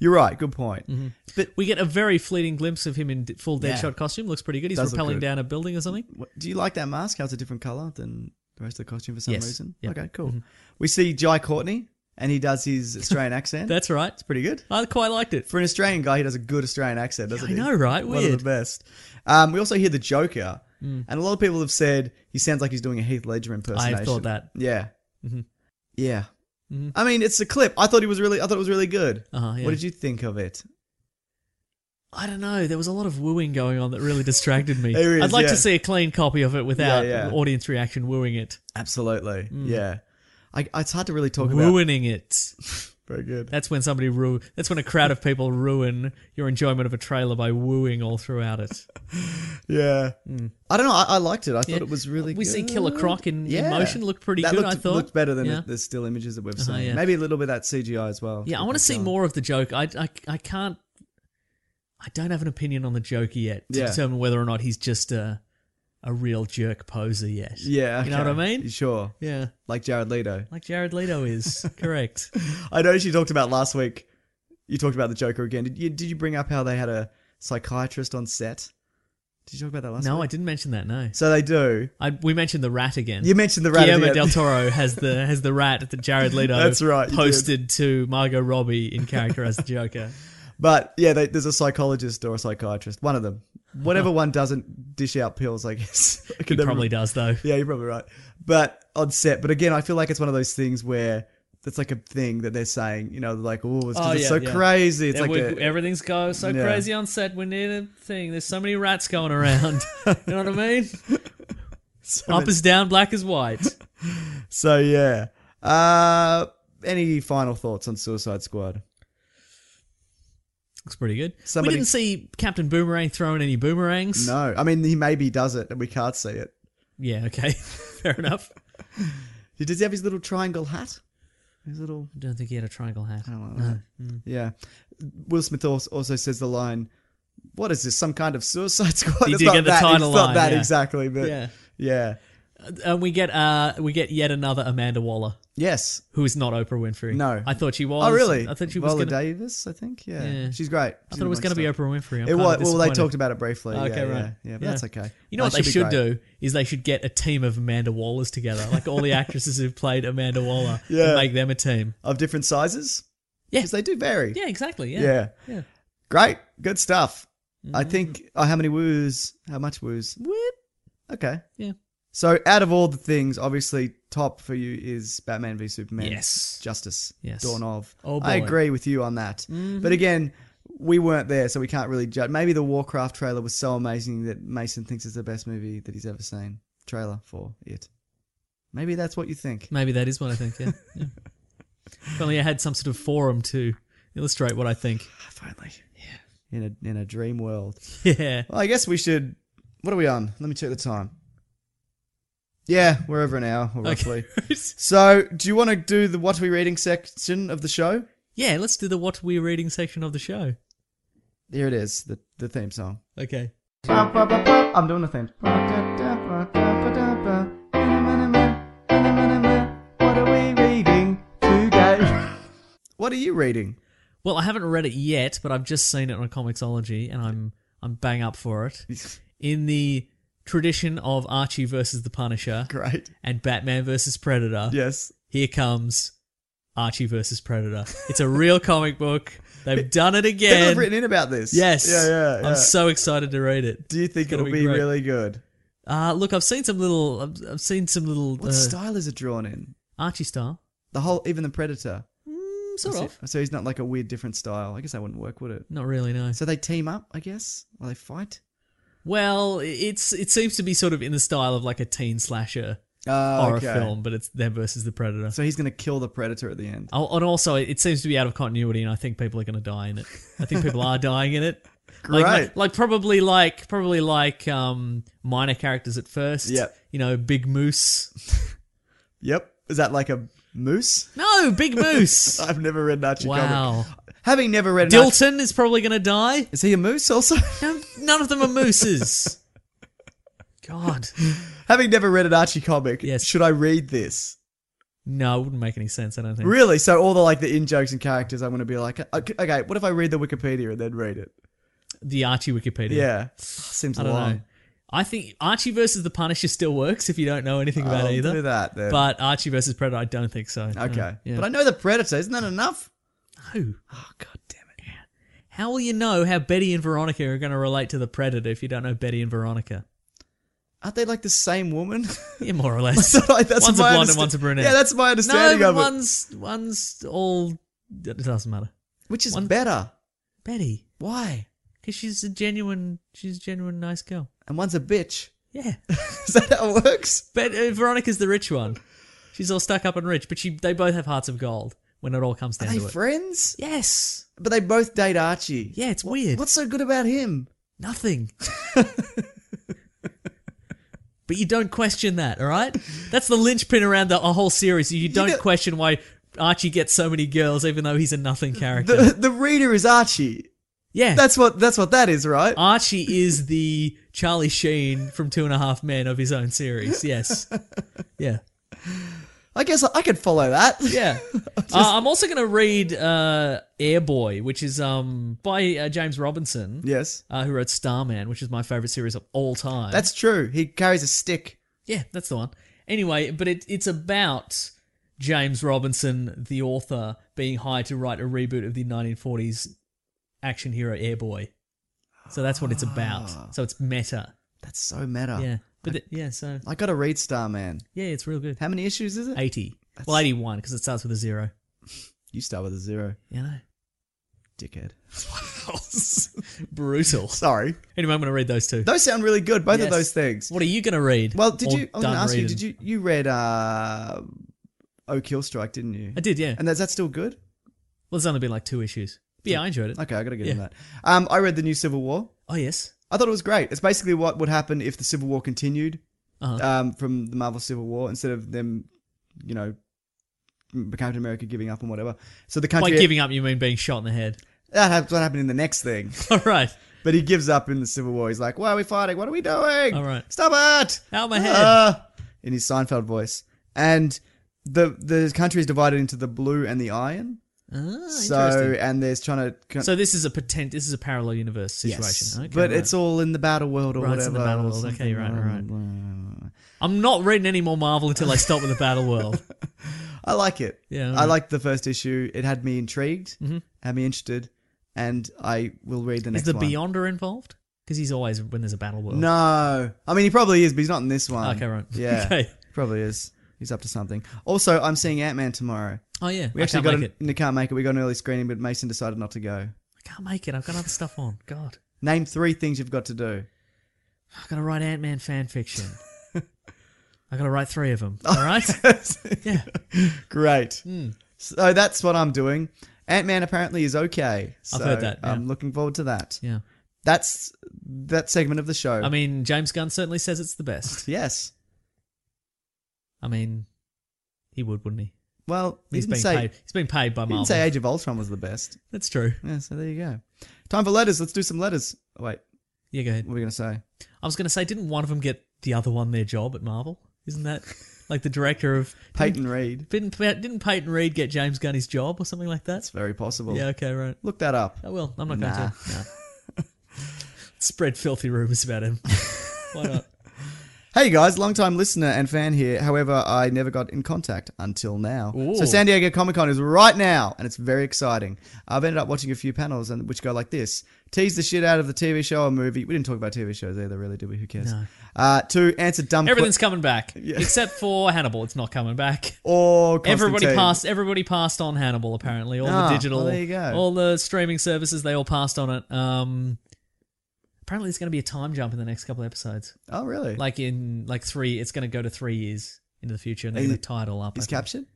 Speaker 5: You're right. Good point.
Speaker 6: Mm-hmm.
Speaker 5: But
Speaker 6: We get a very fleeting glimpse of him in d- full
Speaker 5: Yeah.
Speaker 6: Deadshot costume. Looks pretty good. He's
Speaker 5: Does look
Speaker 6: rappelling
Speaker 5: good.
Speaker 6: down a building or something.
Speaker 5: what, do you like that mask? How it's a different color than the rest of the costume for some
Speaker 6: Yes. Mm-hmm.
Speaker 5: reason?
Speaker 6: Yeah.
Speaker 5: Okay, cool. We see Jai Courtney, and he does his Australian accent.
Speaker 6: That's right.
Speaker 5: It's pretty good.
Speaker 6: I quite liked it.
Speaker 5: For an Australian guy, he does a good Australian accent, doesn't
Speaker 6: I
Speaker 5: he?
Speaker 6: know, right?
Speaker 5: One of
Speaker 6: Weird. Hmm.
Speaker 5: the best. Um, we also hear the Joker, and a lot of people have said he sounds like he's doing a Heath Ledger impersonation.
Speaker 6: that. Mm-hmm.
Speaker 5: Yeah. Yeah. I mean, it's a clip. I thought he was really. I thought it was really good.
Speaker 6: Uh-huh, yeah.
Speaker 5: What did you think of it?
Speaker 6: I don't know. There was a lot of wooing going on that really distracted me.
Speaker 5: There is,
Speaker 6: I'd like
Speaker 5: yeah.
Speaker 6: to see a clean copy of it without
Speaker 5: Yeah, yeah.
Speaker 6: audience reaction wooing it,
Speaker 5: Absolutely. Mm. Yeah. I, it's hard to really talk about.
Speaker 6: ruining it.
Speaker 5: Very good.
Speaker 6: That's when somebody ru- That's when a crowd of people ruin your enjoyment of a trailer by wooing all throughout it.
Speaker 5: Yeah. I don't know. I, I liked it. I thought
Speaker 6: Mm. Yeah.
Speaker 5: it was really.
Speaker 6: we
Speaker 5: good.
Speaker 6: see Killer Croc in, in
Speaker 5: Yeah.
Speaker 6: motion. Looked pretty
Speaker 5: that
Speaker 6: good.
Speaker 5: Looked,
Speaker 6: I thought
Speaker 5: looked better than
Speaker 6: yeah.
Speaker 5: the, the still images that we've
Speaker 6: Uh-huh,
Speaker 5: seen.
Speaker 6: yeah.
Speaker 5: Maybe a little bit of that CGI as well.
Speaker 6: Yeah, I want to see more of the joke. I, I, I can't. I don't have an opinion on the Joker yet to
Speaker 5: Yeah.
Speaker 6: determine whether or not he's just a a real jerk poser yet.
Speaker 5: Yeah.
Speaker 6: You know what I
Speaker 5: okay.
Speaker 6: mean?
Speaker 5: Sure.
Speaker 6: Yeah.
Speaker 5: Like Jared Leto.
Speaker 6: Like Jared Leto is. Correct.
Speaker 5: I noticed you talked about last week. You talked about the Joker again. Did you, did you bring up how they had a psychiatrist on set? Did you talk about that last
Speaker 6: No,
Speaker 5: week?
Speaker 6: I didn't mention that, no.
Speaker 5: So they do.
Speaker 6: I, we mentioned the rat again.
Speaker 5: You mentioned the rat
Speaker 6: Guillermo
Speaker 5: again.
Speaker 6: del Toro has the has the rat that Jared Leto
Speaker 5: That's right, you
Speaker 6: posted to Margot Robbie in character as the Joker.
Speaker 5: But yeah, they, there's a psychologist or a psychiatrist. One of them. Whatever one doesn't dish out pills, I guess. I
Speaker 6: He
Speaker 5: could never-
Speaker 6: probably does though.
Speaker 5: Yeah, you're probably right. But on set. But again, I feel like it's one of those things where that's like a thing that they're saying, you know, like, oh, it's, 'cause
Speaker 6: Oh,
Speaker 5: it's
Speaker 6: yeah,
Speaker 5: so
Speaker 6: yeah.
Speaker 5: crazy. It's
Speaker 6: Yeah,
Speaker 5: like
Speaker 6: we-
Speaker 5: a,
Speaker 6: everything's go so
Speaker 5: Yeah.
Speaker 6: crazy on set. We need a thing. There's so many rats going around. you know what I mean? Up is down, black is white.
Speaker 5: So yeah. Uh any final thoughts on Suicide Squad?
Speaker 6: Looks pretty good.
Speaker 5: Somebody-
Speaker 6: we didn't see Captain Boomerang throwing any boomerangs.
Speaker 5: No. I mean he maybe does it and we can't see it.
Speaker 6: Yeah. Okay. Fair enough.
Speaker 5: He- Does he have his little triangle hat? His little
Speaker 6: I don't think he had a triangle hat.
Speaker 5: I don't know. Yeah. Will Smith als- also says the line what is this? Some kind of Suicide Squad?
Speaker 6: He
Speaker 5: It's
Speaker 6: did
Speaker 5: not
Speaker 6: get the
Speaker 5: that,
Speaker 6: title
Speaker 5: it's not
Speaker 6: line,
Speaker 5: that
Speaker 6: yeah.
Speaker 5: exactly, but yeah.
Speaker 6: Yeah. And we get uh we get yet another Amanda Waller
Speaker 5: Yes.
Speaker 6: who is not Oprah Winfrey.
Speaker 5: No.
Speaker 6: I thought she was.
Speaker 5: Oh really?
Speaker 6: I thought she was
Speaker 5: Viola
Speaker 6: gonna.
Speaker 5: Davis, I think. Yeah.
Speaker 6: Yeah.
Speaker 5: She's great.
Speaker 6: I thought it was going to be Oprah Winfrey. I'm
Speaker 5: It
Speaker 6: kinda
Speaker 5: was, well, they
Speaker 6: disappointed.
Speaker 5: talked about it briefly.
Speaker 6: Okay,
Speaker 5: Oh, yeah,
Speaker 6: right.
Speaker 5: Yeah, yeah, but that's okay.
Speaker 6: You know what they
Speaker 5: be
Speaker 6: should
Speaker 5: great.
Speaker 6: do is they should get a team of Amanda Wallers together, like all the actresses who've played Amanda Waller,
Speaker 5: Yeah.
Speaker 6: and make them a team.
Speaker 5: Of different sizes?
Speaker 6: Yeah.
Speaker 5: Because they do vary.
Speaker 6: Yeah, exactly. Yeah.
Speaker 5: Yeah.
Speaker 6: Yeah. Mm-hmm.
Speaker 5: Great. Good stuff. I think. Oh, how many woos? How much woos? Whoop. Okay.
Speaker 6: Yeah.
Speaker 5: So, out of all the things, obviously, top for you is Batman v Superman.
Speaker 6: Yes.
Speaker 5: Justice.
Speaker 6: Yes.
Speaker 5: Dawn of.
Speaker 6: Oh,
Speaker 5: I
Speaker 6: boy. Mm-hmm.
Speaker 5: agree with you on that. But again, we weren't there, so we can't really judge. Maybe the Warcraft trailer was so amazing that Mason thinks it's the best movie that he's ever seen. Trailer for it. Maybe that's what you think.
Speaker 6: Maybe that is what I think. Yeah. yeah. if only I had some sort of forum to illustrate what I think.
Speaker 5: Finally. Yeah. In a in a dream world.
Speaker 6: Yeah.
Speaker 5: Well, I guess we should. What are we on? Let me check the time. Yeah, we're over an hour, or roughly. so, do you want to do the what are we reading section of the show?
Speaker 6: yeah. Let's do the what we're reading section of the show.
Speaker 5: Here it is, the, the theme song.
Speaker 6: Okay.
Speaker 5: I'm doing the theme. What are we reading today? What are you reading?
Speaker 6: Well, I haven't read it yet, but I've just seen it on Comixology, and I'm I'm bang up for it. In the tradition of Archie versus the Punisher
Speaker 5: Great.
Speaker 6: and Batman versus Predator.
Speaker 5: Yes.
Speaker 6: here comes Archie versus Predator. It's a real comic book. They've done it
Speaker 5: People
Speaker 6: again.
Speaker 5: have written in about this.
Speaker 6: yes.
Speaker 5: Yeah, yeah. yeah.
Speaker 6: I'm so excited to read it.
Speaker 5: Do you think
Speaker 6: It's
Speaker 5: it'll
Speaker 6: gonna
Speaker 5: be,
Speaker 6: great.
Speaker 5: really good?
Speaker 6: Uh, look, I've seen some little. I've, I've seen some little.
Speaker 5: What
Speaker 6: uh,
Speaker 5: style is it drawn in?
Speaker 6: Archie style.
Speaker 5: The whole, even the Predator.
Speaker 6: Mm, sort
Speaker 5: so,
Speaker 6: of.
Speaker 5: So he's not like a weird different style. I guess that wouldn't work, would it?
Speaker 6: Not really. No.
Speaker 5: So they team up, I guess, or they fight.
Speaker 6: Well, it's it seems to be sort of in the style of like a teen slasher
Speaker 5: Uh,
Speaker 6: horror film, but it's them versus the Predator.
Speaker 5: So he's gonna kill the predator at the end.
Speaker 6: Oh, and also, it seems to be out of continuity, and I think people are going to die in it. I think people are dying in it. Like,
Speaker 5: Great.
Speaker 6: like, probably like probably like um minor characters at first.
Speaker 5: Yep.
Speaker 6: You know, Big Moose.
Speaker 5: Yep. Is that like a moose?
Speaker 6: No, Big Moose.
Speaker 5: I've never read an Archie comic.
Speaker 6: wow.
Speaker 5: Having never read an Archie-
Speaker 6: Dilton is probably going to die.
Speaker 5: is he a moose also?
Speaker 6: No, none of them are mooses. God.
Speaker 5: Having never read an Archie comic,
Speaker 6: Yes.
Speaker 5: should I read this?
Speaker 6: No, it wouldn't make any sense. I don't think.
Speaker 5: Really? So all the like the in jokes and characters, I'm gonna be like, "Uh, okay, okay, what if I read the Wikipedia and then read it?
Speaker 6: The Archie Wikipedia.
Speaker 5: Yeah, seems
Speaker 6: I don't
Speaker 5: long.
Speaker 6: know. I think Archie versus the Punisher still works if you don't know anything about
Speaker 5: I'll
Speaker 6: it either.
Speaker 5: do that then.
Speaker 6: But Archie versus Predator, I don't think so. No.
Speaker 5: Okay,
Speaker 6: Yeah.
Speaker 5: but I know the predator. Isn't that enough?
Speaker 6: know.
Speaker 5: Oh god damn it!
Speaker 6: How will you know how Betty and Veronica are going to relate to the Predator if you don't know Betty and Veronica?
Speaker 5: Aren't they like the same woman?
Speaker 6: Yeah, more or
Speaker 5: I
Speaker 6: less.
Speaker 5: thought, like, that's
Speaker 6: one's
Speaker 5: my
Speaker 6: a blonde
Speaker 5: understa-
Speaker 6: and one's a brunette.
Speaker 5: Yeah, that's my understanding
Speaker 6: no,
Speaker 5: of
Speaker 6: but
Speaker 5: it.
Speaker 6: one's one's all. It doesn't matter.
Speaker 5: Which is
Speaker 6: one-
Speaker 5: better?
Speaker 6: Betty,
Speaker 5: Why?
Speaker 6: because she's a genuine, she's a genuine nice girl.
Speaker 5: And one's a bitch.
Speaker 6: Yeah,
Speaker 5: Is that how it works?
Speaker 6: but uh, Veronica's the rich one. She's all stuck up and rich, but she they both have hearts of gold when it all comes
Speaker 5: Are
Speaker 6: down
Speaker 5: they
Speaker 6: to it.
Speaker 5: friends?
Speaker 6: yes,
Speaker 5: But they both date Archie.
Speaker 6: Yeah, it's
Speaker 5: What-
Speaker 6: weird.
Speaker 5: What's so good about him?
Speaker 6: nothing. but you don't question that, all right? That's the linchpin around the a whole series. You don't
Speaker 5: know-
Speaker 6: question why Archie gets so many girls, even though he's a nothing character.
Speaker 5: The the reader is Archie.
Speaker 6: Yeah.
Speaker 5: That's what that's what that is, right?
Speaker 6: Uh. Archie is the Charlie Sheen from Two and a Half Men of his own series. Yes. Yeah.
Speaker 5: I guess I could follow that.
Speaker 6: Yeah. Uh, I'm also going to read uh, Airboy, which is um, by uh, James Robinson,
Speaker 5: yes.
Speaker 6: uh, who wrote Starman, which is my favorite series of all time.
Speaker 5: That's true. He carries a stick.
Speaker 6: Yeah, that's the one. Anyway, but it, it's about James Robinson, the author, being hired to write a reboot of the 1940s action hero Airboy. So that's what it's
Speaker 5: Ah.
Speaker 6: about. So it's meta.
Speaker 5: That's so meta.
Speaker 6: Yeah. But it- yeah, so
Speaker 5: I gotta read Starman.
Speaker 6: yeah, it's real good.
Speaker 5: How many issues is it?
Speaker 6: 80. Well, 81 because it starts with a zero.
Speaker 5: You start with a zero,
Speaker 6: You know?
Speaker 5: dickhead.
Speaker 6: Brutal.
Speaker 5: Sorry.
Speaker 6: Anyway, I'm going to read those two.
Speaker 5: Those sound really good, both
Speaker 6: Yes.
Speaker 5: of those things.
Speaker 6: What are you going to read?
Speaker 5: Well, did
Speaker 6: Or
Speaker 5: you I was
Speaker 6: done
Speaker 5: gonna ask you,
Speaker 6: reading?
Speaker 5: did you you read uh Oh Kill Strike, didn't you?
Speaker 6: I did, yeah.
Speaker 5: And is that still good?
Speaker 6: well, there's only been like two issues. But yeah, I enjoyed it.
Speaker 5: Okay, I gotta get in
Speaker 6: Yeah.
Speaker 5: that. Um I read the new Civil War.
Speaker 6: Oh, yes.
Speaker 5: I thought it was great. It's basically what would happen if the Civil War continued
Speaker 6: Uh-huh.
Speaker 5: um, from the Marvel Civil War instead of them, you know, m- Captain America giving up and whatever. So the
Speaker 6: By
Speaker 5: country
Speaker 6: giving up, you mean being shot in the head.
Speaker 5: that hap- what happened in the next thing.
Speaker 6: All right.
Speaker 5: But he gives up in the Civil War. He's like, "Why are we fighting? What are we doing?
Speaker 6: All right.
Speaker 5: Stop it!"
Speaker 6: Out of my head.
Speaker 5: Ah! in his Seinfeld voice, and the the country is divided into the blue and the iron.
Speaker 6: Ah,
Speaker 5: so
Speaker 6: interesting.
Speaker 5: and there's trying to
Speaker 6: So this is a potent. This is a parallel universe situation. Okay,
Speaker 5: but
Speaker 6: right.
Speaker 5: it's all in the battle world or
Speaker 6: Right, it's
Speaker 5: whatever.
Speaker 6: in the battle
Speaker 5: or
Speaker 6: world. Okay,
Speaker 5: something,
Speaker 6: right,
Speaker 5: blah,
Speaker 6: right.
Speaker 5: blah, blah, blah.
Speaker 6: I'm not reading any more Marvel until I stop with the Battle World.
Speaker 5: I like it.
Speaker 6: Yeah,
Speaker 5: I
Speaker 6: alright.
Speaker 5: liked the first issue. It had me intrigued, had me interested, and I will read the next
Speaker 6: Is the
Speaker 5: one.
Speaker 6: Beyonder involved? Because he's always when there's a Battle World.
Speaker 5: No, I mean he probably is, but he's not in this one.
Speaker 6: Okay, right.
Speaker 5: Yeah,
Speaker 6: Okay.
Speaker 5: probably is. He's up to something. Also, I'm seeing Ant Man tomorrow.
Speaker 6: Oh yeah,
Speaker 5: We
Speaker 6: I
Speaker 5: actually
Speaker 6: can't
Speaker 5: got
Speaker 6: make
Speaker 5: an, can't make it. We got an early screening, but Mason decided not to go.
Speaker 6: I can't make it. I've got other stuff on. God,
Speaker 5: Name three things you've got to do.
Speaker 6: I've got to write Ant Man fan fiction. I've got to write three of them.
Speaker 5: Oh,
Speaker 6: All right. yeah.
Speaker 5: Great.
Speaker 6: Hmm.
Speaker 5: So that's what I'm doing. Ant Man apparently is okay. So
Speaker 6: heard that, yeah.
Speaker 5: I'm looking forward to that.
Speaker 6: Yeah.
Speaker 5: That's that segment of the show.
Speaker 6: I mean, James Gunn certainly says it's the best.
Speaker 5: yes.
Speaker 6: I mean, he would, wouldn't he?
Speaker 5: Well, he
Speaker 6: He's
Speaker 5: didn't
Speaker 6: being
Speaker 5: say
Speaker 6: paid. He's being paid by
Speaker 5: he
Speaker 6: Marvel.
Speaker 5: didn't say Age of Ultron was the best.
Speaker 6: That's true.
Speaker 5: Yeah, so there you go. Time for letters. Let's do some letters. Oh, wait,
Speaker 6: Yeah, go ahead.
Speaker 5: what are we gonna say?
Speaker 6: I was going to say, didn't one of them get the other one their job at Marvel? Isn't that like the director of
Speaker 5: Peyton Reed.
Speaker 6: Didn't didn't Peyton Reed get James Gunn his job or something like that?
Speaker 5: It's very possible.
Speaker 6: Yeah. Okay. Right.
Speaker 5: Look that up.
Speaker 6: Oh well, I'm not
Speaker 5: Nah.
Speaker 6: going to. No. Spread filthy rumors about him. Why not?
Speaker 5: Hey guys, long time listener and fan here. However, I never got in contact until now.
Speaker 6: Ooh.
Speaker 5: So San Diego Comic Con is right now, and it's very exciting. I've ended up watching a few panels, and which go like this: tease the shit out of the TV show or movie. We didn't talk about TV shows either, really, did we? Who cares? Uh, to answer dumb que-
Speaker 6: Everything's coming back except for Hannibal. It's not coming back.
Speaker 5: or
Speaker 6: Everybody
Speaker 5: Constantine.
Speaker 6: passed. Everybody passed on Hannibal. Apparently, all
Speaker 5: Ah,
Speaker 6: the digital,
Speaker 5: well, there you go.
Speaker 6: all the streaming services, they all passed on it. Um, apparently, there's going to be a time jump in the next couple of episodes.
Speaker 5: Oh, really?
Speaker 6: like in like three it's going to go to three years into the future and they're
Speaker 5: Is
Speaker 6: going
Speaker 5: it-
Speaker 6: to tie it all up
Speaker 5: is captured?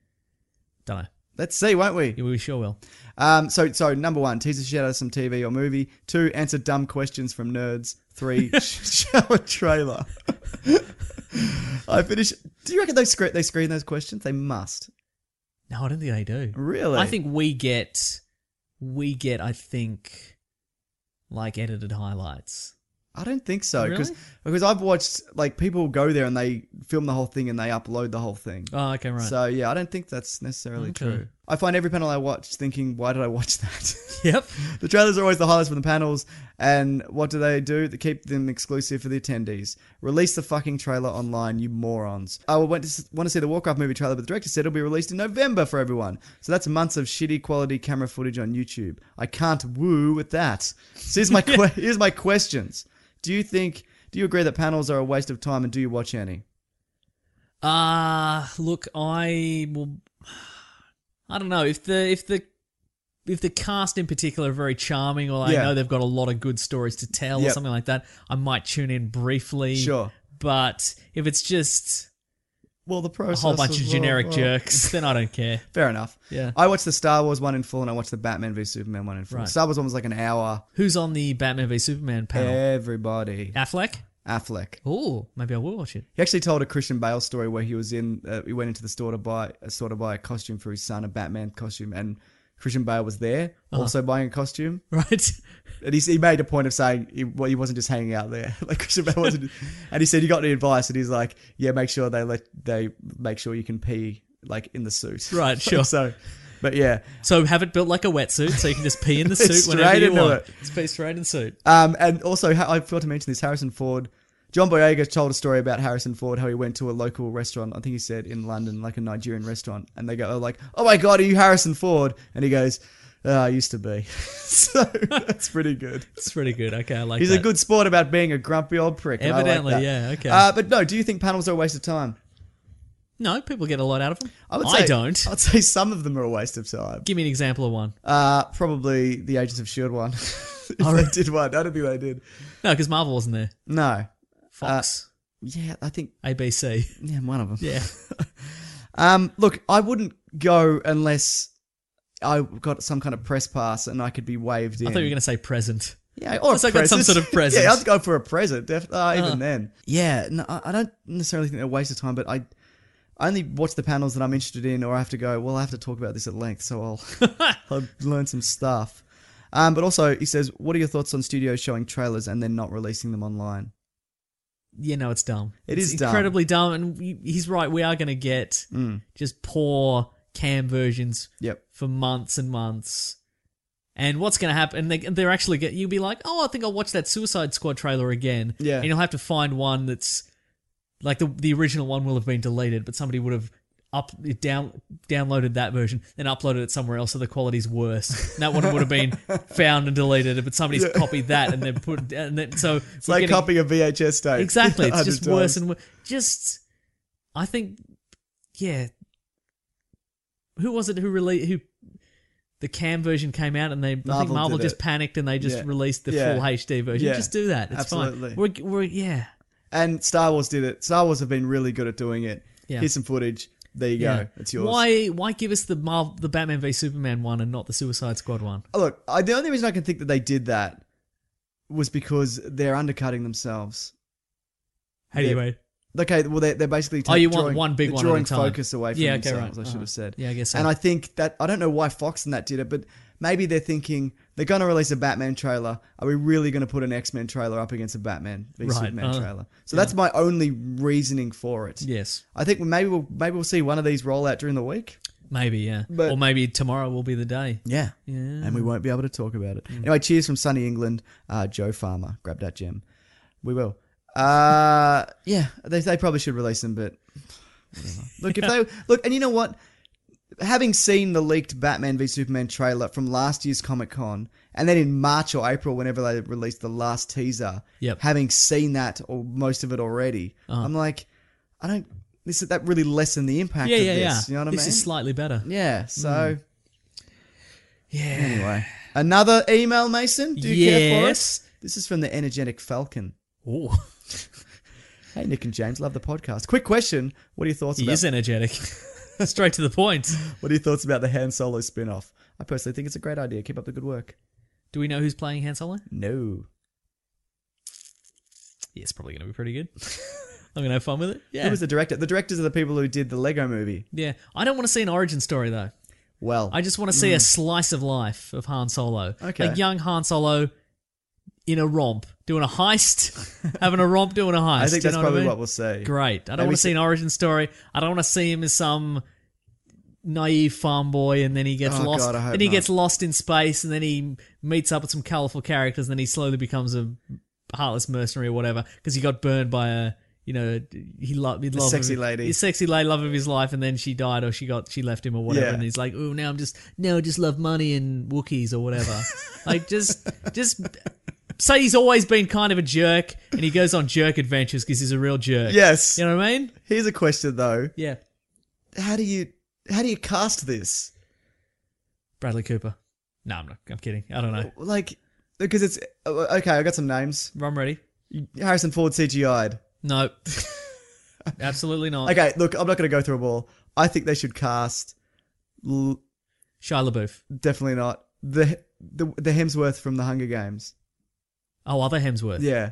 Speaker 6: don't know
Speaker 5: Let's see, won't we?
Speaker 6: yeah, we sure will
Speaker 5: Um, so, so number one, tease the shit out of some TV or movie. Two, answer dumb questions from nerds. Three, show a trailer. I finish. Do you reckon they screen they screen those questions? They must.
Speaker 6: no i don't think they do
Speaker 5: Really?
Speaker 6: i think we get we get i think like edited highlights
Speaker 5: I don't think so because
Speaker 6: Really?
Speaker 5: because I've watched like people go there and they film the whole thing and they upload the whole thing.
Speaker 6: oh okay right
Speaker 5: So yeah, I don't think that's necessarily
Speaker 6: Okay.
Speaker 5: true. I find every panel I watch thinking, why did I watch that?
Speaker 6: yep
Speaker 5: The trailers are always the highlights from the panels, and what do they do? They keep them exclusive for the attendees. Release the fucking trailer online, you morons. I went to s- want to see the Warcraft movie trailer, but the director said it'll be released in November for everyone. So that's months of shitty quality camera footage on YouTube. I can't woo with that. So here's my que- here's my questions. Do you think? Do you agree that panels are a waste of time, and do you watch any?
Speaker 6: uh look i will i don't know if the if the if the cast in particular are very charming or i
Speaker 5: Yeah.
Speaker 6: know they've got a lot of good stories to tell or
Speaker 5: Yep.
Speaker 6: something like that i might tune in briefly
Speaker 5: Sure.
Speaker 6: but if it's just
Speaker 5: Well, the
Speaker 6: a
Speaker 5: process.
Speaker 6: whole bunch of
Speaker 5: is-
Speaker 6: generic
Speaker 5: well, well.
Speaker 6: jerks, then I don't care.
Speaker 5: Fair enough.
Speaker 6: Yeah.
Speaker 5: I watched the Star Wars one in full, and I watched the Batman v Superman one in full.
Speaker 6: Right.
Speaker 5: Star Wars one was like an hour.
Speaker 6: Who's on the Batman v Superman panel?
Speaker 5: Everybody.
Speaker 6: Affleck.
Speaker 5: Affleck.
Speaker 6: Oh, maybe I will watch it.
Speaker 5: He actually told a Christian Bale story where he was in, uh, he went into the store to buy, uh, store to buy a costume for his son, a Batman costume, and Christian Bale was there,
Speaker 6: Uh-huh.
Speaker 5: also buying a costume.
Speaker 6: right?
Speaker 5: And he, he made a point of saying he, well, he wasn't just hanging out there. Like Christian Bale wasn't. and he said, "You got any advice?" And he's like, "Yeah, make sure they let they make sure you can pee like in the suit."
Speaker 6: Right, sure.
Speaker 5: so, but yeah,
Speaker 6: So have it built like a wetsuit, so you can just pee in the
Speaker 5: Straight
Speaker 6: suit whenever you
Speaker 5: into
Speaker 6: want.
Speaker 5: it.
Speaker 6: It's pee straight in suit.
Speaker 5: um, and also ha- I forgot to mention this. Harrison Ford, John Boyega told a story about Harrison Ford how he went to a local restaurant. I think he said in London, like a Nigerian restaurant, and they go oh, like, "Oh my God, are you Harrison Ford?" And he goes, oh, "I used to be." so that's pretty good.
Speaker 6: It's pretty good. Okay, I like
Speaker 5: He's
Speaker 6: that.
Speaker 5: a good sport about being a grumpy old prick. and I like
Speaker 6: Evidently,
Speaker 5: that.
Speaker 6: yeah, okay.
Speaker 5: Uh, but no, do you think panels are a waste of time?
Speaker 6: No, people get a lot out of them. I,
Speaker 5: would say,
Speaker 6: don't.
Speaker 5: I'd say some of them are a waste of time.
Speaker 6: Give me an example of one.
Speaker 5: Uh, probably the Agents of Shield E one. if they did one, I don't think they did.
Speaker 6: No, because Marvel wasn't there.
Speaker 5: No.
Speaker 6: Fox,
Speaker 5: Yeah, I think
Speaker 6: ABC.
Speaker 5: yeah, one of them.
Speaker 6: Yeah.
Speaker 5: Um, look, I wouldn't go unless I got some kind of press pass and I could be waved in.
Speaker 6: I thought you were going to say present.
Speaker 5: Yeah, or a
Speaker 6: It's like that's some
Speaker 5: present.
Speaker 6: sort of present.
Speaker 5: yeah, I'd go for a present. Def- uh, even then, yeah, no, I I don't necessarily think they're a waste of time, but I I only watch the panels that I'm interested in, or I have to go. Well, I have to talk about this at length, so I'll I'll learn some stuff. Um, but also, he says, "What are your thoughts on studios showing trailers and then not releasing them online?"
Speaker 6: You know, it's dumb.
Speaker 5: It
Speaker 6: it's
Speaker 5: is dumb. Mm.
Speaker 6: incredibly dumb. And we- he's right. We are going to get just poor cam versions
Speaker 5: Yep.
Speaker 6: for months and months. And what's going to happen? They, they're actually get you'll be like, oh, I think I'll watch that Suicide Squad trailer again.
Speaker 5: Yeah.
Speaker 6: and you'll have to find one that's like the the original one will have been deleted, but somebody would have up down downloaded that version and uploaded it somewhere else, so the quality's worse. And that one would have been found and deleted, but somebody's copied that and then put and then so
Speaker 5: It's like copying a VHS tape.
Speaker 6: Exactly. It's
Speaker 5: 100
Speaker 6: just worse
Speaker 5: times.
Speaker 6: and worse. Just, I think, yeah. Who was it who released who? The cam version came out, and they I think
Speaker 5: Marvel
Speaker 6: Marvel
Speaker 5: did
Speaker 6: just
Speaker 5: it.
Speaker 6: panicked, and they just
Speaker 5: Yeah.
Speaker 6: released the
Speaker 5: Yeah.
Speaker 6: full HD version.
Speaker 5: Yeah.
Speaker 6: Just do that; it's
Speaker 5: Absolutely.
Speaker 6: fine. We're, we're yeah,
Speaker 5: And Star Wars did it. Star Wars have been really good at doing it.
Speaker 6: Yeah.
Speaker 5: Here's some footage. There you go. It's yours.
Speaker 6: Why why give us the Marvel, the Batman v Superman one and not the Suicide Squad one?
Speaker 5: Oh, Look, I, the only reason I can think that they did that was because they're undercutting themselves.
Speaker 6: How do you
Speaker 5: Yeah.
Speaker 6: mean?
Speaker 5: Okay, well they're, they're basically
Speaker 6: Oh, you want
Speaker 5: drawing-
Speaker 6: one big
Speaker 5: they're
Speaker 6: one at a
Speaker 5: drawing
Speaker 6: time.
Speaker 5: focus away from
Speaker 6: Yeah, okay,
Speaker 5: themselves.
Speaker 6: right.
Speaker 5: I should
Speaker 6: Uh-huh.
Speaker 5: have said.
Speaker 6: Yeah, I guess so.
Speaker 5: And I think that I don't know why Fox and that did it, but maybe they're thinking they're going to release a Batman trailer. Are we really going to put an X Men trailer up against a Batman v
Speaker 6: Right,
Speaker 5: Superman
Speaker 6: uh,
Speaker 5: trailer? So that's my only reasoning for it.
Speaker 6: Yes,
Speaker 5: I think maybe we'll maybe we'll see one of these roll out during the week.
Speaker 6: maybe yeah,
Speaker 5: But-
Speaker 6: or maybe tomorrow will be the day.
Speaker 5: Yeah. Yeah. And we won't be able to talk about
Speaker 6: Mm.
Speaker 5: it. Anyway, cheers from sunny England. Uh, Joe Farmer. Grab that gem. We will. Uh, yeah, they, they probably should release them, but whatever. look, if they look, and you know what? Having seen the leaked Batman v Superman trailer from last year's Comic Con, and then in March or April, whenever they released the last teaser,
Speaker 6: Yep. Uh-huh.
Speaker 5: having seen that or most of it already, I'm like, I don't. This that really lessened the impact
Speaker 6: Yeah,
Speaker 5: of
Speaker 6: yeah, yeah.
Speaker 5: this. You know what
Speaker 6: this
Speaker 5: I mean?
Speaker 6: is slightly better.
Speaker 5: yeah. So.
Speaker 6: Yeah.
Speaker 5: Hmm. Anyway, another email, Mason. Do you care for
Speaker 6: Yes.
Speaker 5: us? This is from the energetic Falcon.
Speaker 6: Ooh,
Speaker 5: Hey, Nick and James, love the podcast. Quick question: What are your thoughts
Speaker 6: he
Speaker 5: about?
Speaker 6: is energetic. Straight to the point.
Speaker 5: What are your thoughts about the Han Solo spin-off? I personally think it's a great idea. Keep up the good work.
Speaker 6: Do we know who's playing Han Solo?
Speaker 5: No,
Speaker 6: Yeah, it's probably going to be pretty good. I'm going to have fun with it. Yeah.
Speaker 5: who was the director? The directors are the people who did the Lego Movie.
Speaker 6: yeah. I don't want to see an origin story, though.
Speaker 5: Well,
Speaker 6: I just want to see a slice of life of Han Solo.
Speaker 5: Mm. Okay.
Speaker 6: Like young Han Solo in a romp, doing a heist, having a romp, doing a heist.
Speaker 5: I think
Speaker 6: You
Speaker 5: that's
Speaker 6: know
Speaker 5: probably
Speaker 6: what, I mean?
Speaker 5: what we'll see.
Speaker 6: Great. I don't
Speaker 5: Maybe
Speaker 6: want to
Speaker 5: s-
Speaker 6: see an origin story. I don't want to see him as some naive farm boy and then he gets
Speaker 5: Oh,
Speaker 6: lost.
Speaker 5: God, I hope
Speaker 6: then he
Speaker 5: not.
Speaker 6: gets lost in space and then he meets up with some colorful characters and then he slowly becomes a heartless mercenary or whatever because he got burned by a you know he loved
Speaker 5: A sexy lady.
Speaker 6: his sexy lady love of his life and then she died or she got she left him or whatever
Speaker 5: Yeah.
Speaker 6: and he's like oh now I'm just now I just love money and Wookiees or whatever like just just say he's always been kind of a jerk and he goes on jerk adventures because he's a real jerk
Speaker 5: Yes.
Speaker 6: you know what I mean
Speaker 5: Here's a question though:
Speaker 6: yeah
Speaker 5: How do you how do you cast this?
Speaker 6: Bradley Cooper no I'm not I'm kidding I don't know
Speaker 5: Like, because it's okay. I got some names.
Speaker 6: I'm ready
Speaker 5: Harrison Ford CGI'd.
Speaker 6: no absolutely not
Speaker 5: Okay, look, I'm not going to go through them all. I think they should cast. L-
Speaker 6: Shia LaBeouf
Speaker 5: definitely not the the the Hemsworth from the Hunger Games.
Speaker 6: oh other Hemsworth
Speaker 5: Yeah,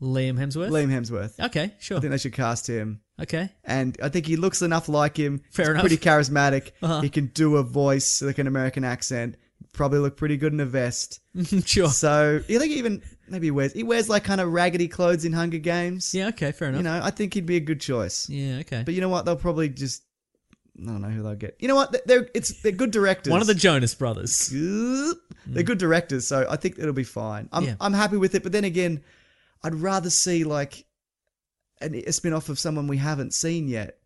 Speaker 6: Liam Hemsworth.
Speaker 5: Liam Hemsworth.
Speaker 6: Okay, sure.
Speaker 5: I think they should cast him.
Speaker 6: Okay.
Speaker 5: And I think he looks enough like him.
Speaker 6: Fair
Speaker 5: He's
Speaker 6: enough. Uh-huh.
Speaker 5: Pretty charismatic. He can do a voice like an American accent. Probably look pretty good in a vest.
Speaker 6: sure.
Speaker 5: So you think he even maybe he wears he wears like kind of raggedy clothes in Hunger Games.
Speaker 6: Yeah, okay, fair enough.
Speaker 5: You know, I think he'd be a good choice.
Speaker 6: yeah, okay.
Speaker 5: But you know what? They'll probably just I don't know who they'll get. You know what? They're it's they're good directors.
Speaker 6: One of the Jonas brothers.
Speaker 5: They're good directors, so I think it'll be fine. I'm
Speaker 6: Mm. Yeah.
Speaker 5: I'm happy with it, but then again, I'd rather see like an, a spin off of someone we haven't seen yet.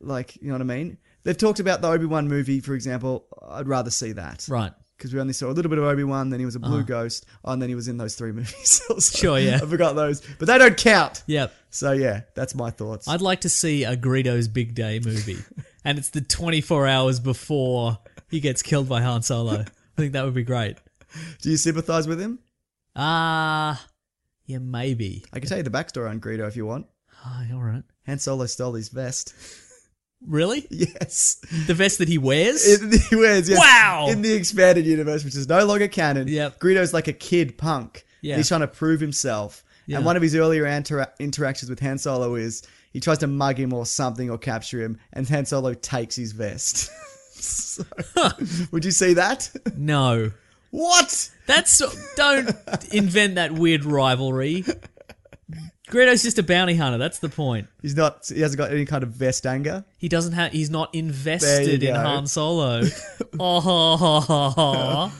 Speaker 5: Like, you know what I mean? They've talked about the Obi Wan movie, for example. I'd rather see that,
Speaker 6: Right. Uh-huh.
Speaker 5: Because we only saw a little bit of Obi Wan, then he was a blue ghost, oh, and then he was in those three movies. also.
Speaker 6: Sure, yeah.
Speaker 5: I forgot those, but they don't count.
Speaker 6: Yep.
Speaker 5: So yeah, that's my thoughts.
Speaker 6: I'd like to see a Greedo's Big Day movie. and it's the 24 hours before he gets killed by Han Solo. I think that would be great.
Speaker 5: Do you sympathise with him?
Speaker 6: Ah, yeah, maybe.
Speaker 5: I can tell you the backstory on Greedo if you want.
Speaker 6: Ah, all right.
Speaker 5: Han Solo stole his vest.
Speaker 6: Really?
Speaker 5: Yes.
Speaker 6: The vest that he wears?
Speaker 5: In- he wears, yes.
Speaker 6: Wow.
Speaker 5: In the expanded universe, which is no longer canon,
Speaker 6: Yep.
Speaker 5: Greedo's like a kid punk.
Speaker 6: Yeah.
Speaker 5: He's trying to prove himself.
Speaker 6: Yeah.
Speaker 5: And one of his earlier intera- interactions with Han Solo is he tries to mug him or something or capture him, and Han Solo takes his vest. So- would you see that?
Speaker 6: no.
Speaker 5: what?
Speaker 6: That's don't invent that weird rivalry. Greedo's just a bounty hunter. That's the point.
Speaker 5: He's not. He hasn't got any kind of vest anger.
Speaker 6: He doesn't have. He's not
Speaker 5: There
Speaker 6: invested
Speaker 5: you
Speaker 6: in
Speaker 5: go.
Speaker 6: Han Solo. oh,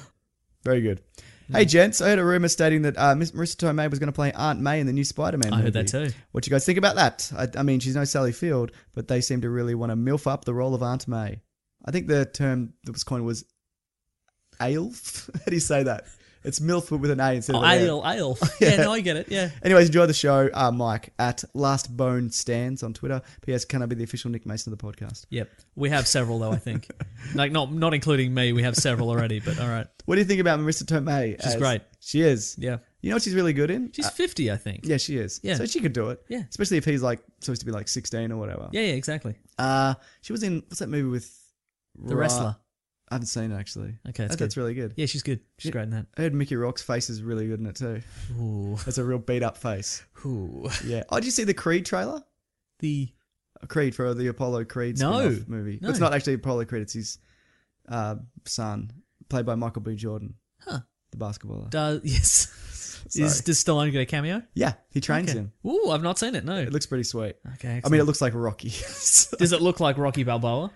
Speaker 5: Very good. Hmm. Hey gents, I heard a rumor stating that uh, Miss Marissa Tomei was going to play Aunt May in the new Spider-Man.
Speaker 6: I
Speaker 5: movie.
Speaker 6: heard that too.
Speaker 5: What you guys think about that? I, I mean, she's no Sally Field, but they seem to really want to milf up the role of Aunt May. I think the term that was coined was AILF. How do you say that? It's milf but with an A instead
Speaker 6: oh
Speaker 5: of an
Speaker 6: ale,
Speaker 5: L.
Speaker 6: ale. Yeah. no, I get it. Yeah.
Speaker 5: Anyways, enjoy the show. Uh, Mike at Last Bone Stands on Twitter. P.S. Can I be the official Nick Mason of the podcast?
Speaker 6: Yep. We have several though. I think, like not not including me. We have several already. But all right.
Speaker 5: What do you think about Marissa Tomei?
Speaker 6: She's
Speaker 5: as-
Speaker 6: great.
Speaker 5: She is.
Speaker 6: Yeah.
Speaker 5: You know what she's really good in?
Speaker 6: She's fifty, I think.
Speaker 5: Uh, Yeah, she is.
Speaker 6: Yeah.
Speaker 5: So she could do it.
Speaker 6: Yeah.
Speaker 5: Especially if he's like supposed to be like 16 or whatever.
Speaker 6: Yeah. Yeah. Exactly.
Speaker 5: Uh, she was in, what's that movie with?
Speaker 6: The
Speaker 5: Ra-
Speaker 6: wrestler.
Speaker 5: I haven't seen it actually.
Speaker 6: Okay,
Speaker 5: I
Speaker 6: that's
Speaker 5: think that's
Speaker 6: good.
Speaker 5: really good.
Speaker 6: Yeah, she's good. She's
Speaker 5: Yeah.
Speaker 6: great in that.
Speaker 5: I heard Mickey Rock's face is really good in it too.
Speaker 6: Ooh.
Speaker 5: That's a real beat up face.
Speaker 6: Ooh.
Speaker 5: Yeah. Oh, did you see the Creed trailer?
Speaker 6: The
Speaker 5: Creed for the Apollo Creed
Speaker 6: No.
Speaker 5: spin-off movie.
Speaker 6: No.
Speaker 5: It's not actually Apollo Creed. It's his uh, son, played by Michael B. Jordan.
Speaker 6: Huh.
Speaker 5: The basketballer.
Speaker 6: does yes. Is
Speaker 5: Sorry.
Speaker 6: does Stallone get a cameo?
Speaker 5: yeah, he trains
Speaker 6: Okay.
Speaker 5: him.
Speaker 6: Ooh, I've not seen it. No.
Speaker 5: It looks pretty sweet.
Speaker 6: okay.
Speaker 5: I mean, it
Speaker 6: excellent.
Speaker 5: looks like Rocky. yes.
Speaker 6: Does it look like Rocky Balboa?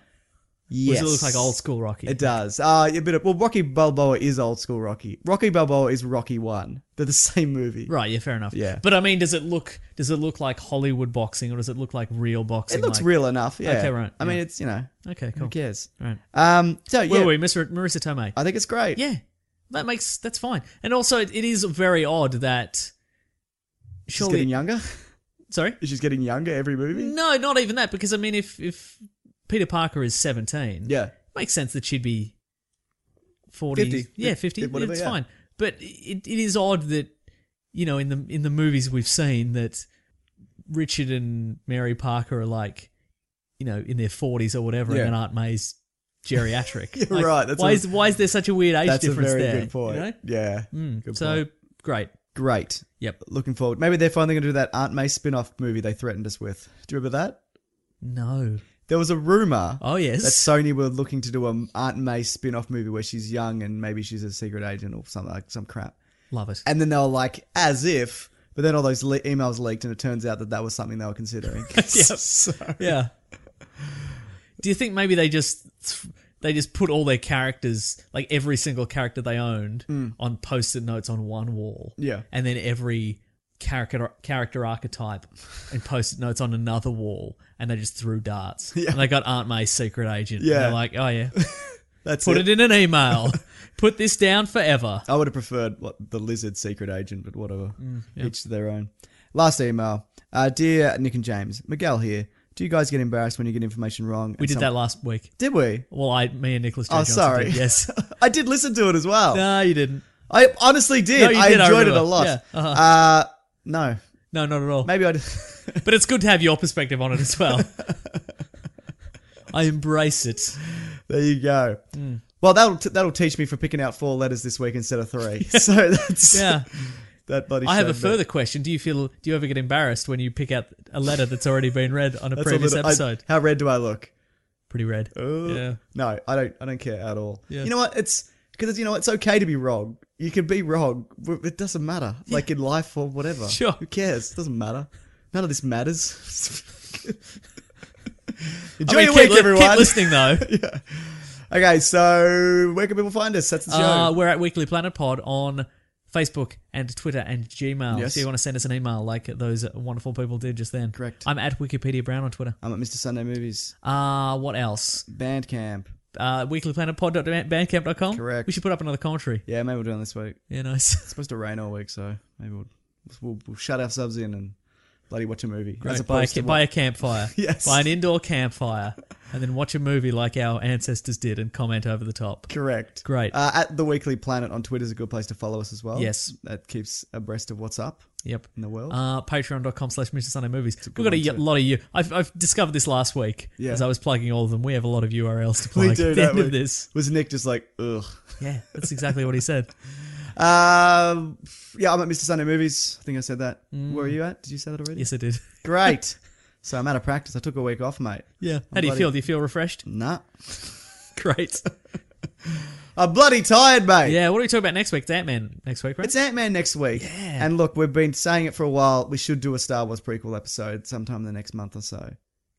Speaker 6: Or Does it look like old school Rocky?
Speaker 5: It does. Uh, a bit of well, Rocky Balboa is old school Rocky. Rocky Balboa is Rocky One. They're the same movie.
Speaker 6: Right. Yeah. Fair enough.
Speaker 5: Yeah.
Speaker 6: But I mean, does it look does it look like Hollywood boxing or does it look like real boxing?
Speaker 5: It looks
Speaker 6: like-
Speaker 5: real enough. Yeah.
Speaker 6: Okay, right,
Speaker 5: I mean,
Speaker 6: yeah.
Speaker 5: it's you know,
Speaker 6: Okay.
Speaker 5: who
Speaker 6: Cool.
Speaker 5: cares?
Speaker 6: Right.
Speaker 5: Um. So
Speaker 6: Where
Speaker 5: yeah,
Speaker 6: were we? Marissa, Marissa Tomei.
Speaker 5: I think it's great.
Speaker 6: yeah. That makes that's fine. And also, it, it is very odd that.
Speaker 5: She's
Speaker 6: Surely. Mm.
Speaker 5: getting younger.
Speaker 6: Sorry.
Speaker 5: She's getting younger every movie.
Speaker 6: No, not even that. Because I mean, if if Peter Parker is seventeen,
Speaker 5: Yeah.
Speaker 6: makes sense that she'd be 40
Speaker 5: 50.
Speaker 6: yeah
Speaker 5: It-
Speaker 6: 50
Speaker 5: it- whatever,
Speaker 6: it's
Speaker 5: yeah.
Speaker 6: fine but it, it is odd that you know in the in the movies we've seen that richard and mary parker are like you know in their 40s or whatever
Speaker 5: Yeah.
Speaker 6: and aunt may's geriatric
Speaker 5: You're
Speaker 6: Like,
Speaker 5: right, that's
Speaker 6: why
Speaker 5: a-
Speaker 6: is why is there such a weird age
Speaker 5: That's a
Speaker 6: difference
Speaker 5: very
Speaker 6: there
Speaker 5: good point.
Speaker 6: you know?
Speaker 5: Yeah.
Speaker 6: Mm,
Speaker 5: Good
Speaker 6: so
Speaker 5: point.
Speaker 6: great
Speaker 5: Great.
Speaker 6: yep
Speaker 5: Looking forward. Maybe they're finally going to do that Aunt May spin-off movie they threatened us with. Do you remember that?
Speaker 6: no
Speaker 5: There was a rumor.
Speaker 6: oh yes
Speaker 5: That Sony were looking to do a Aunt May spin-off movie where she's young and maybe she's a secret agent or something like some crap.
Speaker 6: love it
Speaker 5: And then they were like, as if. But then all those le- emails leaked, and it turns out that that was something they were considering. yep. So,
Speaker 6: yeah do you think maybe they just they just put all their characters like every single character they owned on post-it notes on one wall
Speaker 5: Hmm. Yeah.
Speaker 6: and then every character character archetype and post-it notes on another wall and they just threw darts yeah. and they got aunt may's secret agent and
Speaker 5: Yeah.
Speaker 6: they're like oh yeah
Speaker 5: that's
Speaker 6: put it in an email put this down forever
Speaker 5: I would have preferred what the lizard secret agent, but whatever.
Speaker 6: Mm,
Speaker 5: Each to their own. Last email, uh, dear Nick and James, Miguel here. Do you guys get embarrassed when you get information wrong?
Speaker 6: we did that last week
Speaker 5: Did we?
Speaker 6: well i me and nicholas J.
Speaker 5: Oh,
Speaker 6: Johnson
Speaker 5: sorry.
Speaker 6: did, yes
Speaker 5: I did listen to it as well.
Speaker 6: no you didn't
Speaker 5: I honestly did.
Speaker 6: No, you
Speaker 5: I
Speaker 6: did, I
Speaker 5: enjoyed it a
Speaker 6: remember.
Speaker 5: lot.
Speaker 6: Yeah, uh-huh.
Speaker 5: Uh, no,
Speaker 6: no not at all
Speaker 5: maybe I.
Speaker 6: But it's good to have your perspective on it as well. I embrace it.
Speaker 5: there you go.
Speaker 6: Mm.
Speaker 5: Well, that'll t- that'll teach me for picking out four letters this week instead of three. So that's
Speaker 6: Yeah.
Speaker 5: that bloody.
Speaker 6: I have a
Speaker 5: show, but
Speaker 6: further question. Do you feel? Do you ever get embarrassed when you pick out a letter that's already been read on a Oh.
Speaker 5: that's all
Speaker 6: previous
Speaker 5: that I-
Speaker 6: episode?
Speaker 5: how red do I look?
Speaker 6: Pretty red.
Speaker 5: Ooh.
Speaker 6: Yeah.
Speaker 5: Uh, No, I don't. I don't care at all.
Speaker 6: Yeah.
Speaker 5: You know what? It's because you know it's okay to be wrong. You can be wrong. W- It doesn't matter. Like in life or whatever.
Speaker 6: Sure.
Speaker 5: Who cares? It doesn't matter. None of this matters. Enjoy your
Speaker 6: keep,
Speaker 5: week,
Speaker 6: li- keep
Speaker 5: everyone.
Speaker 6: listening though. Uh,
Speaker 5: Okay, so where can people find us? That's the show.
Speaker 6: Uh, we're at Weekly Planet Pod on Facebook and Twitter and Gmail.
Speaker 5: Yes.
Speaker 6: So you want to send us an email like those wonderful people did just then.
Speaker 5: Correct.
Speaker 6: I'm at Wikipedia Brown on Twitter.
Speaker 5: I'm at Mr. Sunday Movies.
Speaker 6: Uh, what else?
Speaker 5: Bandcamp.
Speaker 6: Uh, weeklyplanetpod.bandcamp.com.
Speaker 5: Correct.
Speaker 6: We should put up another commentary.
Speaker 5: Yeah, maybe we'll do it this week.
Speaker 6: Yeah, nice.
Speaker 5: It's supposed to rain all week, so maybe we'll, we'll, we'll shut our subs in and bloody watch a movie.
Speaker 6: Great. Buy, a, ca- buy a campfire.
Speaker 5: Yes.
Speaker 6: Buy an indoor campfire. And then watch a movie like our ancestors did and comment over the top.
Speaker 5: Correct.
Speaker 6: Great.
Speaker 5: Uh, at the Weekly Planet on Twitter is a good place to follow us as well.
Speaker 6: Yes.
Speaker 5: That keeps abreast of what's up
Speaker 6: Yep.
Speaker 5: in the world.
Speaker 6: Uh, Patreon.com slash Mr. Sunday Movies. We've
Speaker 5: good
Speaker 6: got a
Speaker 5: one
Speaker 6: y-
Speaker 5: too.
Speaker 6: lot of you. I've, I've discovered this last week
Speaker 5: Yeah.
Speaker 6: as I was plugging all of them. We have a lot of URLs to plug
Speaker 5: we do
Speaker 6: at the
Speaker 5: that.
Speaker 6: end
Speaker 5: We,
Speaker 6: of this.
Speaker 5: Was Nick just like ugh?
Speaker 6: Yeah, that's exactly what he said.
Speaker 5: Um, yeah, I'm at Mr. Sunday Movies. I think I said that.
Speaker 6: Mm.
Speaker 5: Where are you at? Did you say that already?
Speaker 6: Yes, I did.
Speaker 5: Great. so I'm out of practice. I took a week off, mate.
Speaker 6: Yeah. How do you
Speaker 5: bloody-
Speaker 6: feel? Do you feel refreshed?
Speaker 5: Nah.
Speaker 6: Great.
Speaker 5: I'm bloody tired, mate.
Speaker 6: Yeah, what are we talking about next week? It's Ant Man next week, right?
Speaker 5: It's Ant Man next week. Yeah. And look, we've been saying it for a while. We should do a Star Wars prequel episode sometime in the next month or so.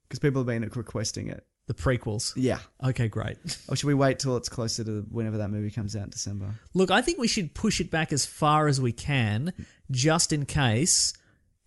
Speaker 5: Because people have been requesting it.
Speaker 6: the prequels.
Speaker 5: Yeah.
Speaker 6: Okay, great.
Speaker 5: Or should we wait till it's closer to whenever that movie comes out in December?
Speaker 6: Look, I think we should push it back as far as we can, just in case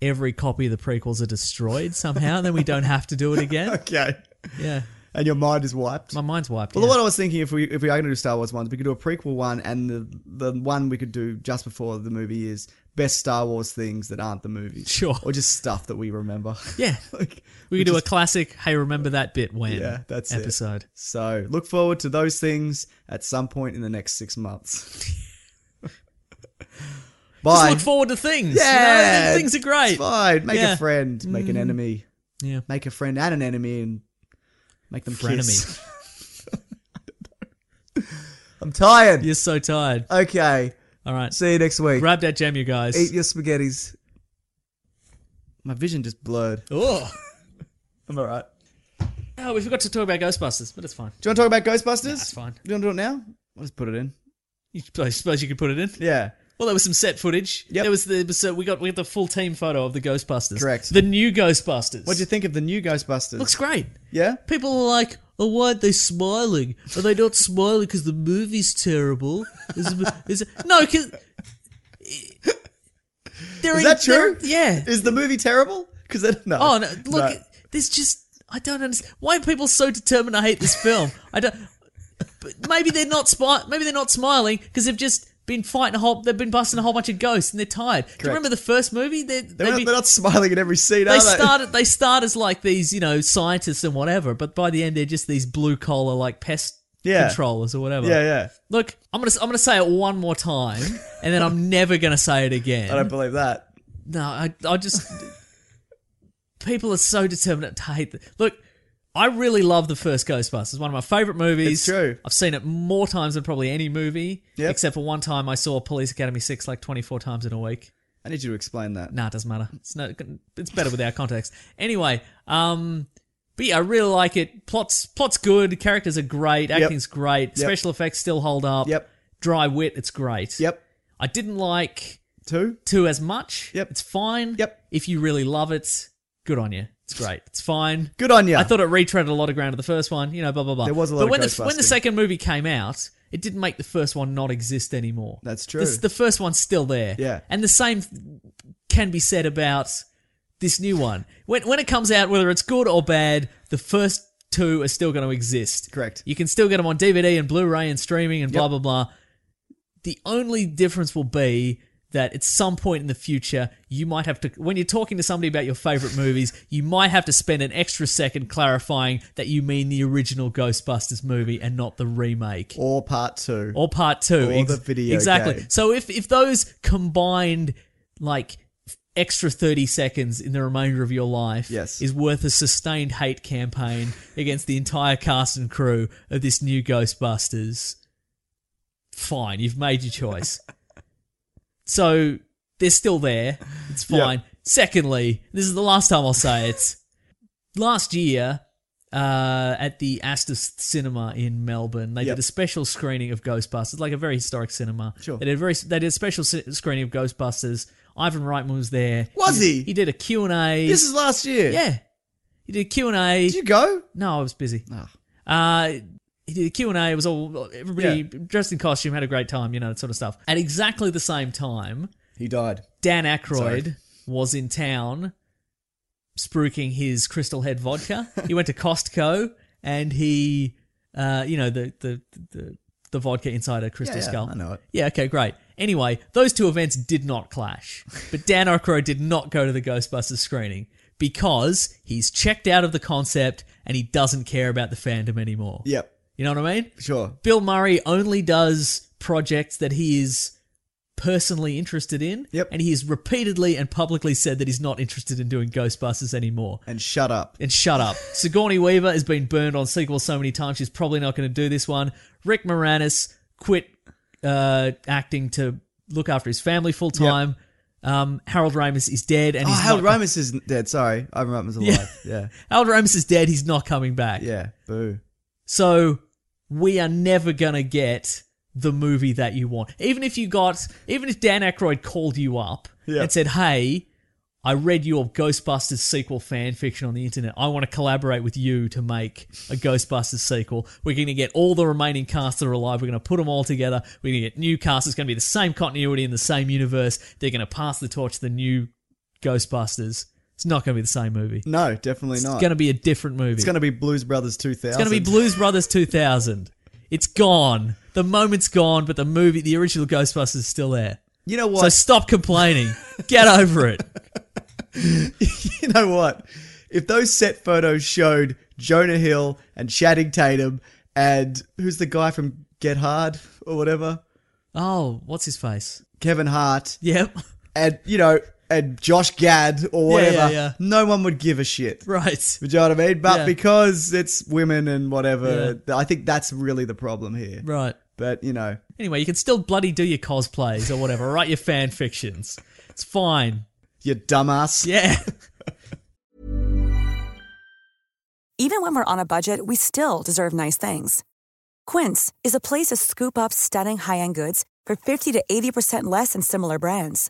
Speaker 6: every copy of the prequels are destroyed somehow. then we don't have to do it again.
Speaker 5: Okay.
Speaker 6: Yeah,
Speaker 5: And your mind is wiped.
Speaker 6: my mind's wiped.
Speaker 5: well,
Speaker 6: yeah.
Speaker 5: what I was thinking, if we if we are going to do Star Wars ones, we could do a prequel one, and the the one we could do just before the movie is best Star Wars things that aren't the movie.
Speaker 6: Sure.
Speaker 5: Or just stuff that we remember.
Speaker 6: Yeah.
Speaker 5: like,
Speaker 6: we could do a classic. Hey, remember that bit when?
Speaker 5: Yeah, that's it.
Speaker 6: episode.
Speaker 5: So look forward to those things at some point in the next six months.
Speaker 6: Just
Speaker 5: Bye.
Speaker 6: look forward to things.
Speaker 5: Yeah.
Speaker 6: you know? things are great.
Speaker 5: It's fine. Make
Speaker 6: Yeah. Mm.
Speaker 5: a friend. Make an enemy.
Speaker 6: Yeah.
Speaker 5: Make a friend and an enemy, and make them kiss.
Speaker 6: Frenemy.
Speaker 5: I'm tired.
Speaker 6: You're so tired.
Speaker 5: Okay.
Speaker 6: All right,
Speaker 5: See you next week.
Speaker 6: grab that jam, you guys.
Speaker 5: Eat your spaghettis. My vision just blurred.
Speaker 6: Oh.
Speaker 5: I'm all right.
Speaker 6: oh, we forgot to talk about Ghostbusters, but it's fine.
Speaker 5: Do you want to talk about Ghostbusters?
Speaker 6: That's fine.
Speaker 5: Do you want to do it now? I'll just put it in.
Speaker 6: You, I suppose you could put it in.
Speaker 5: Yeah.
Speaker 6: Well, there was some set footage.
Speaker 5: Yep.
Speaker 6: There was the so we got we got the full team photo of the Ghostbusters.
Speaker 5: Correct.
Speaker 6: The new Ghostbusters.
Speaker 5: What do you think of the new Ghostbusters?
Speaker 6: Looks great.
Speaker 5: yeah.
Speaker 6: People are like, oh, why aren't they smiling? Are they not smiling because the movie's terrible? Is, is no, because
Speaker 5: Is that true?
Speaker 6: Yeah.
Speaker 5: Is the movie terrible? Because I don't know.
Speaker 6: Oh no, look, there's just I don't understand why are people so determined to hate this film. I don't. But maybe they're not smi- Maybe they're not smiling because they've just been fighting a whole. They've been busting a whole bunch of ghosts and they're tired. Do you remember the first movie? They
Speaker 5: they're,
Speaker 6: they
Speaker 5: not,
Speaker 6: be,
Speaker 5: they're not smiling at every scene,
Speaker 6: they
Speaker 5: are they?
Speaker 6: started. They start as like these, you know, scientists and whatever. But by the end, they're just these blue collar like pest
Speaker 5: Yeah.
Speaker 6: controllers or whatever.
Speaker 5: Yeah, yeah.
Speaker 6: Look, I'm gonna I'm gonna say it one more time, and then I'm never gonna say it again.
Speaker 5: I don't believe that.
Speaker 6: No, I, I just people are so determined to hate. The, look, I really love the first Ghostbusters. One of my favorite movies.
Speaker 5: It's true.
Speaker 6: I've seen it more times than probably any movie,
Speaker 5: Yep.
Speaker 6: except for one time I saw Police Academy Six like 24 times in a week.
Speaker 5: I need you to explain that.
Speaker 6: Nah, it doesn't matter. It's no, it's better without context. Anyway, um, but yeah, I really like it. Plots, plots good. Characters are great. Acting's great. Special effects still hold up.
Speaker 5: Yep.
Speaker 6: Dry wit, it's great.
Speaker 5: Yep.
Speaker 6: I didn't like
Speaker 5: Two?
Speaker 6: two as much.
Speaker 5: Yep.
Speaker 6: It's fine.
Speaker 5: Yep.
Speaker 6: If you really love it, good on you. It's great. It's fine.
Speaker 5: Good on you.
Speaker 6: I thought it retreaded a lot of ground to the first one, you know, blah, blah, blah.
Speaker 5: There was a lot
Speaker 6: But
Speaker 5: of
Speaker 6: when the,
Speaker 5: ghostbusting.
Speaker 6: when the second movie came out, it didn't make the first one not exist anymore.
Speaker 5: That's true.
Speaker 6: This, the first one's still there.
Speaker 5: Yeah.
Speaker 6: And the same th- can be said about this new one. When, when it comes out, whether it's good or bad, the first two are still going to exist.
Speaker 5: Correct.
Speaker 6: You can still get them on DVD and Blu ray and streaming and blah, blah, blah. The only difference will be that at some point in the future, you might have to, when you're talking to somebody about your favorite movies, you might have to spend an extra second clarifying that you mean the original Ghostbusters movie and not the remake.
Speaker 5: Or part two.
Speaker 6: Or part two.
Speaker 5: Or the video
Speaker 6: Exactly.
Speaker 5: game.
Speaker 6: So if, if those combined, like, f- extra 30 seconds in the remainder of your life
Speaker 5: Yes.
Speaker 6: is worth a sustained hate campaign against the entire cast and crew of this new Ghostbusters, fine, you've made your choice. so They're still there. It's
Speaker 5: Yeah.
Speaker 6: fine. Secondly, this is the last time I'll say it. Last year, uh, at the Astor Cinema in Melbourne, they
Speaker 5: Yep.
Speaker 6: did a special screening of Ghostbusters, like a very historic cinema.
Speaker 5: Sure.
Speaker 6: They did a very they did a special si- screening of Ghostbusters. Ivan Reitman was there.
Speaker 5: Was
Speaker 6: did-
Speaker 5: he?
Speaker 6: He did a Q and A.
Speaker 5: This is last year.
Speaker 6: yeah. He did a Q and A.
Speaker 5: Did you go?
Speaker 6: No, I was busy.
Speaker 5: Ah.
Speaker 6: Uh, he did a Q and A. It was all everybody dressed in costume, had a great time, you know, that sort of stuff. At exactly the same time,
Speaker 5: He died.
Speaker 6: Dan Aykroyd
Speaker 5: Sorry.
Speaker 6: was in town, spruiking his Crystal Head vodka. he went to Costco and he, uh, you know, the the the, the vodka inside a crystal
Speaker 5: Yeah, yeah,
Speaker 6: skull.
Speaker 5: I know it.
Speaker 6: Yeah. Okay. Great. Anyway, those two events did not clash, but Dan Aykroyd did not go to the Ghostbusters screening because he's checked out of the concept and he doesn't care about the fandom anymore.
Speaker 5: Yep.
Speaker 6: You know what I mean?
Speaker 5: Sure.
Speaker 6: Bill Murray only does projects that he is personally interested in.
Speaker 5: Yep.
Speaker 6: And he has repeatedly and publicly said that he's not interested in doing Ghostbusters anymore.
Speaker 5: And shut up.
Speaker 6: And shut up. Sigourney Weaver has been burned on sequels so many times, she's probably not going to do this one. Rick Moranis quit uh, acting to look after his family full time. Um, Harold Ramis is dead, and
Speaker 5: Oh,
Speaker 6: he's
Speaker 5: Harold
Speaker 6: not,
Speaker 5: Ramis is dead. Sorry, Ivan Ramis alive. Yeah.
Speaker 6: Harold Ramis is dead. He's not coming back.
Speaker 5: yeah, Boo.
Speaker 6: So we are never gonna get the movie that you want. Even if you got, even if Dan Aykroyd called you up
Speaker 5: Yeah.
Speaker 6: and said, "Hey, I read your Ghostbusters sequel fan fiction on the internet. I want to collaborate with you to make a Ghostbusters sequel. We're gonna get all the remaining cast that are alive. We're gonna put them all together. We're gonna get new cast. It's gonna be the same continuity in the same universe. They're gonna pass the torch to the new Ghostbusters. It's not gonna be the same movie.
Speaker 5: No, definitely
Speaker 6: It's
Speaker 5: not.
Speaker 6: gonna be a different movie.
Speaker 5: It's gonna be Blues Brothers 2000.
Speaker 6: It's going to be Blues Brothers 2000. It's gone. The moment's gone, but the movie, the original Ghostbusters, is still there.
Speaker 5: You know
Speaker 6: So
Speaker 5: what?
Speaker 6: stop complaining. Get over it.
Speaker 5: you know what? If those set photos showed Jonah Hill and Channing Tatum and who's the guy from Get Hard or whatever,
Speaker 6: Oh, what's his face?
Speaker 5: Kevin Hart,
Speaker 6: Yep.
Speaker 5: and you know, and Josh Gad or
Speaker 6: Yeah, yeah,
Speaker 5: whatever,
Speaker 6: yeah.
Speaker 5: no one would give a shit.
Speaker 6: Right.
Speaker 5: Do you know what I mean? But
Speaker 6: Yeah.
Speaker 5: because it's women and whatever, I think that's really the problem here.
Speaker 6: Right.
Speaker 5: But you know,
Speaker 6: Anyway, you can still bloody do your cosplays or whatever. Write your fan fictions. It's fine.
Speaker 5: you dumbass.
Speaker 6: Yeah.
Speaker 8: Even when we're on a budget, we still deserve nice things. Quince is a place to scoop up stunning high-end goods for 50 to 80% less than similar brands.